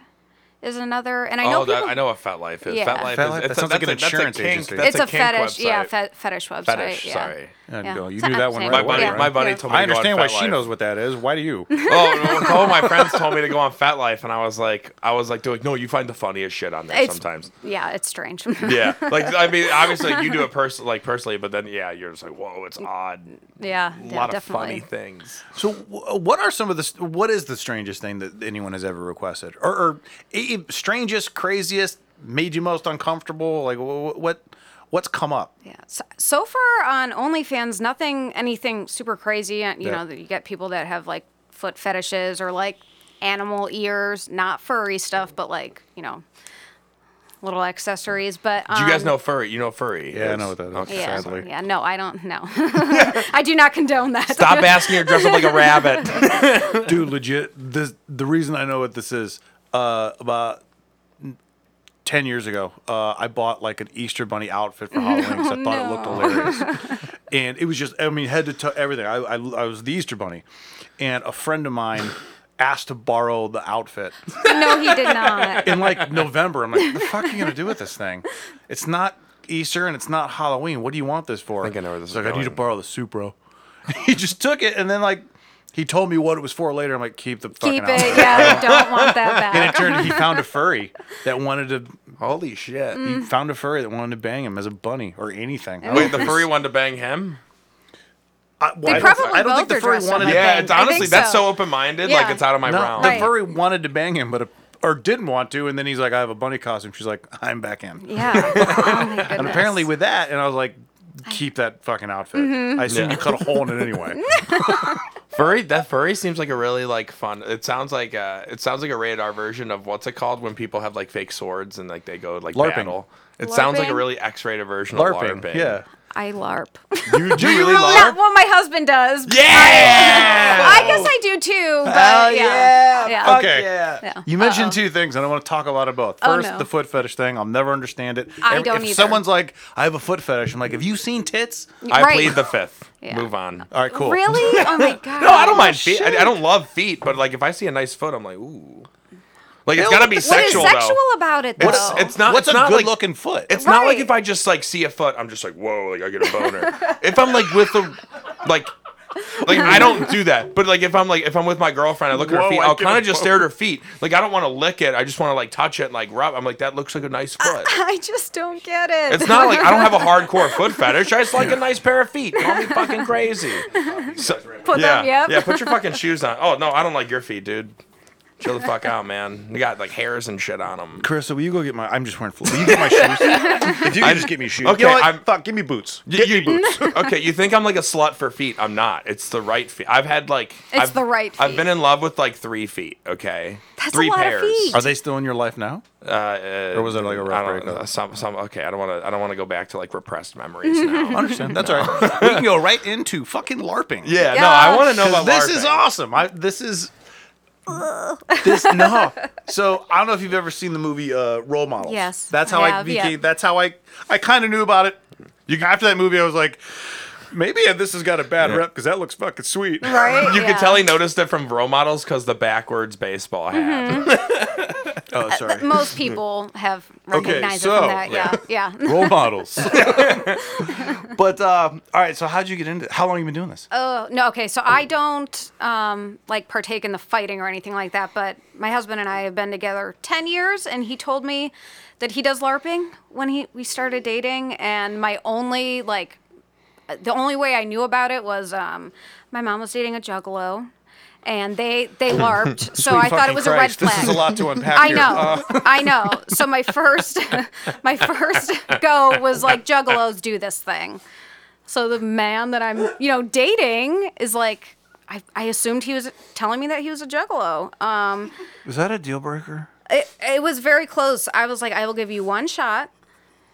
[SPEAKER 3] is another, and [laughs] I know
[SPEAKER 1] Oh,
[SPEAKER 3] people.
[SPEAKER 1] that, I know what Fat Life is.
[SPEAKER 3] Yeah.
[SPEAKER 1] Fat Life
[SPEAKER 4] Fat
[SPEAKER 1] is
[SPEAKER 4] Life?
[SPEAKER 1] it's
[SPEAKER 4] That sounds
[SPEAKER 1] a,
[SPEAKER 4] like an
[SPEAKER 1] that's a- that's a
[SPEAKER 4] insurance
[SPEAKER 1] kink-
[SPEAKER 4] agency.
[SPEAKER 1] that's
[SPEAKER 3] it's a, fetish,
[SPEAKER 1] kink
[SPEAKER 3] yeah,
[SPEAKER 1] website.
[SPEAKER 3] fe- fetish website.
[SPEAKER 1] Fetish,
[SPEAKER 3] yeah.
[SPEAKER 1] sorry.
[SPEAKER 4] There you
[SPEAKER 3] Yeah.
[SPEAKER 4] go. You
[SPEAKER 3] It's
[SPEAKER 4] knew
[SPEAKER 3] not
[SPEAKER 4] that
[SPEAKER 3] the
[SPEAKER 4] one
[SPEAKER 3] same.
[SPEAKER 4] right
[SPEAKER 1] My
[SPEAKER 4] away,
[SPEAKER 1] buddy,
[SPEAKER 3] Yeah.
[SPEAKER 4] right?
[SPEAKER 1] Oh my buddy told me
[SPEAKER 4] I
[SPEAKER 1] to go on
[SPEAKER 4] understand why
[SPEAKER 1] Fat
[SPEAKER 4] she
[SPEAKER 1] Life.
[SPEAKER 4] knows what that is. Why
[SPEAKER 1] [laughs]
[SPEAKER 4] do you?
[SPEAKER 1] Oh,
[SPEAKER 3] [laughs]
[SPEAKER 1] no, all my friends told me to go on Fat Life, and I was like, I was like, they're like, no, you find the funniest shit on there
[SPEAKER 3] It's-
[SPEAKER 1] sometimes.
[SPEAKER 3] Yeah, it's [laughs] strange.
[SPEAKER 1] Yeah, like I mean, obviously you do it person like personally, but then yeah, you're just like, whoa, it's odd.
[SPEAKER 3] yeah,
[SPEAKER 1] A
[SPEAKER 3] yeah,
[SPEAKER 1] lot of funny
[SPEAKER 3] definitely.
[SPEAKER 1] things.
[SPEAKER 4] So, wh- what are some of the? st- What is the strangest thing that anyone has ever requested, or, or e- e- strangest, craziest, made you most uncomfortable? Like, wh- wh- what, what's come up?
[SPEAKER 3] Yeah. So, so far on OnlyFans, nothing, anything super crazy. And, you
[SPEAKER 4] Yeah.
[SPEAKER 3] know, that you get people that have like foot fetishes or like animal ears, not furry stuff, but like, you know, little accessories. But um,
[SPEAKER 1] Do you guys know furry? You know furry?
[SPEAKER 4] Yeah, I
[SPEAKER 1] is?
[SPEAKER 4] know what that is.
[SPEAKER 1] Okay.
[SPEAKER 3] Yeah,
[SPEAKER 4] sadly.
[SPEAKER 3] yeah. No, I don't [laughs] know. I do not condone that.
[SPEAKER 1] Stop asking her to dress up like a rabbit.
[SPEAKER 4] Dude, legit. This, the reason I know what this is. Uh, about ten years ago, uh, I bought like an Easter bunny outfit for Halloween because I thought it looked hilarious, and it was just, I mean, head to toe, everything. I, I, I was the Easter bunny, and a friend of mine asked to borrow the outfit.
[SPEAKER 3] [laughs] no, he did [laughs] not.
[SPEAKER 4] in like November. I'm like, the fuck are you gonna do with this thing? It's not Easter and it's not Halloween. What do you want this for? I
[SPEAKER 1] think I know where this is
[SPEAKER 4] like, I need to
[SPEAKER 1] going.
[SPEAKER 4] borrow the Supro. [laughs] he just took it and then like he told me what it was for later. I'm like, keep the fucking
[SPEAKER 3] Keep
[SPEAKER 4] outfit.
[SPEAKER 3] it. Yeah, I don't want [laughs] that
[SPEAKER 4] And it
[SPEAKER 3] back.
[SPEAKER 4] turned he found
[SPEAKER 3] [laughs]
[SPEAKER 4] a furry that wanted to
[SPEAKER 1] Holy shit!
[SPEAKER 3] Mm.
[SPEAKER 4] he found a furry that wanted to bang him as a bunny or anything. I,
[SPEAKER 1] Wait, the furry wanted to bang him?
[SPEAKER 4] I- well,
[SPEAKER 3] They
[SPEAKER 4] I don't-
[SPEAKER 3] probably
[SPEAKER 4] I don't
[SPEAKER 3] both
[SPEAKER 4] think the
[SPEAKER 3] are
[SPEAKER 4] furry
[SPEAKER 3] dressed up
[SPEAKER 4] wanted
[SPEAKER 3] like
[SPEAKER 4] to
[SPEAKER 1] Yeah,
[SPEAKER 3] bang.
[SPEAKER 1] it's
[SPEAKER 3] I think
[SPEAKER 1] honestly that's
[SPEAKER 3] so.
[SPEAKER 1] so open minded.
[SPEAKER 3] Yeah.
[SPEAKER 1] Like it's out of my
[SPEAKER 4] No,
[SPEAKER 1] realm.
[SPEAKER 4] the
[SPEAKER 3] Right.
[SPEAKER 4] furry wanted to bang him, but a, or didn't want to, and then he's like, "I have a bunny costume." She's like, "I'm back in."
[SPEAKER 3] Yeah.
[SPEAKER 1] [laughs]
[SPEAKER 3] Oh my goodness.
[SPEAKER 4] And apparently with that, and I was like, keep that fucking outfit.
[SPEAKER 3] Mm-hmm.
[SPEAKER 4] I assume
[SPEAKER 1] Yeah.
[SPEAKER 4] you cut a hole in
[SPEAKER 1] [laughs]
[SPEAKER 4] it anyway.
[SPEAKER 1] Furry that furry seems like a really like fun. It sounds like uh it sounds like a rated R version of what's it called when people have like fake swords and like they go like
[SPEAKER 4] LARPing.
[SPEAKER 1] battle. It sounds like a
[SPEAKER 3] LARPing?
[SPEAKER 1] really X-rated version
[SPEAKER 4] LARPing.
[SPEAKER 1] of LARPing.
[SPEAKER 3] [laughs]
[SPEAKER 4] Yeah.
[SPEAKER 3] I LARP.
[SPEAKER 1] [laughs] you do you really
[SPEAKER 3] Not
[SPEAKER 1] LARP?
[SPEAKER 3] what my husband does.
[SPEAKER 1] Yeah.
[SPEAKER 3] I guess I do too. But Oh, yeah. yeah.
[SPEAKER 4] Okay.
[SPEAKER 3] Yeah. Oh,
[SPEAKER 4] You mentioned two things, and I want to talk about them both. First,
[SPEAKER 3] no.
[SPEAKER 4] the foot fetish thing. I'll never understand it.
[SPEAKER 3] I
[SPEAKER 4] If-
[SPEAKER 3] don't
[SPEAKER 4] if
[SPEAKER 3] either.
[SPEAKER 4] someone's like, I have a foot fetish, I'm like, have you seen tits?
[SPEAKER 1] I
[SPEAKER 3] [laughs] Right.
[SPEAKER 1] plead the fifth.
[SPEAKER 3] Yeah.
[SPEAKER 1] Move on.
[SPEAKER 4] All right, cool.
[SPEAKER 3] Really?
[SPEAKER 1] [laughs]
[SPEAKER 3] Oh my god.
[SPEAKER 1] No, I don't mind feet. I, I don't love feet, but like if I see a nice foot, I'm like ooh. Like it's gotta be
[SPEAKER 3] What is
[SPEAKER 1] sexual,
[SPEAKER 3] sexual
[SPEAKER 1] though.
[SPEAKER 3] about it though?
[SPEAKER 1] It's it's not
[SPEAKER 4] What's
[SPEAKER 1] it's
[SPEAKER 4] a
[SPEAKER 1] not
[SPEAKER 4] good
[SPEAKER 1] like,
[SPEAKER 4] looking foot?
[SPEAKER 1] It's not like
[SPEAKER 3] Right.
[SPEAKER 1] if I just like see a foot, I'm just like, whoa, like I get a boner. if I'm like with the, like, like I don't do that. But like if I'm like if I'm with my girlfriend, I look at her
[SPEAKER 4] Whoa,
[SPEAKER 1] feet.
[SPEAKER 4] I
[SPEAKER 1] I'll
[SPEAKER 4] get a
[SPEAKER 1] kind of just stare at her feet. Like I don't want to lick it. I just want to like touch it and like rub. I'm like that looks like a nice foot.
[SPEAKER 3] [laughs] I just don't get it.
[SPEAKER 1] It's not like I don't
[SPEAKER 3] [laughs]
[SPEAKER 1] have a hardcore foot fetish. I just like a nice pair of feet. Call me fucking crazy. So-
[SPEAKER 3] Put
[SPEAKER 1] yeah,
[SPEAKER 3] them- yep.
[SPEAKER 1] yeah. Put your fucking shoes on. Oh no, I don't like your feet, dude. Chill the fuck out, man. You got like hairs and shit on them.
[SPEAKER 4] Carissa, will you go get my? I'm just wearing flip. Will you get my
[SPEAKER 3] [laughs]
[SPEAKER 4] shoes? if you can just get me shoes.
[SPEAKER 1] Okay,
[SPEAKER 4] You know what?
[SPEAKER 1] I'm-
[SPEAKER 4] fuck. Give me boots.
[SPEAKER 1] Y- you-
[SPEAKER 3] [laughs]
[SPEAKER 1] okay, you think I'm like a slut for feet? I'm not. It's the right feet. I've had like
[SPEAKER 3] It's
[SPEAKER 1] I've,
[SPEAKER 3] the right
[SPEAKER 1] I've
[SPEAKER 3] feet.
[SPEAKER 1] been in love with like three feet. Okay,
[SPEAKER 3] That's a
[SPEAKER 1] three
[SPEAKER 3] lot of
[SPEAKER 1] pairs.
[SPEAKER 3] feet.
[SPEAKER 4] Are they still in your life now?
[SPEAKER 1] Uh, uh,
[SPEAKER 4] Or was it like a rough
[SPEAKER 1] I don't,
[SPEAKER 4] breakup?
[SPEAKER 1] uh, some, some, okay, I don't want to. I don't want to go back to like repressed
[SPEAKER 3] [laughs]
[SPEAKER 1] memories now.
[SPEAKER 4] Understand? That's all right. We can go right into fucking larping.
[SPEAKER 1] yeah, no, I want to know
[SPEAKER 4] 'Cause
[SPEAKER 1] about
[SPEAKER 4] this
[SPEAKER 1] LARPing.
[SPEAKER 4] is awesome. I this is this
[SPEAKER 3] [laughs]
[SPEAKER 4] no. So I don't know if you've ever seen the movie uh, Role Models.
[SPEAKER 3] Yes,
[SPEAKER 4] that's
[SPEAKER 3] I
[SPEAKER 4] how I,
[SPEAKER 3] have, yeah.
[SPEAKER 4] became. That's how I I kind of knew about it. You after that movie, I was like, maybe this has got a bad rep because that looks fucking sweet. [laughs]
[SPEAKER 3] right?
[SPEAKER 1] You
[SPEAKER 3] yeah.
[SPEAKER 1] could tell he noticed it from role models because the backwards baseball hat.
[SPEAKER 4] Mm-hmm. Oh, sorry.
[SPEAKER 3] most people have recognized
[SPEAKER 4] so-
[SPEAKER 3] it from that. Yeah. Yeah. [laughs]
[SPEAKER 4] Role models. but uh, all right. So how'd you get into? How long you been doing this?
[SPEAKER 3] Oh no. Okay. So I don't um, like partake in the fighting or anything like that. But my husband and I have been together ten years, and he told me that he does LARPing when he we started dating. And my only like, uh, the only way I knew about it was um, my mom was dating a juggalo, and they
[SPEAKER 4] [laughs]
[SPEAKER 3] they LARPed. so I thought it was a red flag.
[SPEAKER 4] This is a lot to unpack.
[SPEAKER 3] I
[SPEAKER 4] here. Uh.
[SPEAKER 3] know, I know. So my first, [laughs] my first go was like juggalos do this thing. So the man that I'm, you know, dating is like, I, I assumed he was telling me that he was a juggalo. Um,
[SPEAKER 4] Was that a deal breaker?
[SPEAKER 3] it, it was very close. I was like, I will give you one shot.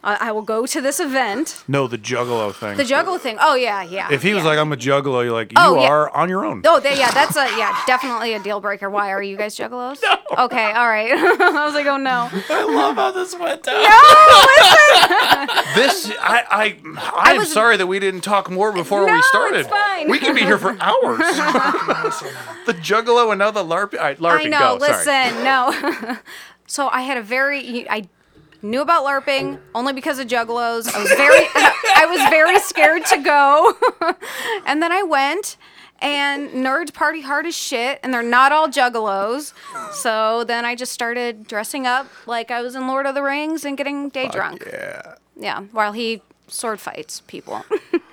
[SPEAKER 3] I, I will go to this event.
[SPEAKER 4] No, the Juggalo thing.
[SPEAKER 3] The juggalo thing. Oh yeah, yeah.
[SPEAKER 4] if he was
[SPEAKER 3] yeah.
[SPEAKER 4] like, I'm a Juggalo, you're like, you
[SPEAKER 3] Oh, yeah.
[SPEAKER 4] are on your own.
[SPEAKER 3] Oh, they, yeah, that's a yeah, definitely a deal breaker. Why are you guys
[SPEAKER 4] [laughs]
[SPEAKER 3] juggalos? Okay, all right. [laughs] I was like, oh no.
[SPEAKER 4] I love how this went down.
[SPEAKER 3] [laughs]
[SPEAKER 4] this I I I'm
[SPEAKER 3] was-
[SPEAKER 4] sorry that we didn't talk more before
[SPEAKER 3] No,
[SPEAKER 4] we started.
[SPEAKER 3] it's fine.
[SPEAKER 4] We can be here for
[SPEAKER 3] [laughs]
[SPEAKER 4] hours. [laughs] the Juggalo and now the LARP. All right, LARPing.
[SPEAKER 3] I know.
[SPEAKER 4] go. [laughs]
[SPEAKER 3] listen, no. [laughs] So I had a very I knew about LARPing only because of Juggalos. I was very [laughs] I was very scared to go, [laughs] and then I went. And nerds party hard as shit, and they're not all juggalos. So then I just started dressing up like I was in Lord of the Rings and getting day drunk.
[SPEAKER 1] Yeah.
[SPEAKER 3] Yeah, while he sword fights
[SPEAKER 4] [laughs]
[SPEAKER 3] people.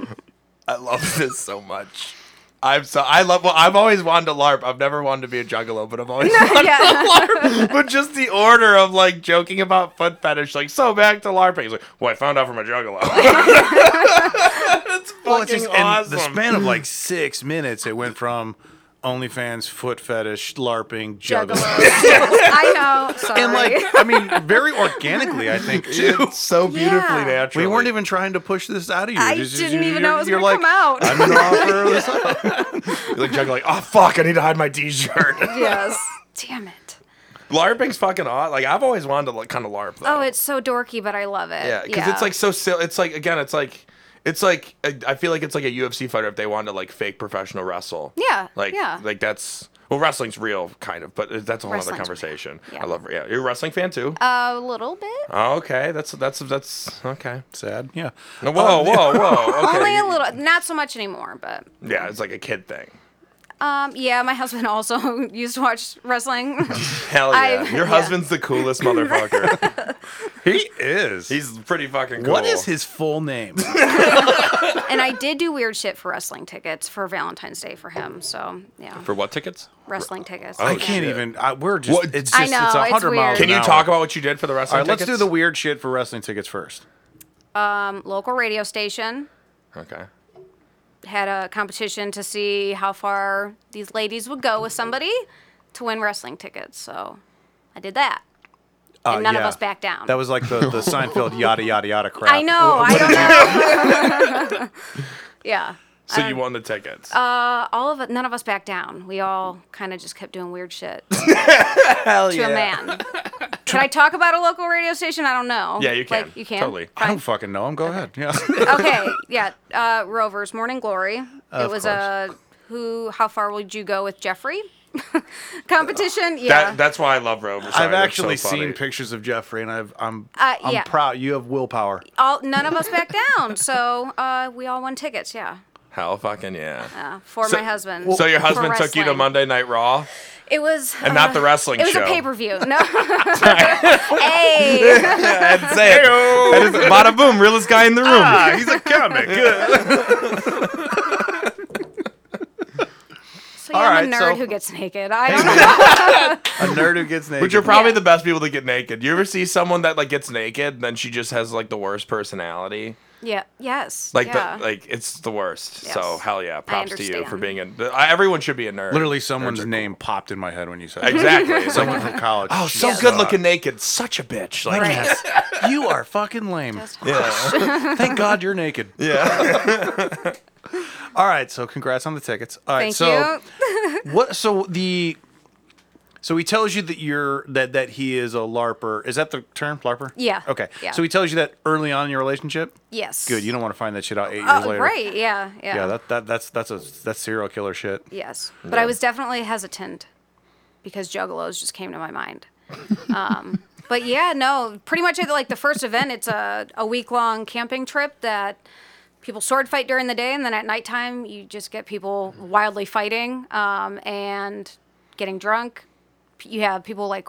[SPEAKER 3] [laughs]
[SPEAKER 1] I love this so much. I'm so I love. Well, I've always wanted to LARP. I've never wanted to be a juggalo, but I've always wanted
[SPEAKER 4] [laughs]
[SPEAKER 3] yeah.
[SPEAKER 1] to LARP. But just the order of like joking about foot fetish, like so back to LARPing. He's like, well, I found out from a juggalo.
[SPEAKER 4] [laughs]
[SPEAKER 1] That's fucking
[SPEAKER 4] Well, it's just, and
[SPEAKER 1] awesome.
[SPEAKER 4] the span of like six minutes, it went from OnlyFans, foot fetish, LARPing, juggling.
[SPEAKER 3] Juggalos. [laughs] I know. Sorry.
[SPEAKER 4] And like, [laughs] I mean, very organically,
[SPEAKER 3] [laughs]
[SPEAKER 4] I think too.
[SPEAKER 1] it's so beautifully
[SPEAKER 3] Yeah.
[SPEAKER 1] natural.
[SPEAKER 4] We
[SPEAKER 1] [laughs]
[SPEAKER 4] weren't even trying to push this out of you.
[SPEAKER 3] I
[SPEAKER 4] This is-
[SPEAKER 3] didn't
[SPEAKER 4] you-
[SPEAKER 3] even know it was
[SPEAKER 4] you're
[SPEAKER 3] gonna come out.
[SPEAKER 4] I'm gonna offer this up. [laughs]
[SPEAKER 1] like juggalo. Like, oh fuck, I need to hide my T-shirt. [laughs]
[SPEAKER 3] yes. [laughs] Damn it.
[SPEAKER 1] LARPing's fucking awesome. Like I've always wanted to like, kind of LARP though.
[SPEAKER 3] Oh, it's so dorky, but I love it.
[SPEAKER 1] Yeah, because it's like so silly. It's like again, it's like it's like I I feel like it's like a UFC fighter if they wanted to like fake professional wrestle.
[SPEAKER 3] Yeah,
[SPEAKER 1] like
[SPEAKER 3] yeah.
[SPEAKER 1] like that's well, wrestling's real kind of, but that's a whole other
[SPEAKER 3] Wrestling's real,
[SPEAKER 1] conversation.
[SPEAKER 3] yeah. Uh,
[SPEAKER 1] I love yeah. You're a wrestling fan too.
[SPEAKER 3] a little bit.
[SPEAKER 1] oh, okay, that's that's that's okay.
[SPEAKER 4] Sad. Yeah.
[SPEAKER 1] No, Whoa, whoa, whoa. Okay.
[SPEAKER 3] [laughs] Only a little. Not so much anymore, but
[SPEAKER 1] Yeah, it's like a kid thing.
[SPEAKER 3] um, yeah. My husband [laughs] also used to watch wrestling.
[SPEAKER 1] [laughs] Hell yeah,
[SPEAKER 3] I-
[SPEAKER 1] your
[SPEAKER 3] yeah.
[SPEAKER 1] husband's the coolest
[SPEAKER 3] [laughs]
[SPEAKER 1] motherfucker.
[SPEAKER 4] He is.
[SPEAKER 1] He's pretty fucking cool. Oh,
[SPEAKER 4] What is his full name?
[SPEAKER 3] and I did do weird shit for wrestling tickets for Valentine's Day for him. So yeah,
[SPEAKER 1] for what tickets?
[SPEAKER 3] wrestling tickets.
[SPEAKER 1] Oh,
[SPEAKER 4] I
[SPEAKER 3] yeah.
[SPEAKER 1] shit.
[SPEAKER 4] can't even. I, we're just.
[SPEAKER 1] What?
[SPEAKER 4] It's just.
[SPEAKER 3] I know,
[SPEAKER 4] it's a
[SPEAKER 3] it's
[SPEAKER 4] hundred miles.
[SPEAKER 3] weird.
[SPEAKER 1] Can
[SPEAKER 4] an
[SPEAKER 1] you
[SPEAKER 4] hour.
[SPEAKER 1] talk about what you did for the wrestling
[SPEAKER 4] All right, let's do
[SPEAKER 1] tickets?
[SPEAKER 4] the weird shit for wrestling tickets first.
[SPEAKER 3] Um, local radio station
[SPEAKER 1] Okay.
[SPEAKER 3] had a competition to see how far these ladies would go with somebody to win wrestling tickets. So I did that.
[SPEAKER 4] Uh,
[SPEAKER 3] And none of
[SPEAKER 4] yeah.
[SPEAKER 3] us backed down.
[SPEAKER 4] That was like the,
[SPEAKER 3] [laughs]
[SPEAKER 4] the Seinfeld yada yada yada crap.
[SPEAKER 3] I know. I don't
[SPEAKER 1] [laughs]
[SPEAKER 3] know. yeah.
[SPEAKER 1] So you won the tickets.
[SPEAKER 3] Uh, all of it, none of us backed down. We all kind of just kept doing weird shit
[SPEAKER 1] [laughs]
[SPEAKER 4] Hell
[SPEAKER 3] to a man. Can I talk about a local radio station? I don't know.
[SPEAKER 1] Yeah, you can.
[SPEAKER 3] Like, you can.
[SPEAKER 1] Totally.
[SPEAKER 4] I don't fucking know him. Go ahead. [laughs] Yeah.
[SPEAKER 3] [laughs]
[SPEAKER 1] [laughs]
[SPEAKER 3] okay, yeah. Uh, Rovers, Morning Glory. it was a who? How far would you go with Jeffrey? [laughs] competition. Yeah.
[SPEAKER 1] That, that's why I love Rover.
[SPEAKER 4] I've actually seen pictures of Jeffrey, and I've, I'm
[SPEAKER 3] Uh,
[SPEAKER 4] I'm
[SPEAKER 3] yeah.
[SPEAKER 4] proud. You
[SPEAKER 3] [laughs]
[SPEAKER 4] have willpower.
[SPEAKER 3] all, none of us backed down, so uh, we all won tickets. Yeah.
[SPEAKER 1] Hell fucking yeah.
[SPEAKER 3] Uh, for
[SPEAKER 1] So-
[SPEAKER 3] my husband.
[SPEAKER 1] so your
[SPEAKER 3] For
[SPEAKER 1] husband took you to
[SPEAKER 3] wrestling.
[SPEAKER 1] Monday Night
[SPEAKER 4] [laughs]
[SPEAKER 1] Raw?
[SPEAKER 3] It was uh,
[SPEAKER 1] And not the wrestling
[SPEAKER 3] It was
[SPEAKER 1] show.
[SPEAKER 3] a pay per view.
[SPEAKER 1] [laughs]
[SPEAKER 3] No. hey.
[SPEAKER 1] I'd say it. That is bada boom, realest guy in the room.
[SPEAKER 3] Ah.
[SPEAKER 4] Ah, he's a
[SPEAKER 3] [laughs]
[SPEAKER 4] comic.
[SPEAKER 3] So yeah, I'm a
[SPEAKER 4] Alright,
[SPEAKER 3] nerd
[SPEAKER 4] so-
[SPEAKER 3] who gets naked.
[SPEAKER 1] [laughs]
[SPEAKER 3] I don't know.
[SPEAKER 4] a [laughs] nerd who gets naked.
[SPEAKER 1] But you're probably the
[SPEAKER 3] Yeah.
[SPEAKER 1] best people to get naked. You ever see someone that like gets naked and then she just has like the worst personality?
[SPEAKER 3] yeah. Yes.
[SPEAKER 1] Like
[SPEAKER 3] yeah.
[SPEAKER 1] the, like it's the worst.
[SPEAKER 3] Yes.
[SPEAKER 1] So hell yeah, props to you for
[SPEAKER 3] understand.
[SPEAKER 1] being a. I, everyone should be a nerd.
[SPEAKER 4] literally someone's name popped in my head when you said it.
[SPEAKER 1] Exactly.
[SPEAKER 4] [laughs] Someone
[SPEAKER 1] Someone.
[SPEAKER 4] from college.
[SPEAKER 1] Oh, so
[SPEAKER 3] Yes.
[SPEAKER 1] good looking naked. Such a bitch. Like.
[SPEAKER 3] Right. [laughs]
[SPEAKER 4] you are fucking lame.
[SPEAKER 3] Just-
[SPEAKER 4] [laughs] Thank God you're naked.
[SPEAKER 1] Yeah.
[SPEAKER 4] [laughs] All right, so congrats on the tickets. All right,
[SPEAKER 3] Thank
[SPEAKER 4] so
[SPEAKER 3] you.
[SPEAKER 4] what? So the so he tells you that you're that that he is a larper. Is that the term larper?
[SPEAKER 3] Yeah,
[SPEAKER 4] Okay.
[SPEAKER 3] yeah.
[SPEAKER 4] So he tells you that early on in your relationship.
[SPEAKER 3] Yes.
[SPEAKER 4] Good. You don't want to find that shit out eight years
[SPEAKER 3] Oh,
[SPEAKER 4] later.
[SPEAKER 3] right. Yeah. Yeah.
[SPEAKER 4] Yeah. That, that that's that's a that's serial killer shit.
[SPEAKER 3] yes. But I was definitely hesitant because juggalos just came to my mind. Um, [laughs] but yeah, no, pretty much at like the first event, it's a, a week long camping trip that people sword fight during the day. And then at nighttime, you just get people wildly fighting um, and getting drunk. P- You have people like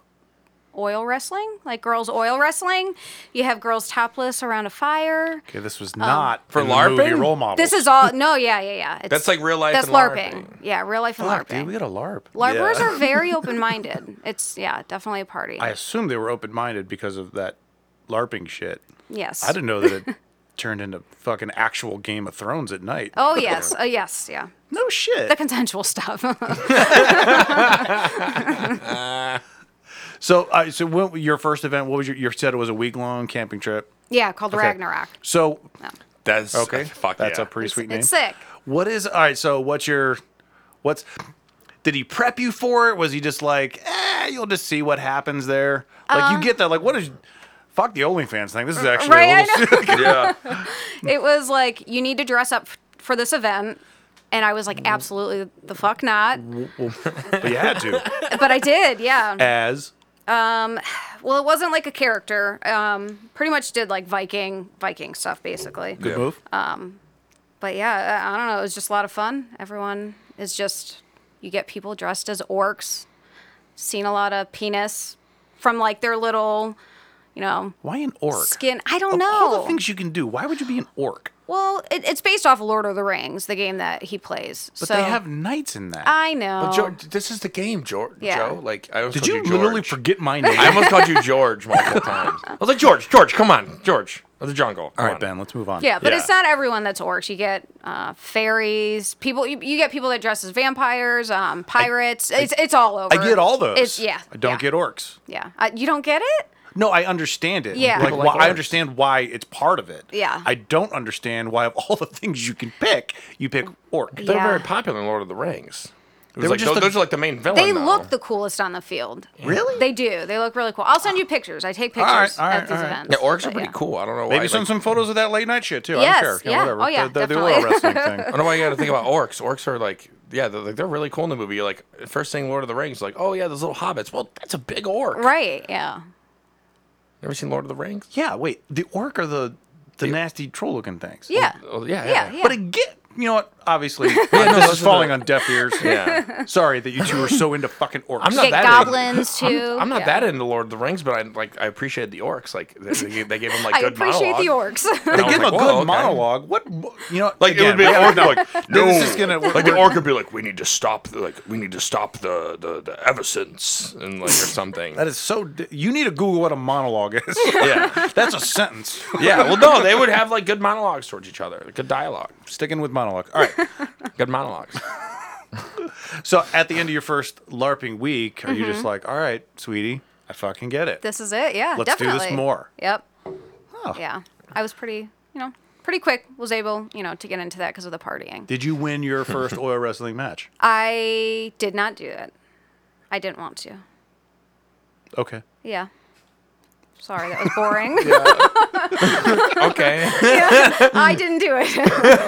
[SPEAKER 3] oil wrestling, like girls oil wrestling. You have girls topless around a fire.
[SPEAKER 4] Okay. This was not
[SPEAKER 1] For
[SPEAKER 4] in the movie
[SPEAKER 1] LARPing?
[SPEAKER 4] role model.
[SPEAKER 3] Um, This is all no, yeah, yeah, yeah. It's,
[SPEAKER 1] That's like real life
[SPEAKER 3] That's
[SPEAKER 1] and LARPing.
[SPEAKER 3] LARPing. Yeah, real life and
[SPEAKER 4] Fuck,
[SPEAKER 3] LARPing.
[SPEAKER 4] dude. We got a larp.
[SPEAKER 3] LARPers
[SPEAKER 1] Yeah.
[SPEAKER 3] are
[SPEAKER 4] [laughs]
[SPEAKER 3] very open minded. It's yeah, definitely a party.
[SPEAKER 4] I assume they were open minded because of that larping shit.
[SPEAKER 3] yes.
[SPEAKER 4] I didn't know that
[SPEAKER 3] [laughs]
[SPEAKER 4] it turned into fucking actual Game of Thrones at night.
[SPEAKER 3] Oh yes, uh, yes, yeah.
[SPEAKER 4] No shit.
[SPEAKER 3] The consensual stuff. [laughs]
[SPEAKER 4] So, uh, so when, your first event, what was your? You said it was a week long camping trip.
[SPEAKER 3] yeah, called
[SPEAKER 4] Okay.
[SPEAKER 3] Ragnarok.
[SPEAKER 4] So,
[SPEAKER 1] That's
[SPEAKER 4] okay,
[SPEAKER 1] Fuck
[SPEAKER 4] that's
[SPEAKER 1] yeah.
[SPEAKER 4] a pretty sweet name.
[SPEAKER 3] It's sick.
[SPEAKER 4] What is? All right. So, what's your? What's? Did he prep you for it? Was he just like, eh, you'll just see what happens there? Like you get that? Like what is? Fuck the OnlyFans thing. This is actually
[SPEAKER 3] Um,
[SPEAKER 4] a
[SPEAKER 3] right,
[SPEAKER 4] [laughs]
[SPEAKER 3] I
[SPEAKER 1] [laughs]
[SPEAKER 4] little.
[SPEAKER 1] yeah.
[SPEAKER 3] It was like you need to dress up f- for this event. And I was like,
[SPEAKER 4] Mm-hmm.
[SPEAKER 3] absolutely the fuck not. [laughs]
[SPEAKER 4] but you had to, Eh.
[SPEAKER 3] But I did, yeah.
[SPEAKER 4] as
[SPEAKER 3] Well, it wasn't like a character. Um, pretty much did like Viking Viking stuff basically.
[SPEAKER 1] Yeah.
[SPEAKER 4] move.
[SPEAKER 3] Uh, But yeah, I, I don't know. It was just a lot of fun. Everyone is just you get people dressed as orcs. Seen a lot of penis from like their little, you know,
[SPEAKER 4] Why an orc?
[SPEAKER 3] skin. I don't
[SPEAKER 4] Of
[SPEAKER 3] know.
[SPEAKER 4] all the things you can do, why would you be an orc?
[SPEAKER 3] Well, it, it's based off Lord of the Rings, the game that he plays.
[SPEAKER 4] But
[SPEAKER 3] so uh,
[SPEAKER 4] they have knights in that.
[SPEAKER 3] I know.
[SPEAKER 1] Well, Joe, this is the game, George.
[SPEAKER 3] Yeah.
[SPEAKER 1] Joe, like I almost
[SPEAKER 4] Did you
[SPEAKER 1] called
[SPEAKER 4] literally
[SPEAKER 1] George.
[SPEAKER 3] [laughs]
[SPEAKER 4] forget my name?
[SPEAKER 1] I almost called you George multiple times. I was like, George, George, come on, George of the jungle. [laughs]
[SPEAKER 4] all right, Ben, let's move on.
[SPEAKER 3] yeah, but
[SPEAKER 1] yeah.
[SPEAKER 3] it's not everyone that's orcs. You get uh, fairies, people. You, you get people that dress as vampires, um, pirates. it's it's all over.
[SPEAKER 4] I get all those.
[SPEAKER 3] It's yeah.
[SPEAKER 4] I don't
[SPEAKER 3] yeah,
[SPEAKER 4] get orcs.
[SPEAKER 3] Yeah, uh, you don't get it.
[SPEAKER 4] No, I understand it.
[SPEAKER 3] Yeah.
[SPEAKER 4] Like,
[SPEAKER 1] People like
[SPEAKER 4] why- I
[SPEAKER 1] orcs.
[SPEAKER 4] understand why it's part of it.
[SPEAKER 3] Yeah.
[SPEAKER 4] I don't understand why of all the things you can pick, you pick orc.
[SPEAKER 1] They're
[SPEAKER 3] Yeah.
[SPEAKER 1] very popular in Lord of the Rings. It was
[SPEAKER 4] were
[SPEAKER 1] like,
[SPEAKER 4] just
[SPEAKER 1] those,
[SPEAKER 4] the-
[SPEAKER 1] those are like the main villain.
[SPEAKER 3] They
[SPEAKER 1] though.
[SPEAKER 3] look the coolest on the field.
[SPEAKER 4] Really?
[SPEAKER 3] They do. They look really cool. I'll send you pictures. I take
[SPEAKER 4] right,
[SPEAKER 3] pictures
[SPEAKER 4] all right,
[SPEAKER 3] at these
[SPEAKER 4] all right.
[SPEAKER 3] events.
[SPEAKER 1] Yeah, orcs are
[SPEAKER 3] but
[SPEAKER 1] pretty
[SPEAKER 3] yeah.
[SPEAKER 1] cool. I don't know why.
[SPEAKER 4] Maybe send
[SPEAKER 1] like-
[SPEAKER 4] some photos of that late night shit too. I
[SPEAKER 3] Yes,
[SPEAKER 4] don't care.
[SPEAKER 3] yeah.
[SPEAKER 4] whatever.
[SPEAKER 3] Oh, yeah,
[SPEAKER 4] The, the, the oil
[SPEAKER 3] definitely. [laughs]
[SPEAKER 4] wrestling thing.
[SPEAKER 1] [laughs] I don't know why you got to think about orcs. Orcs are like, yeah, they're, like, they're really cool in the movie. You're like, first thing Lord of the Rings, like, oh yeah, those little hobbits. Well, that's a big orc.
[SPEAKER 3] Right. Yeah.
[SPEAKER 1] Oh, Ever seen Lord of the Rings?
[SPEAKER 4] Yeah, wait. The orc are the the nasty troll looking things.
[SPEAKER 3] Yeah.
[SPEAKER 1] Oh, yeah,
[SPEAKER 3] Yeah,
[SPEAKER 1] yeah.
[SPEAKER 3] yeah.
[SPEAKER 4] But again, you know what? [laughs] Obviously,
[SPEAKER 1] no,
[SPEAKER 4] this
[SPEAKER 1] those
[SPEAKER 4] is
[SPEAKER 1] are
[SPEAKER 4] falling
[SPEAKER 1] the-
[SPEAKER 4] on deaf [laughs] ears.
[SPEAKER 1] Yeah.
[SPEAKER 4] Sorry that you two are so into fucking orcs.
[SPEAKER 1] I'm
[SPEAKER 3] You
[SPEAKER 1] not
[SPEAKER 3] get
[SPEAKER 1] that into-
[SPEAKER 3] goblins
[SPEAKER 1] I'm-
[SPEAKER 3] too.
[SPEAKER 1] [laughs] I'm, not
[SPEAKER 3] Yeah.
[SPEAKER 1] that into Lord of the Rings, but I like I appreciate the orcs. Like they, they gave- they gave them like
[SPEAKER 3] [laughs] I
[SPEAKER 1] good
[SPEAKER 3] appreciate
[SPEAKER 1] monologue.
[SPEAKER 3] the
[SPEAKER 4] [laughs]
[SPEAKER 3] orcs.
[SPEAKER 1] And I
[SPEAKER 4] They give
[SPEAKER 1] was
[SPEAKER 4] him a
[SPEAKER 1] like,
[SPEAKER 4] good
[SPEAKER 1] "Whoa, okay."
[SPEAKER 4] monologue. What you know?
[SPEAKER 1] Like
[SPEAKER 4] again,
[SPEAKER 1] it would be
[SPEAKER 4] we
[SPEAKER 1] an
[SPEAKER 4] gotta-
[SPEAKER 1] orc like no,
[SPEAKER 4] This is gonna-
[SPEAKER 1] like the orc would be like we need to stop the, like we need to stop the the the Eversense and like or something.
[SPEAKER 4] That is so. di- You need to Google what a monologue is.
[SPEAKER 1] yeah,
[SPEAKER 4] That's a sentence.
[SPEAKER 1] [laughs] yeah. Well, no, they would have like good monologues towards each other, good dialogue,
[SPEAKER 4] [laughs] Sticking with monologue. All right.
[SPEAKER 1] good monologues.
[SPEAKER 4] So at the end of your first LARPing week, are you just like, all right, sweetie, I fucking get it?
[SPEAKER 3] This is it. Yeah,
[SPEAKER 4] Let's do this
[SPEAKER 3] definitely.
[SPEAKER 4] more.
[SPEAKER 3] Yep. Yeah, I was pretty, you know, pretty quick. Was able, you know, to get into that because of the partying.
[SPEAKER 4] Did you win your first oil wrestling match?
[SPEAKER 3] I did not do that. I didn't want to.
[SPEAKER 4] Okay.
[SPEAKER 3] Yeah. Sorry, that was
[SPEAKER 4] [laughs]
[SPEAKER 3] boring.
[SPEAKER 1] Okay,
[SPEAKER 3] [laughs] I didn't do it.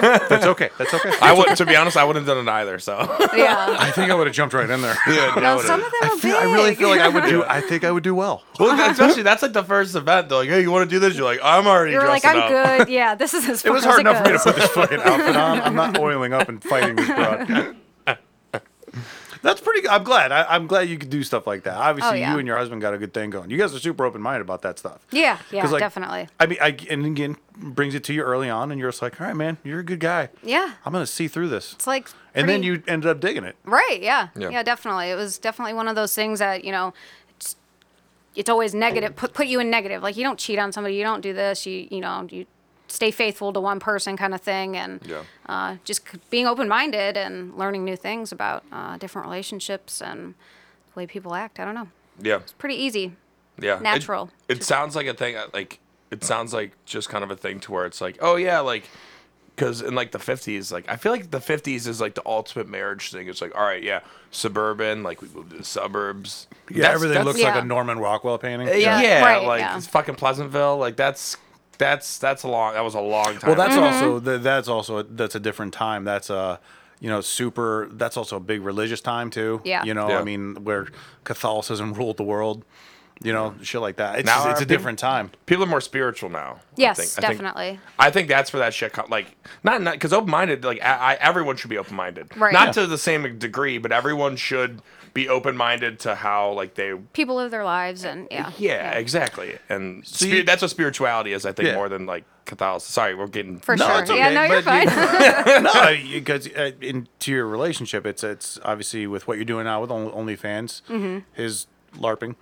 [SPEAKER 3] [laughs]
[SPEAKER 4] That's okay. That's okay.
[SPEAKER 1] [laughs] I would. To be honest, I wouldn't have done it either. So
[SPEAKER 3] yeah.
[SPEAKER 4] I think I would have jumped right in there.
[SPEAKER 1] Yeah, I
[SPEAKER 3] No,
[SPEAKER 1] would've-
[SPEAKER 3] some of them
[SPEAKER 4] I,
[SPEAKER 3] are
[SPEAKER 4] feel,
[SPEAKER 3] big.
[SPEAKER 4] I really feel like I would do. I think I would do well.
[SPEAKER 1] Well, that- especially that's like the first event. They're like, "Hey, you want to do this?" You're like, "I'm already."
[SPEAKER 3] You're like,
[SPEAKER 1] dressing
[SPEAKER 3] I'm
[SPEAKER 1] up."
[SPEAKER 4] [laughs]
[SPEAKER 3] good. Yeah, this is as far
[SPEAKER 4] It was
[SPEAKER 3] as
[SPEAKER 4] hard
[SPEAKER 3] it
[SPEAKER 4] enough for me to
[SPEAKER 3] goes.
[SPEAKER 4] put this fucking outfit on. I'm not oiling up and fighting this broad. [laughs] That's pretty. good. I'm glad. I, I'm glad you could do stuff like that. Obviously,
[SPEAKER 3] Oh, yeah.
[SPEAKER 4] you and your husband got a good thing going. You guys are super open minded about that stuff.
[SPEAKER 3] Yeah, yeah,
[SPEAKER 4] 'Cause, like,
[SPEAKER 3] definitely.
[SPEAKER 4] I mean, I, and again, brings it to you early on, and you're just like, all right, man, you're a good guy.
[SPEAKER 3] Yeah.
[SPEAKER 4] I'm gonna see through this.
[SPEAKER 3] It's like.
[SPEAKER 4] and then
[SPEAKER 3] pretty-
[SPEAKER 4] you ended up digging it.
[SPEAKER 3] Right. Yeah.
[SPEAKER 1] Yeah.
[SPEAKER 3] yeah. Definitely. It was definitely one of those things that you know, it's, it's always negative. Put put you in negative. Like you don't cheat on somebody. You don't do this. You you know you stay faithful to one person kind of thing and
[SPEAKER 1] Yeah.
[SPEAKER 3] uh, just c- being open-minded and learning new things about uh, different relationships and the way people act i don't know
[SPEAKER 1] Yeah,
[SPEAKER 3] pretty easy
[SPEAKER 1] yeah. It-
[SPEAKER 3] Natural.
[SPEAKER 1] It, sounds like a thing. uh, Like it sounds like just kind of a thing to where it's like, oh yeah, like because in like the 50s, like I feel like the 50s is like the ultimate marriage thing. It's like, all right, yeah, suburban. Like we moved to the suburbs. That's- that's-
[SPEAKER 3] like a Yeah.
[SPEAKER 4] Norman Rockwell painting.
[SPEAKER 1] yeah,
[SPEAKER 3] Yeah. Right,
[SPEAKER 1] like
[SPEAKER 3] yeah.
[SPEAKER 1] it's fucking Pleasantville. Like that's that's that's a long. That was a long time.
[SPEAKER 4] Well, that's
[SPEAKER 1] ago.
[SPEAKER 4] also th- that's also that's a different time. That's a you know super. That's also a big religious time too.
[SPEAKER 3] Yeah.
[SPEAKER 4] You know,
[SPEAKER 1] Yeah.
[SPEAKER 4] I mean, where Catholicism [laughs] ruled the world. You know, shit like that. It's
[SPEAKER 1] Now
[SPEAKER 4] just-
[SPEAKER 1] our
[SPEAKER 4] it's a
[SPEAKER 1] people- [laughs]
[SPEAKER 4] different time.
[SPEAKER 1] people are more spiritual now.
[SPEAKER 3] Yes,
[SPEAKER 1] I
[SPEAKER 3] definitely.
[SPEAKER 1] I think that's where that shit comes. Like, not not because open minded. Like, I, I everyone should be open minded.
[SPEAKER 3] Right.
[SPEAKER 1] Not
[SPEAKER 3] Yeah.
[SPEAKER 1] to the same degree, but everyone should be open minded to how like they.
[SPEAKER 3] people live their lives and yeah
[SPEAKER 1] Yeah, exactly. And
[SPEAKER 4] you-
[SPEAKER 1] spi- that's what spirituality is. I think
[SPEAKER 4] Yeah.
[SPEAKER 1] more than like Catholicism. Sorry, we're getting
[SPEAKER 3] for sure
[SPEAKER 4] it's
[SPEAKER 3] yeah
[SPEAKER 4] okay,
[SPEAKER 3] no you're
[SPEAKER 4] but
[SPEAKER 3] fine [laughs]
[SPEAKER 4] you- no, because uh, into your relationship, it's it's obviously with what you're doing now with Only- OnlyFans, his LARPing,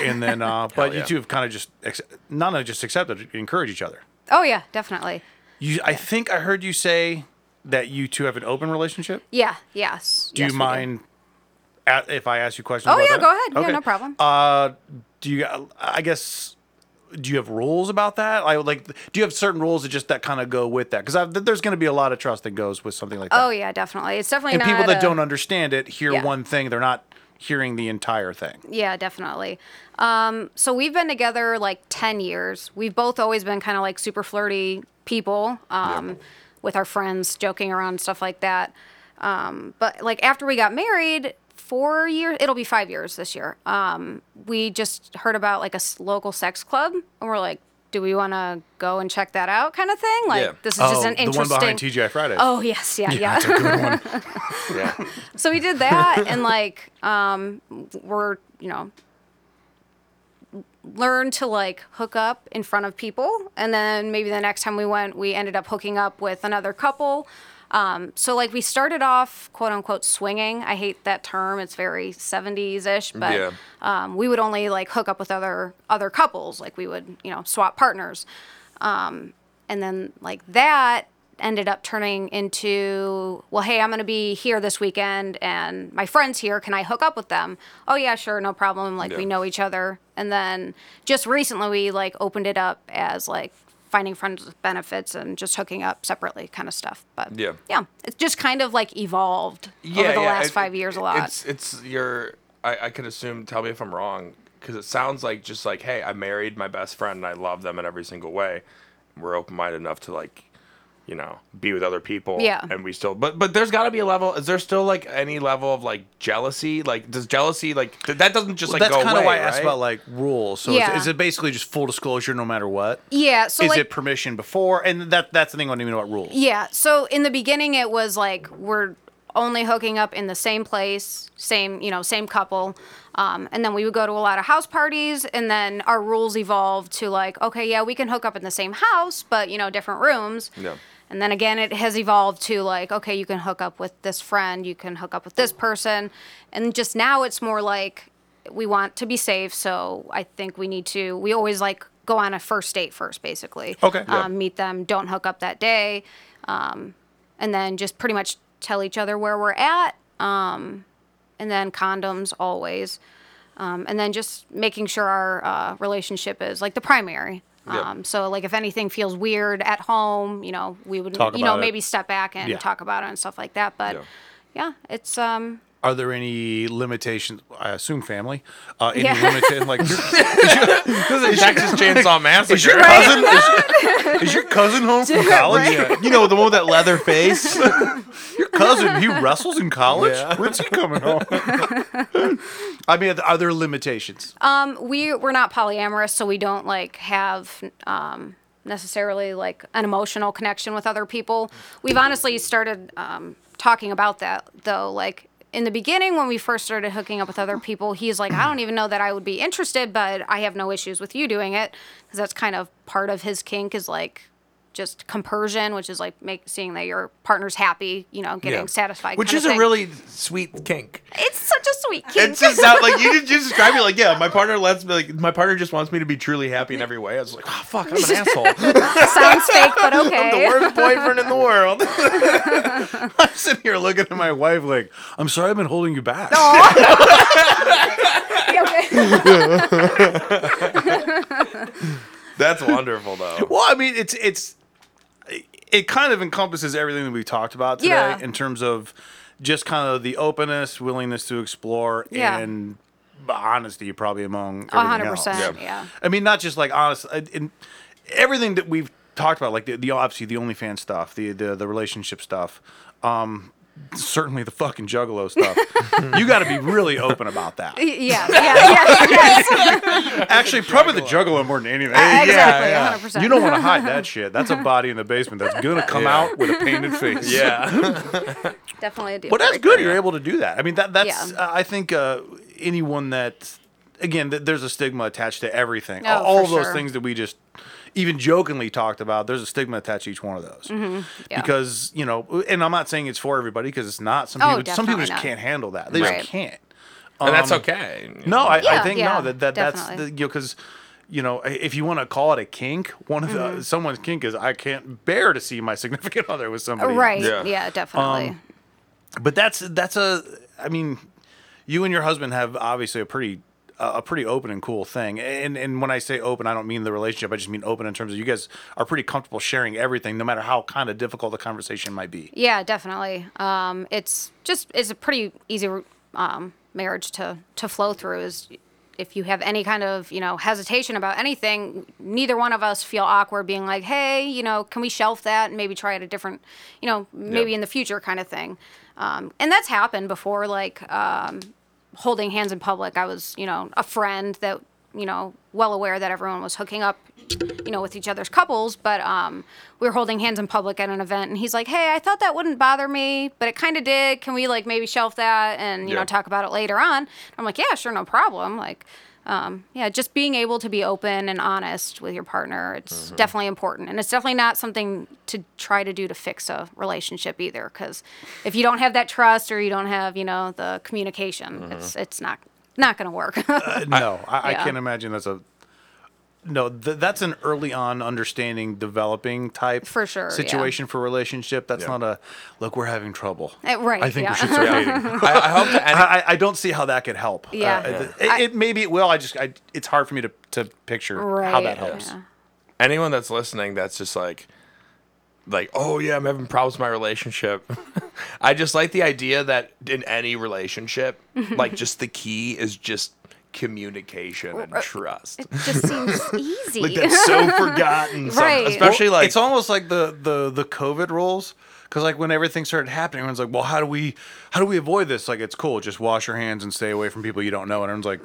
[SPEAKER 4] and
[SPEAKER 1] [laughs]
[SPEAKER 4] then uh, but you
[SPEAKER 1] yeah.
[SPEAKER 4] two have kind of just ex- not only just accepted, encourage each other.
[SPEAKER 3] oh yeah definitely
[SPEAKER 4] You, I think I heard you say that you two have an open relationship.
[SPEAKER 3] yeah yes
[SPEAKER 4] Do
[SPEAKER 3] yes,
[SPEAKER 4] you
[SPEAKER 3] we
[SPEAKER 4] mind a if I ask you questions?
[SPEAKER 3] oh
[SPEAKER 4] about
[SPEAKER 3] yeah
[SPEAKER 4] that?
[SPEAKER 3] go ahead yeah
[SPEAKER 4] Okay.
[SPEAKER 3] no problem
[SPEAKER 4] Uh, do you? I guess. Do you have rules about that? I would like. Do you have certain rules that just that kind of go with that? Because there's going to be a lot of trust that goes with something like that.
[SPEAKER 3] oh yeah definitely it's definitely
[SPEAKER 4] and
[SPEAKER 3] not
[SPEAKER 4] people that
[SPEAKER 3] a-
[SPEAKER 4] don't understand it hear
[SPEAKER 3] Yeah.
[SPEAKER 4] one thing; they're not hearing the entire thing.
[SPEAKER 3] Yeah, definitely. Um, so we've been together like 10 years. We've both always been kind of like super flirty people um, with our friends, joking around, stuff like that. Um, but like after we got married, four years. It'll be five years this year. Um, we just heard about like a s- local sex club, and we're like, do we want to go and check that out, kind of thing? Like
[SPEAKER 1] Yeah.
[SPEAKER 3] this is
[SPEAKER 4] Oh,
[SPEAKER 3] just an
[SPEAKER 4] the one
[SPEAKER 3] interesting.
[SPEAKER 4] behind TGI Fridays.
[SPEAKER 3] Oh yes, yeah, yeah.
[SPEAKER 4] That's a good one.
[SPEAKER 3] [laughs]
[SPEAKER 1] Yeah.
[SPEAKER 3] so we did that, and like um, we're you know learn to like hook up in front of people, and then maybe the next time we went, we ended up hooking up with another couple. Um, so like we started off quote unquote swinging. I hate that term; it's very '70s ish, but
[SPEAKER 1] Yeah.
[SPEAKER 3] um, we would only like hook up with other other couples. Like we would you know swap partners and then like that ended up turning into well hey i'm going to be here this weekend and my friends here can i hook up with them oh yeah sure no problem like we
[SPEAKER 1] Yeah.
[SPEAKER 3] know each other and then just recently we like opened it up as like finding friends with benefits and just hooking up separately kind of stuff but
[SPEAKER 1] Yeah.
[SPEAKER 3] yeah it's just kind of like evolved over the last
[SPEAKER 1] it-
[SPEAKER 3] five years a lot
[SPEAKER 1] It's it's your I, I could assume. Tell me if I'm wrong, because it sounds like just like hey, I married my best friend and I love them in every single way. We're open minded enough to like, you know, be with other people.
[SPEAKER 3] Yeah.
[SPEAKER 1] And we still, but but there's got to be a level. Is there still like any level of like jealousy? Like does jealousy like th- that doesn't just like
[SPEAKER 4] That's
[SPEAKER 1] go
[SPEAKER 4] kind
[SPEAKER 1] away?
[SPEAKER 4] of why I
[SPEAKER 1] right?
[SPEAKER 4] asked
[SPEAKER 1] [laughs]
[SPEAKER 4] about like rules. So
[SPEAKER 3] Yeah.
[SPEAKER 4] is, is it basically just full disclosure no matter what?
[SPEAKER 3] yeah so
[SPEAKER 4] is
[SPEAKER 3] like
[SPEAKER 4] it permission before? And that that's the thing I don't even know about rules.
[SPEAKER 3] Yeah. So in the beginning, it was like we're only hooking up in the same place, same you know, same couple. Um, and then we would go to a lot of house parties, and then our rules evolved to like, okay, yeah, we can hook up in the same house, but you know, different rooms.
[SPEAKER 1] Yeah.
[SPEAKER 3] And then again, it has evolved to like, okay, you can hook up with this friend, you can hook up with this person, and just now it's more like we want to be safe, so I think we need to. We always like go on a first date first, basically
[SPEAKER 4] Okay. Yeah.
[SPEAKER 3] um, meet them, don't hook up that day, um, and then just pretty much tell each other where we're at, um, and then condoms always, um, and then just making sure our uh, relationship is like the primary.
[SPEAKER 1] Yeah.
[SPEAKER 3] Um, So like if anything feels weird at home, you know, we would
[SPEAKER 4] Talk
[SPEAKER 3] you know
[SPEAKER 4] about it.
[SPEAKER 3] maybe step back and
[SPEAKER 4] Yeah.
[SPEAKER 3] talk about it and stuff like that. But
[SPEAKER 1] Yeah.
[SPEAKER 3] yeah, it's um
[SPEAKER 4] Are there any limitations? I asome family. Uh, any
[SPEAKER 3] Yeah.
[SPEAKER 4] limitation? Like
[SPEAKER 1] this is a Texas Chainsaw Massacre.
[SPEAKER 4] is your cousin? Is, is your cousin home from college?
[SPEAKER 1] Yeah.
[SPEAKER 4] You know the one with that leather face. [laughs] your cousin, he wrestles in college.
[SPEAKER 1] Yeah.
[SPEAKER 4] When's he coming home?
[SPEAKER 1] [laughs]
[SPEAKER 4] I mean, are there limitations?
[SPEAKER 3] Um, we we're not polyamorous, so we don't like have um, necessarily like an emotional connection with other people. We've honestly started um, talking about that though. Like in the beginning, when we first started hooking up with other people, he's like, I don't even know that I would be interested, but I have no issues with you doing it because that's kind of part of his kink is like just compersion, which is like make, seeing that your partner's happy, you know, getting satisfied.
[SPEAKER 1] Which
[SPEAKER 3] kind
[SPEAKER 1] is
[SPEAKER 3] of
[SPEAKER 1] a
[SPEAKER 3] thing.
[SPEAKER 1] really sweet kink.
[SPEAKER 3] it's such a sweet kink.
[SPEAKER 1] It's just not like you just, you described it like yeah, my partner lets me like my partner just wants me to be truly happy in every way. I was like, oh fuck, [laughs] I'm an asshole. [laughs]
[SPEAKER 3] sounds fake, but okay.
[SPEAKER 1] the
[SPEAKER 3] [laughs]
[SPEAKER 1] worst boyfriend in the world.
[SPEAKER 4] [laughs] I'm sitting here looking at my wife like, I'm sorry I've been holding you back.
[SPEAKER 1] [laughs] That's wonderful, [laughs] though.
[SPEAKER 4] Well, I mean, it's it's it kind of encompasses everything that we've talked about today
[SPEAKER 3] Yeah.
[SPEAKER 4] in terms of just kind of the openness, willingness to explore,
[SPEAKER 3] Yeah.
[SPEAKER 4] and honesty probably among
[SPEAKER 3] A
[SPEAKER 4] everything
[SPEAKER 3] hundred
[SPEAKER 4] else.
[SPEAKER 3] percent.
[SPEAKER 1] Yeah.
[SPEAKER 3] Yeah.
[SPEAKER 4] I mean, not just like honest I- in everything that we've talked about, like the, the obviously the OnlyFans stuff, the the, the relationship stuff. Um, certainly the fucking juggalo
[SPEAKER 3] [laughs]
[SPEAKER 4] stuff. you got to be really open about that.
[SPEAKER 3] Y- [laughs] Yeah. Yeah. Yeah. yes.
[SPEAKER 4] Actually, probably the juggalo more
[SPEAKER 3] [laughs]
[SPEAKER 4] than anything.
[SPEAKER 3] exactly. A hundred percent.
[SPEAKER 4] You don't want to
[SPEAKER 3] [laughs]
[SPEAKER 4] hide that shit. That's a body in the basement that's gonna come
[SPEAKER 1] Yeah.
[SPEAKER 4] out with a painted
[SPEAKER 1] [laughs]
[SPEAKER 4] face. [laughs]
[SPEAKER 1] Yeah.
[SPEAKER 3] definitely a deal
[SPEAKER 4] but that's
[SPEAKER 3] breaker.
[SPEAKER 4] good. You're able to do that. I mean, that that's.
[SPEAKER 3] Yeah.
[SPEAKER 4] Uh, I think uh, anyone that, again, th- there's a stigma attached to everything.
[SPEAKER 3] Oh,
[SPEAKER 4] All, all
[SPEAKER 3] for
[SPEAKER 4] of those
[SPEAKER 3] sure.
[SPEAKER 4] things that we just, even jokingly talked about. There's a stigma attached to each one of those
[SPEAKER 3] Mm-hmm. Yeah.
[SPEAKER 4] because you know, and I'm not saying it's for everybody because it's not. Some
[SPEAKER 3] Oh,
[SPEAKER 4] people, some people
[SPEAKER 3] definitely
[SPEAKER 4] just
[SPEAKER 3] not.
[SPEAKER 4] can't handle that. They
[SPEAKER 3] Right.
[SPEAKER 4] just can't.
[SPEAKER 1] And that's
[SPEAKER 4] Um,
[SPEAKER 1] okay.
[SPEAKER 4] No, I, I
[SPEAKER 3] Yeah,
[SPEAKER 4] think
[SPEAKER 3] yeah,
[SPEAKER 4] no that, that that's the,
[SPEAKER 3] definitely.
[SPEAKER 4] you know because you know i- if you want to call it a kink, one of the
[SPEAKER 3] Mm-hmm.
[SPEAKER 4] someone's kink is I can't bear to see my [laughs] significant other with somebody. else.
[SPEAKER 3] Right.
[SPEAKER 1] Yeah.
[SPEAKER 3] Yeah. definitely.
[SPEAKER 4] Um, But that's that's a I mean, you and your husband have obviously a pretty uh, a pretty open and cool thing. And and when I say open, I don't mean the relationship. I just mean open in terms of you guys are pretty comfortable sharing everything, no matter how kind of difficult the conversation might be.
[SPEAKER 3] yeah, definitely. Um, it's just it's a pretty easy um, marriage to to flow through. Is if you have any kind of you know hesitation about anything, neither one of us feel awkward being like, hey, you know, can we shelf that and maybe try it a different, you know, maybe
[SPEAKER 1] Yeah.
[SPEAKER 3] in the future kind of thing. Um, and that's happened before, like um, holding hands in public. I was you know a friend that you know well aware that everyone was hooking up you know with each other's couples but um we were holding hands in public at an event and he's like hey i thought that wouldn't bother me but it kind of did can we like maybe shelf that and you
[SPEAKER 1] Yeah.
[SPEAKER 3] know talk about it later on i'm like yeah sure no problem like um, yeah just being able to be open and honest with your partner it's definitely important and it's definitely not something to try to do to fix a relationship either because if you don't have that trust or you don't have you know the communication it's it's not not gonna work [laughs]
[SPEAKER 4] no, I, I,
[SPEAKER 3] yeah.
[SPEAKER 4] can't imagine that's a. No, th- that's an early on understanding, developing type
[SPEAKER 3] For sure, yeah.
[SPEAKER 4] situation for relationship. That's
[SPEAKER 1] Yeah.
[SPEAKER 4] not a look. We're having trouble.
[SPEAKER 3] Eh, right,
[SPEAKER 4] I think
[SPEAKER 3] yeah.
[SPEAKER 4] we
[SPEAKER 3] [laughs]
[SPEAKER 4] should start dating.
[SPEAKER 1] Yeah. I, I hope to
[SPEAKER 4] I, I- I don't see how that could help.
[SPEAKER 3] Yeah.
[SPEAKER 4] Uh, it-
[SPEAKER 3] Yeah.
[SPEAKER 4] it, it maybe it will. I just I, it's hard for me to, to picture
[SPEAKER 3] right
[SPEAKER 4] how that helps.
[SPEAKER 3] yeah.
[SPEAKER 1] anyone that's listening that's just like like oh yeah i'm having problems with my relationship [laughs] i just like the idea that in any [laughs] relationship like just the key is just communication and trust [laughs]
[SPEAKER 3] it just seems easy
[SPEAKER 1] like that's so forgotten some-
[SPEAKER 3] Right.
[SPEAKER 1] especially
[SPEAKER 4] Well,
[SPEAKER 1] like
[SPEAKER 4] it's almost like the the the COVID rules. Because like when everything started happening, everyone's like, "Well, how do we how do we avoid this?" Like it's cool, just wash your hands and stay away from people you don't know. And everyone's like,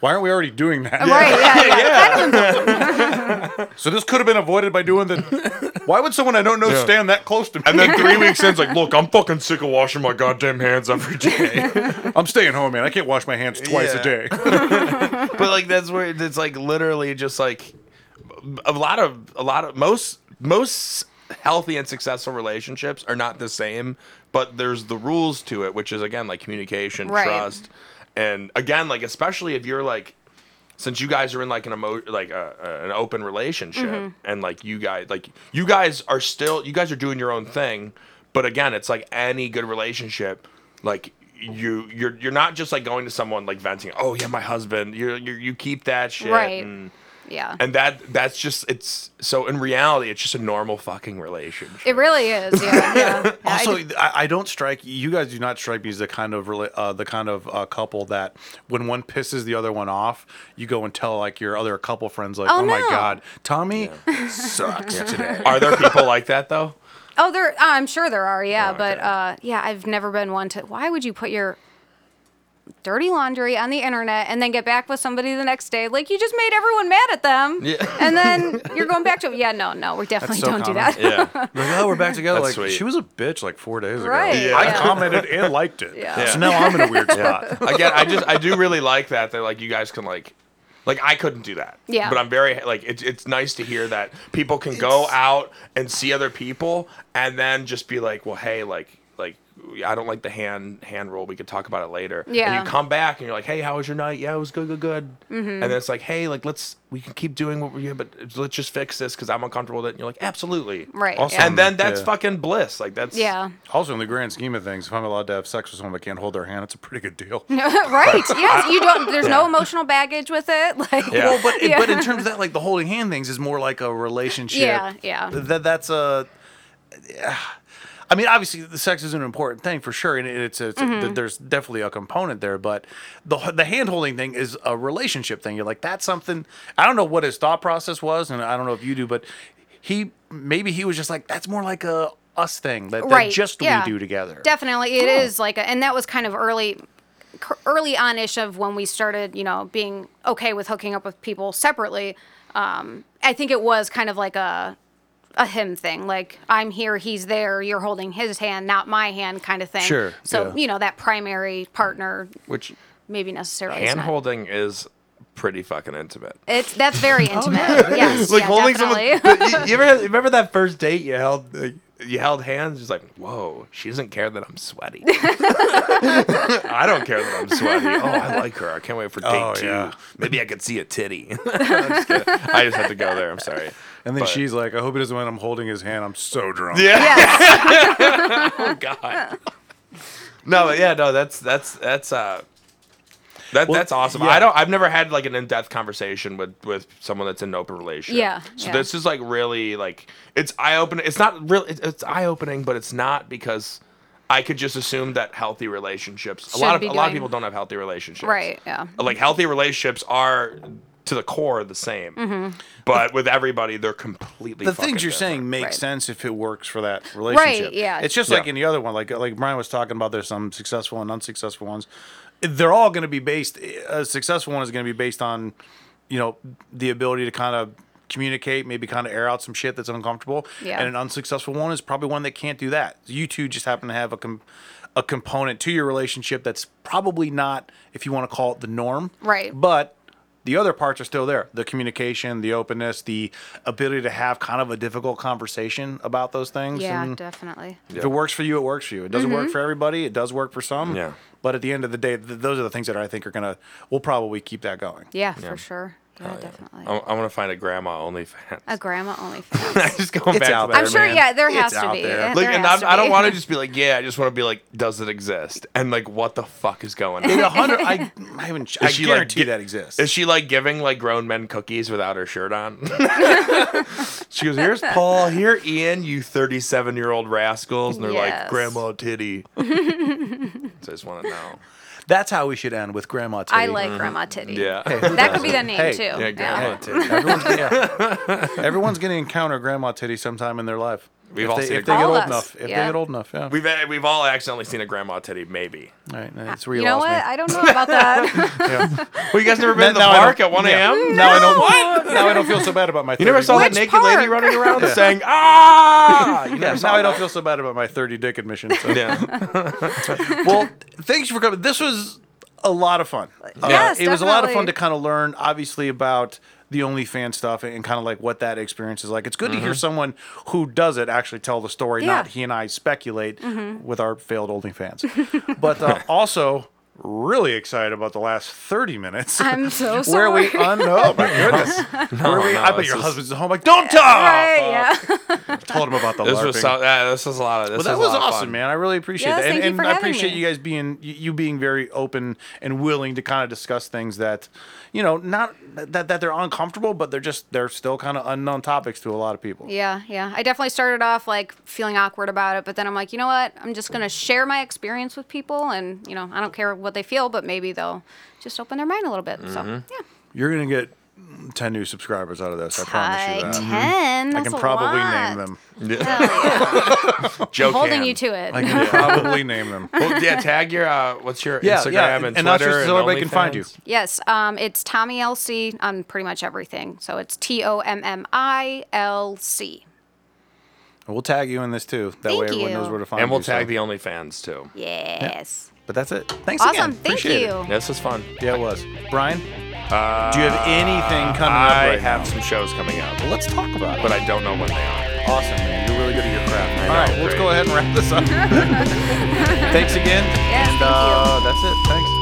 [SPEAKER 4] "Why aren't we already doing
[SPEAKER 3] [laughs]
[SPEAKER 4] that?"
[SPEAKER 3] right yeah, yeah.
[SPEAKER 4] So this could have been avoided by
[SPEAKER 3] [laughs]
[SPEAKER 4] doing the. Why would someone I don't know stand that close to me?
[SPEAKER 1] and then three weeks in it's like look i'm fucking sick of washing my goddamn hands every day
[SPEAKER 4] I'm staying home, man. I can't wash my hands twice
[SPEAKER 1] Yeah.
[SPEAKER 3] [laughs]
[SPEAKER 4] a day.
[SPEAKER 1] [laughs] but like that's where it's like literally just like a lot of a lot of most most healthy and successful relationships are not the same but there's the rules to it which is again like communication
[SPEAKER 3] Right.
[SPEAKER 1] trust and again like especially if you're like since you guys are in like an emo like a, a- an open relationship and like you guys like you guys are still you guys are doing your own thing but again it's like any good relationship like you you're you're not just like going to someone like venting oh yeah my husband you you you keep that shit
[SPEAKER 3] Right.
[SPEAKER 1] and,
[SPEAKER 3] yeah.
[SPEAKER 1] and that that's just it's so in reality it's just a normal fucking relationship
[SPEAKER 3] it really is yeah, yeah. Yeah, I
[SPEAKER 4] [laughs] also,
[SPEAKER 3] do-
[SPEAKER 4] I, I don't strike you guys. Do not strike me as the kind of rela- uh, the kind of uh, couple that when one pisses the other one off, you go and tell like your other couple friends, like, "Oh,
[SPEAKER 3] Oh,
[SPEAKER 4] my
[SPEAKER 3] no.
[SPEAKER 4] god, Tommy sucks today."
[SPEAKER 1] are there people like that though
[SPEAKER 3] oh there i'm sure there are yeah
[SPEAKER 1] Oh,
[SPEAKER 3] but
[SPEAKER 1] okay.
[SPEAKER 3] uh yeah i've never been one to why would you put your dirty laundry on the internet and then get back with somebody the next day like you just made everyone mad at them
[SPEAKER 1] Yeah. [laughs]
[SPEAKER 3] and then you're going back to yeah no no we definitely
[SPEAKER 4] so
[SPEAKER 3] don't do
[SPEAKER 4] common.
[SPEAKER 3] that
[SPEAKER 1] yeah
[SPEAKER 4] Like, oh, we're back together.
[SPEAKER 1] That's
[SPEAKER 4] like,
[SPEAKER 1] sweet.
[SPEAKER 4] she was a bitch like four days ago.
[SPEAKER 3] Right, Yeah.
[SPEAKER 4] I
[SPEAKER 3] yeah.
[SPEAKER 4] commented and liked it.
[SPEAKER 3] Yeah.
[SPEAKER 4] So now I'm in a weird spot.
[SPEAKER 1] again i just i do really like that that like you guys can like like i couldn't do that
[SPEAKER 3] Yeah.
[SPEAKER 1] but i'm very like it's it's nice to hear that people can go out and see other people and then just be like well hey like like I don't like the hand hand roll. We could talk about it later.
[SPEAKER 3] Yeah. Mm-hmm.
[SPEAKER 1] And you come back and you're like, "Hey, how was your night? Yeah, it was good, good, good." And then it's like, "Hey, like let's we can keep doing what we but let's just fix this because I'm uncomfortable with it." And you're like, "Absolutely."
[SPEAKER 3] right
[SPEAKER 4] Also-
[SPEAKER 3] yeah.
[SPEAKER 1] And then that's
[SPEAKER 4] Yeah.
[SPEAKER 1] fucking bliss. Like that's
[SPEAKER 3] yeah [laughs]
[SPEAKER 4] Also, in the grand scheme of things, if I'm allowed to have sex with someone that can't hold their hand, it's a pretty good deal.
[SPEAKER 3] right yes you don't there's no emotional baggage with it [laughs] like
[SPEAKER 1] Yeah.
[SPEAKER 4] Well, but
[SPEAKER 3] Yeah.
[SPEAKER 4] but in terms of that, like the holding hand things is more like a relationship.
[SPEAKER 3] Yeah, yeah.
[SPEAKER 4] That that's a. I mean, obviously, the sex is an important thing for sure, and it's, it's
[SPEAKER 3] Mm-hmm.
[SPEAKER 4] there's definitely a component there. But the the hand holding thing is a relationship thing. You're like, that's something. I don't know what his thought process was, and I don't know if you do, but he maybe he was just like, that's more like a us thing that, that
[SPEAKER 3] Right,
[SPEAKER 4] just
[SPEAKER 3] yeah.
[SPEAKER 4] we do together.
[SPEAKER 3] Definitely, it is like, a, and that was kind of early, cur- early on ish of when we started, you know, being okay with hooking up with people separately. Um, I think it was kind of like a, a him thing, like I'm here, he's there, you're holding his hand, not my hand, kind of thing.
[SPEAKER 4] Sure,
[SPEAKER 3] So
[SPEAKER 4] yeah.
[SPEAKER 3] you know that primary partner,
[SPEAKER 1] which
[SPEAKER 3] maybe necessarily is
[SPEAKER 1] hand
[SPEAKER 3] not.
[SPEAKER 1] holding is pretty fucking intimate.
[SPEAKER 3] It's that's very intimate. yes,
[SPEAKER 1] like
[SPEAKER 3] yeah,
[SPEAKER 1] holding
[SPEAKER 3] definitely.
[SPEAKER 1] [laughs] someone. but You, you ever remember that first date you held? Like, you held hands. Just like, whoa, she doesn't care that I'm sweaty. I don't care that I'm sweaty. Oh, I like her. I can't wait for date
[SPEAKER 4] Oh,
[SPEAKER 1] two.
[SPEAKER 4] yeah.
[SPEAKER 1] Maybe I could see a
[SPEAKER 4] [laughs]
[SPEAKER 1] titty. [laughs] I'm just kidding. I just have to go there. I'm sorry.
[SPEAKER 4] and then
[SPEAKER 1] But-
[SPEAKER 4] she's like, I hope he doesn't mind. I'm holding his hand. I'm so drunk.
[SPEAKER 1] Yeah.
[SPEAKER 3] yes,
[SPEAKER 1] Oh God. No, but yeah, no. That's that's that's uh. That,
[SPEAKER 4] Well,
[SPEAKER 1] that's awesome.
[SPEAKER 4] yeah.
[SPEAKER 1] I don't. I've never had like an in-depth conversation with with someone that's in an open relationship.
[SPEAKER 3] Yeah,
[SPEAKER 1] So
[SPEAKER 3] yeah.
[SPEAKER 1] this is like really like it's eye opening. It's not real. It's, it's eye opening, but it's not because I could just assume that healthy relationships. a lot of
[SPEAKER 3] Should be
[SPEAKER 1] a lot of
[SPEAKER 3] doing-
[SPEAKER 1] people don't have healthy relationships.
[SPEAKER 3] Right, yeah.
[SPEAKER 1] Like healthy relationships are to the core the same,
[SPEAKER 3] Mm-hmm.
[SPEAKER 1] but with everybody they're completely.
[SPEAKER 4] the
[SPEAKER 1] fucking
[SPEAKER 4] things you're saying
[SPEAKER 1] different.
[SPEAKER 4] make
[SPEAKER 3] Right.
[SPEAKER 4] sense if it works for that relationship.
[SPEAKER 3] yeah.
[SPEAKER 4] It's just like
[SPEAKER 1] Yeah.
[SPEAKER 4] any other one. Like like Brian was talking about, there's some successful and unsuccessful ones. They're all going to be based. A successful one is going to be based on, you know, the ability to kind of communicate, maybe kind of air out some shit that's uncomfortable.
[SPEAKER 3] Yeah.
[SPEAKER 4] And an unsuccessful one is probably one that can't do that. You two just happen to have a com- a component to your relationship that's probably not, if you want to call it, the norm.
[SPEAKER 3] Right.
[SPEAKER 4] But the other parts are still there the communication, the openness, the ability to have kind of a difficult conversation about those
[SPEAKER 3] [laughs]
[SPEAKER 4] things.
[SPEAKER 3] Yeah,
[SPEAKER 4] and
[SPEAKER 3] definitely. Mm-hmm.
[SPEAKER 4] If it works for you, it works for you. It doesn't work for everybody, it does work for some.
[SPEAKER 1] Yeah.
[SPEAKER 4] But at the end of the day, th- those are the things that I think are going to, we'll probably keep that going.
[SPEAKER 3] Yeah, for sure. Yeah, definitely.
[SPEAKER 1] I, I want to find a grandma OnlyFans.
[SPEAKER 3] A grandma
[SPEAKER 1] [laughs]
[SPEAKER 3] only fan.
[SPEAKER 1] just going
[SPEAKER 4] It's
[SPEAKER 1] back
[SPEAKER 4] out
[SPEAKER 1] to that.
[SPEAKER 4] there,
[SPEAKER 3] I'm sure,
[SPEAKER 4] man.
[SPEAKER 3] yeah, there
[SPEAKER 4] It's
[SPEAKER 3] has to
[SPEAKER 4] out
[SPEAKER 3] be.
[SPEAKER 4] there.
[SPEAKER 3] Yeah,
[SPEAKER 1] Like,
[SPEAKER 3] there
[SPEAKER 1] and
[SPEAKER 3] has
[SPEAKER 1] I'm,
[SPEAKER 3] to
[SPEAKER 1] I don't
[SPEAKER 3] be. [laughs]
[SPEAKER 1] want to just be like, yeah. I just want to be like, does it exist? And like, what the fuck is going on?
[SPEAKER 4] A hundred, I,
[SPEAKER 3] [laughs]
[SPEAKER 4] I, even, I
[SPEAKER 1] she, like,
[SPEAKER 4] guarantee
[SPEAKER 1] get-
[SPEAKER 4] that exists.
[SPEAKER 1] Is she like giving like grown men cookies without her shirt
[SPEAKER 4] [laughs]
[SPEAKER 1] on? [laughs] she goes, "Here's Paul, here Ian, you 37 year old rascals," and they're like,
[SPEAKER 3] Yes.
[SPEAKER 1] "Grandma
[SPEAKER 3] [laughs]
[SPEAKER 1] titty." so I just want to know.
[SPEAKER 4] That's how we should end with Grandma Titty.
[SPEAKER 3] I like grandma titty.
[SPEAKER 1] Yeah.
[SPEAKER 3] That could be the name
[SPEAKER 4] Mm-hmm. Hey,
[SPEAKER 3] too.
[SPEAKER 4] yeah,
[SPEAKER 1] Yeah, grandma titty.
[SPEAKER 4] Everyone's, yeah.
[SPEAKER 1] [laughs]
[SPEAKER 4] Everyone's going to encounter Grandma Titty sometime in their life.
[SPEAKER 1] We've
[SPEAKER 4] if
[SPEAKER 1] all
[SPEAKER 4] they,
[SPEAKER 1] seen
[SPEAKER 4] if
[SPEAKER 1] it.
[SPEAKER 4] they get
[SPEAKER 3] All
[SPEAKER 4] old
[SPEAKER 3] us,
[SPEAKER 4] enough. If they
[SPEAKER 3] yeah.
[SPEAKER 4] get old enough,
[SPEAKER 1] [laughs]
[SPEAKER 4] yeah.
[SPEAKER 1] We've eh, we've all accidentally seen a grandma titty, maybe.
[SPEAKER 4] all right, that's where you,
[SPEAKER 3] You know
[SPEAKER 4] lost
[SPEAKER 3] what?
[SPEAKER 4] me.
[SPEAKER 3] I don't know about
[SPEAKER 4] [laughs]
[SPEAKER 3] that.
[SPEAKER 1] Well, you guys never been to the
[SPEAKER 4] Now I
[SPEAKER 1] park
[SPEAKER 4] don't-
[SPEAKER 1] at 1
[SPEAKER 4] yeah.
[SPEAKER 1] a.m.
[SPEAKER 4] Now I don't. Now I don't feel so bad about my.
[SPEAKER 1] You never saw that
[SPEAKER 3] Which
[SPEAKER 1] naked lady
[SPEAKER 3] park?
[SPEAKER 1] running around saying, "Ah!" You
[SPEAKER 4] Yeah,
[SPEAKER 1] never
[SPEAKER 4] now
[SPEAKER 1] saw
[SPEAKER 4] I don't feel so bad about my thirty dick admission. So.
[SPEAKER 1] Yeah.
[SPEAKER 4] well, thanks for coming. This was a lot of fun. Uh,
[SPEAKER 3] Yes,
[SPEAKER 4] it was a lot of
[SPEAKER 3] definitely.
[SPEAKER 4] fun to kind of learn, obviously, about the OnlyFans stuff and kind of like what that experience is like. It's good to hear someone who does it actually tell the story, not
[SPEAKER 3] Yeah. Mm-hmm.
[SPEAKER 4] he and I speculate with our failed
[SPEAKER 3] [laughs]
[SPEAKER 4] OnlyFans. but uh, also. Really excited about the last thirty minutes.
[SPEAKER 3] I'm so
[SPEAKER 4] Where we
[SPEAKER 3] sorry.
[SPEAKER 4] un- oh my goodness. [laughs] Where we,
[SPEAKER 1] no,
[SPEAKER 4] I bet
[SPEAKER 1] this
[SPEAKER 4] your
[SPEAKER 1] is-
[SPEAKER 4] husband's at home like, don't talk.
[SPEAKER 3] [laughs] right? Yeah.
[SPEAKER 4] [laughs]
[SPEAKER 3] [laughs]
[SPEAKER 4] Told him about the
[SPEAKER 1] This
[SPEAKER 4] LARPing.
[SPEAKER 1] was so, yeah, this was a lot of this.
[SPEAKER 4] Well, that
[SPEAKER 1] was,
[SPEAKER 4] was,
[SPEAKER 1] a lot of
[SPEAKER 4] awesome,
[SPEAKER 1] fun.
[SPEAKER 4] man. I really appreciate
[SPEAKER 3] Yes,
[SPEAKER 4] that, and,
[SPEAKER 3] thank you
[SPEAKER 4] and
[SPEAKER 3] for
[SPEAKER 4] I
[SPEAKER 3] having
[SPEAKER 4] appreciate
[SPEAKER 3] me.
[SPEAKER 4] you guys being you- you being very open and willing to kind of discuss things that, you know, not that that they're uncomfortable, but they're just they're still kind of unknown topics to a lot of people.
[SPEAKER 3] Yeah, yeah. I definitely started off like feeling awkward about it, but then I'm like, you know what? I'm just gonna share my experience with people, and you know, I don't care what they feel, but maybe they'll just open their mind a little bit.
[SPEAKER 4] Mm-hmm.
[SPEAKER 3] So yeah,
[SPEAKER 4] You're gonna get ten new subscribers out of this. I
[SPEAKER 3] I
[SPEAKER 4] promise you that.
[SPEAKER 3] ten.
[SPEAKER 4] Mm-hmm. I
[SPEAKER 3] That's
[SPEAKER 4] can
[SPEAKER 3] a
[SPEAKER 4] probably
[SPEAKER 3] lot.
[SPEAKER 4] name them. [laughs]
[SPEAKER 1] Joe
[SPEAKER 3] Holding
[SPEAKER 1] can.
[SPEAKER 3] you to it.
[SPEAKER 4] I [laughs] can probably
[SPEAKER 3] [laughs]
[SPEAKER 4] name them.
[SPEAKER 1] well, yeah, tag your uh, what's your
[SPEAKER 4] Yeah,
[SPEAKER 1] Instagram
[SPEAKER 4] yeah,
[SPEAKER 1] and,
[SPEAKER 4] and that's
[SPEAKER 1] Twitter,
[SPEAKER 4] just so everybody can find you.
[SPEAKER 1] OnlyFans?
[SPEAKER 3] Yes, um, it's Tommy LC on pretty much everything. So it's T O M M I L C.
[SPEAKER 4] We'll tag you in this too. That way
[SPEAKER 3] Thank
[SPEAKER 4] everyone knows
[SPEAKER 3] you.
[SPEAKER 4] where to find
[SPEAKER 1] And we'll
[SPEAKER 4] you, so-
[SPEAKER 1] tag the OnlyFans too.
[SPEAKER 3] Yes.
[SPEAKER 4] But that's it. Thanks again.
[SPEAKER 3] Awesome. Thank
[SPEAKER 4] Appreciate it.
[SPEAKER 3] you.
[SPEAKER 1] This is fun.
[SPEAKER 4] Yeah, it was. Brian, do you have anything coming up
[SPEAKER 1] I
[SPEAKER 4] right
[SPEAKER 1] have
[SPEAKER 4] now?
[SPEAKER 1] some shows coming up,
[SPEAKER 4] Well, let's talk about it.
[SPEAKER 1] but I don't know when they are.
[SPEAKER 4] Awesome, man. You're really good at your craft.
[SPEAKER 1] I
[SPEAKER 4] All right,
[SPEAKER 1] know,
[SPEAKER 3] [laughs]
[SPEAKER 4] let's
[SPEAKER 1] great.
[SPEAKER 4] go ahead and wrap this up. Thanks again.
[SPEAKER 3] Yes,
[SPEAKER 4] and
[SPEAKER 3] thank you.
[SPEAKER 4] uh, that's it. Thanks.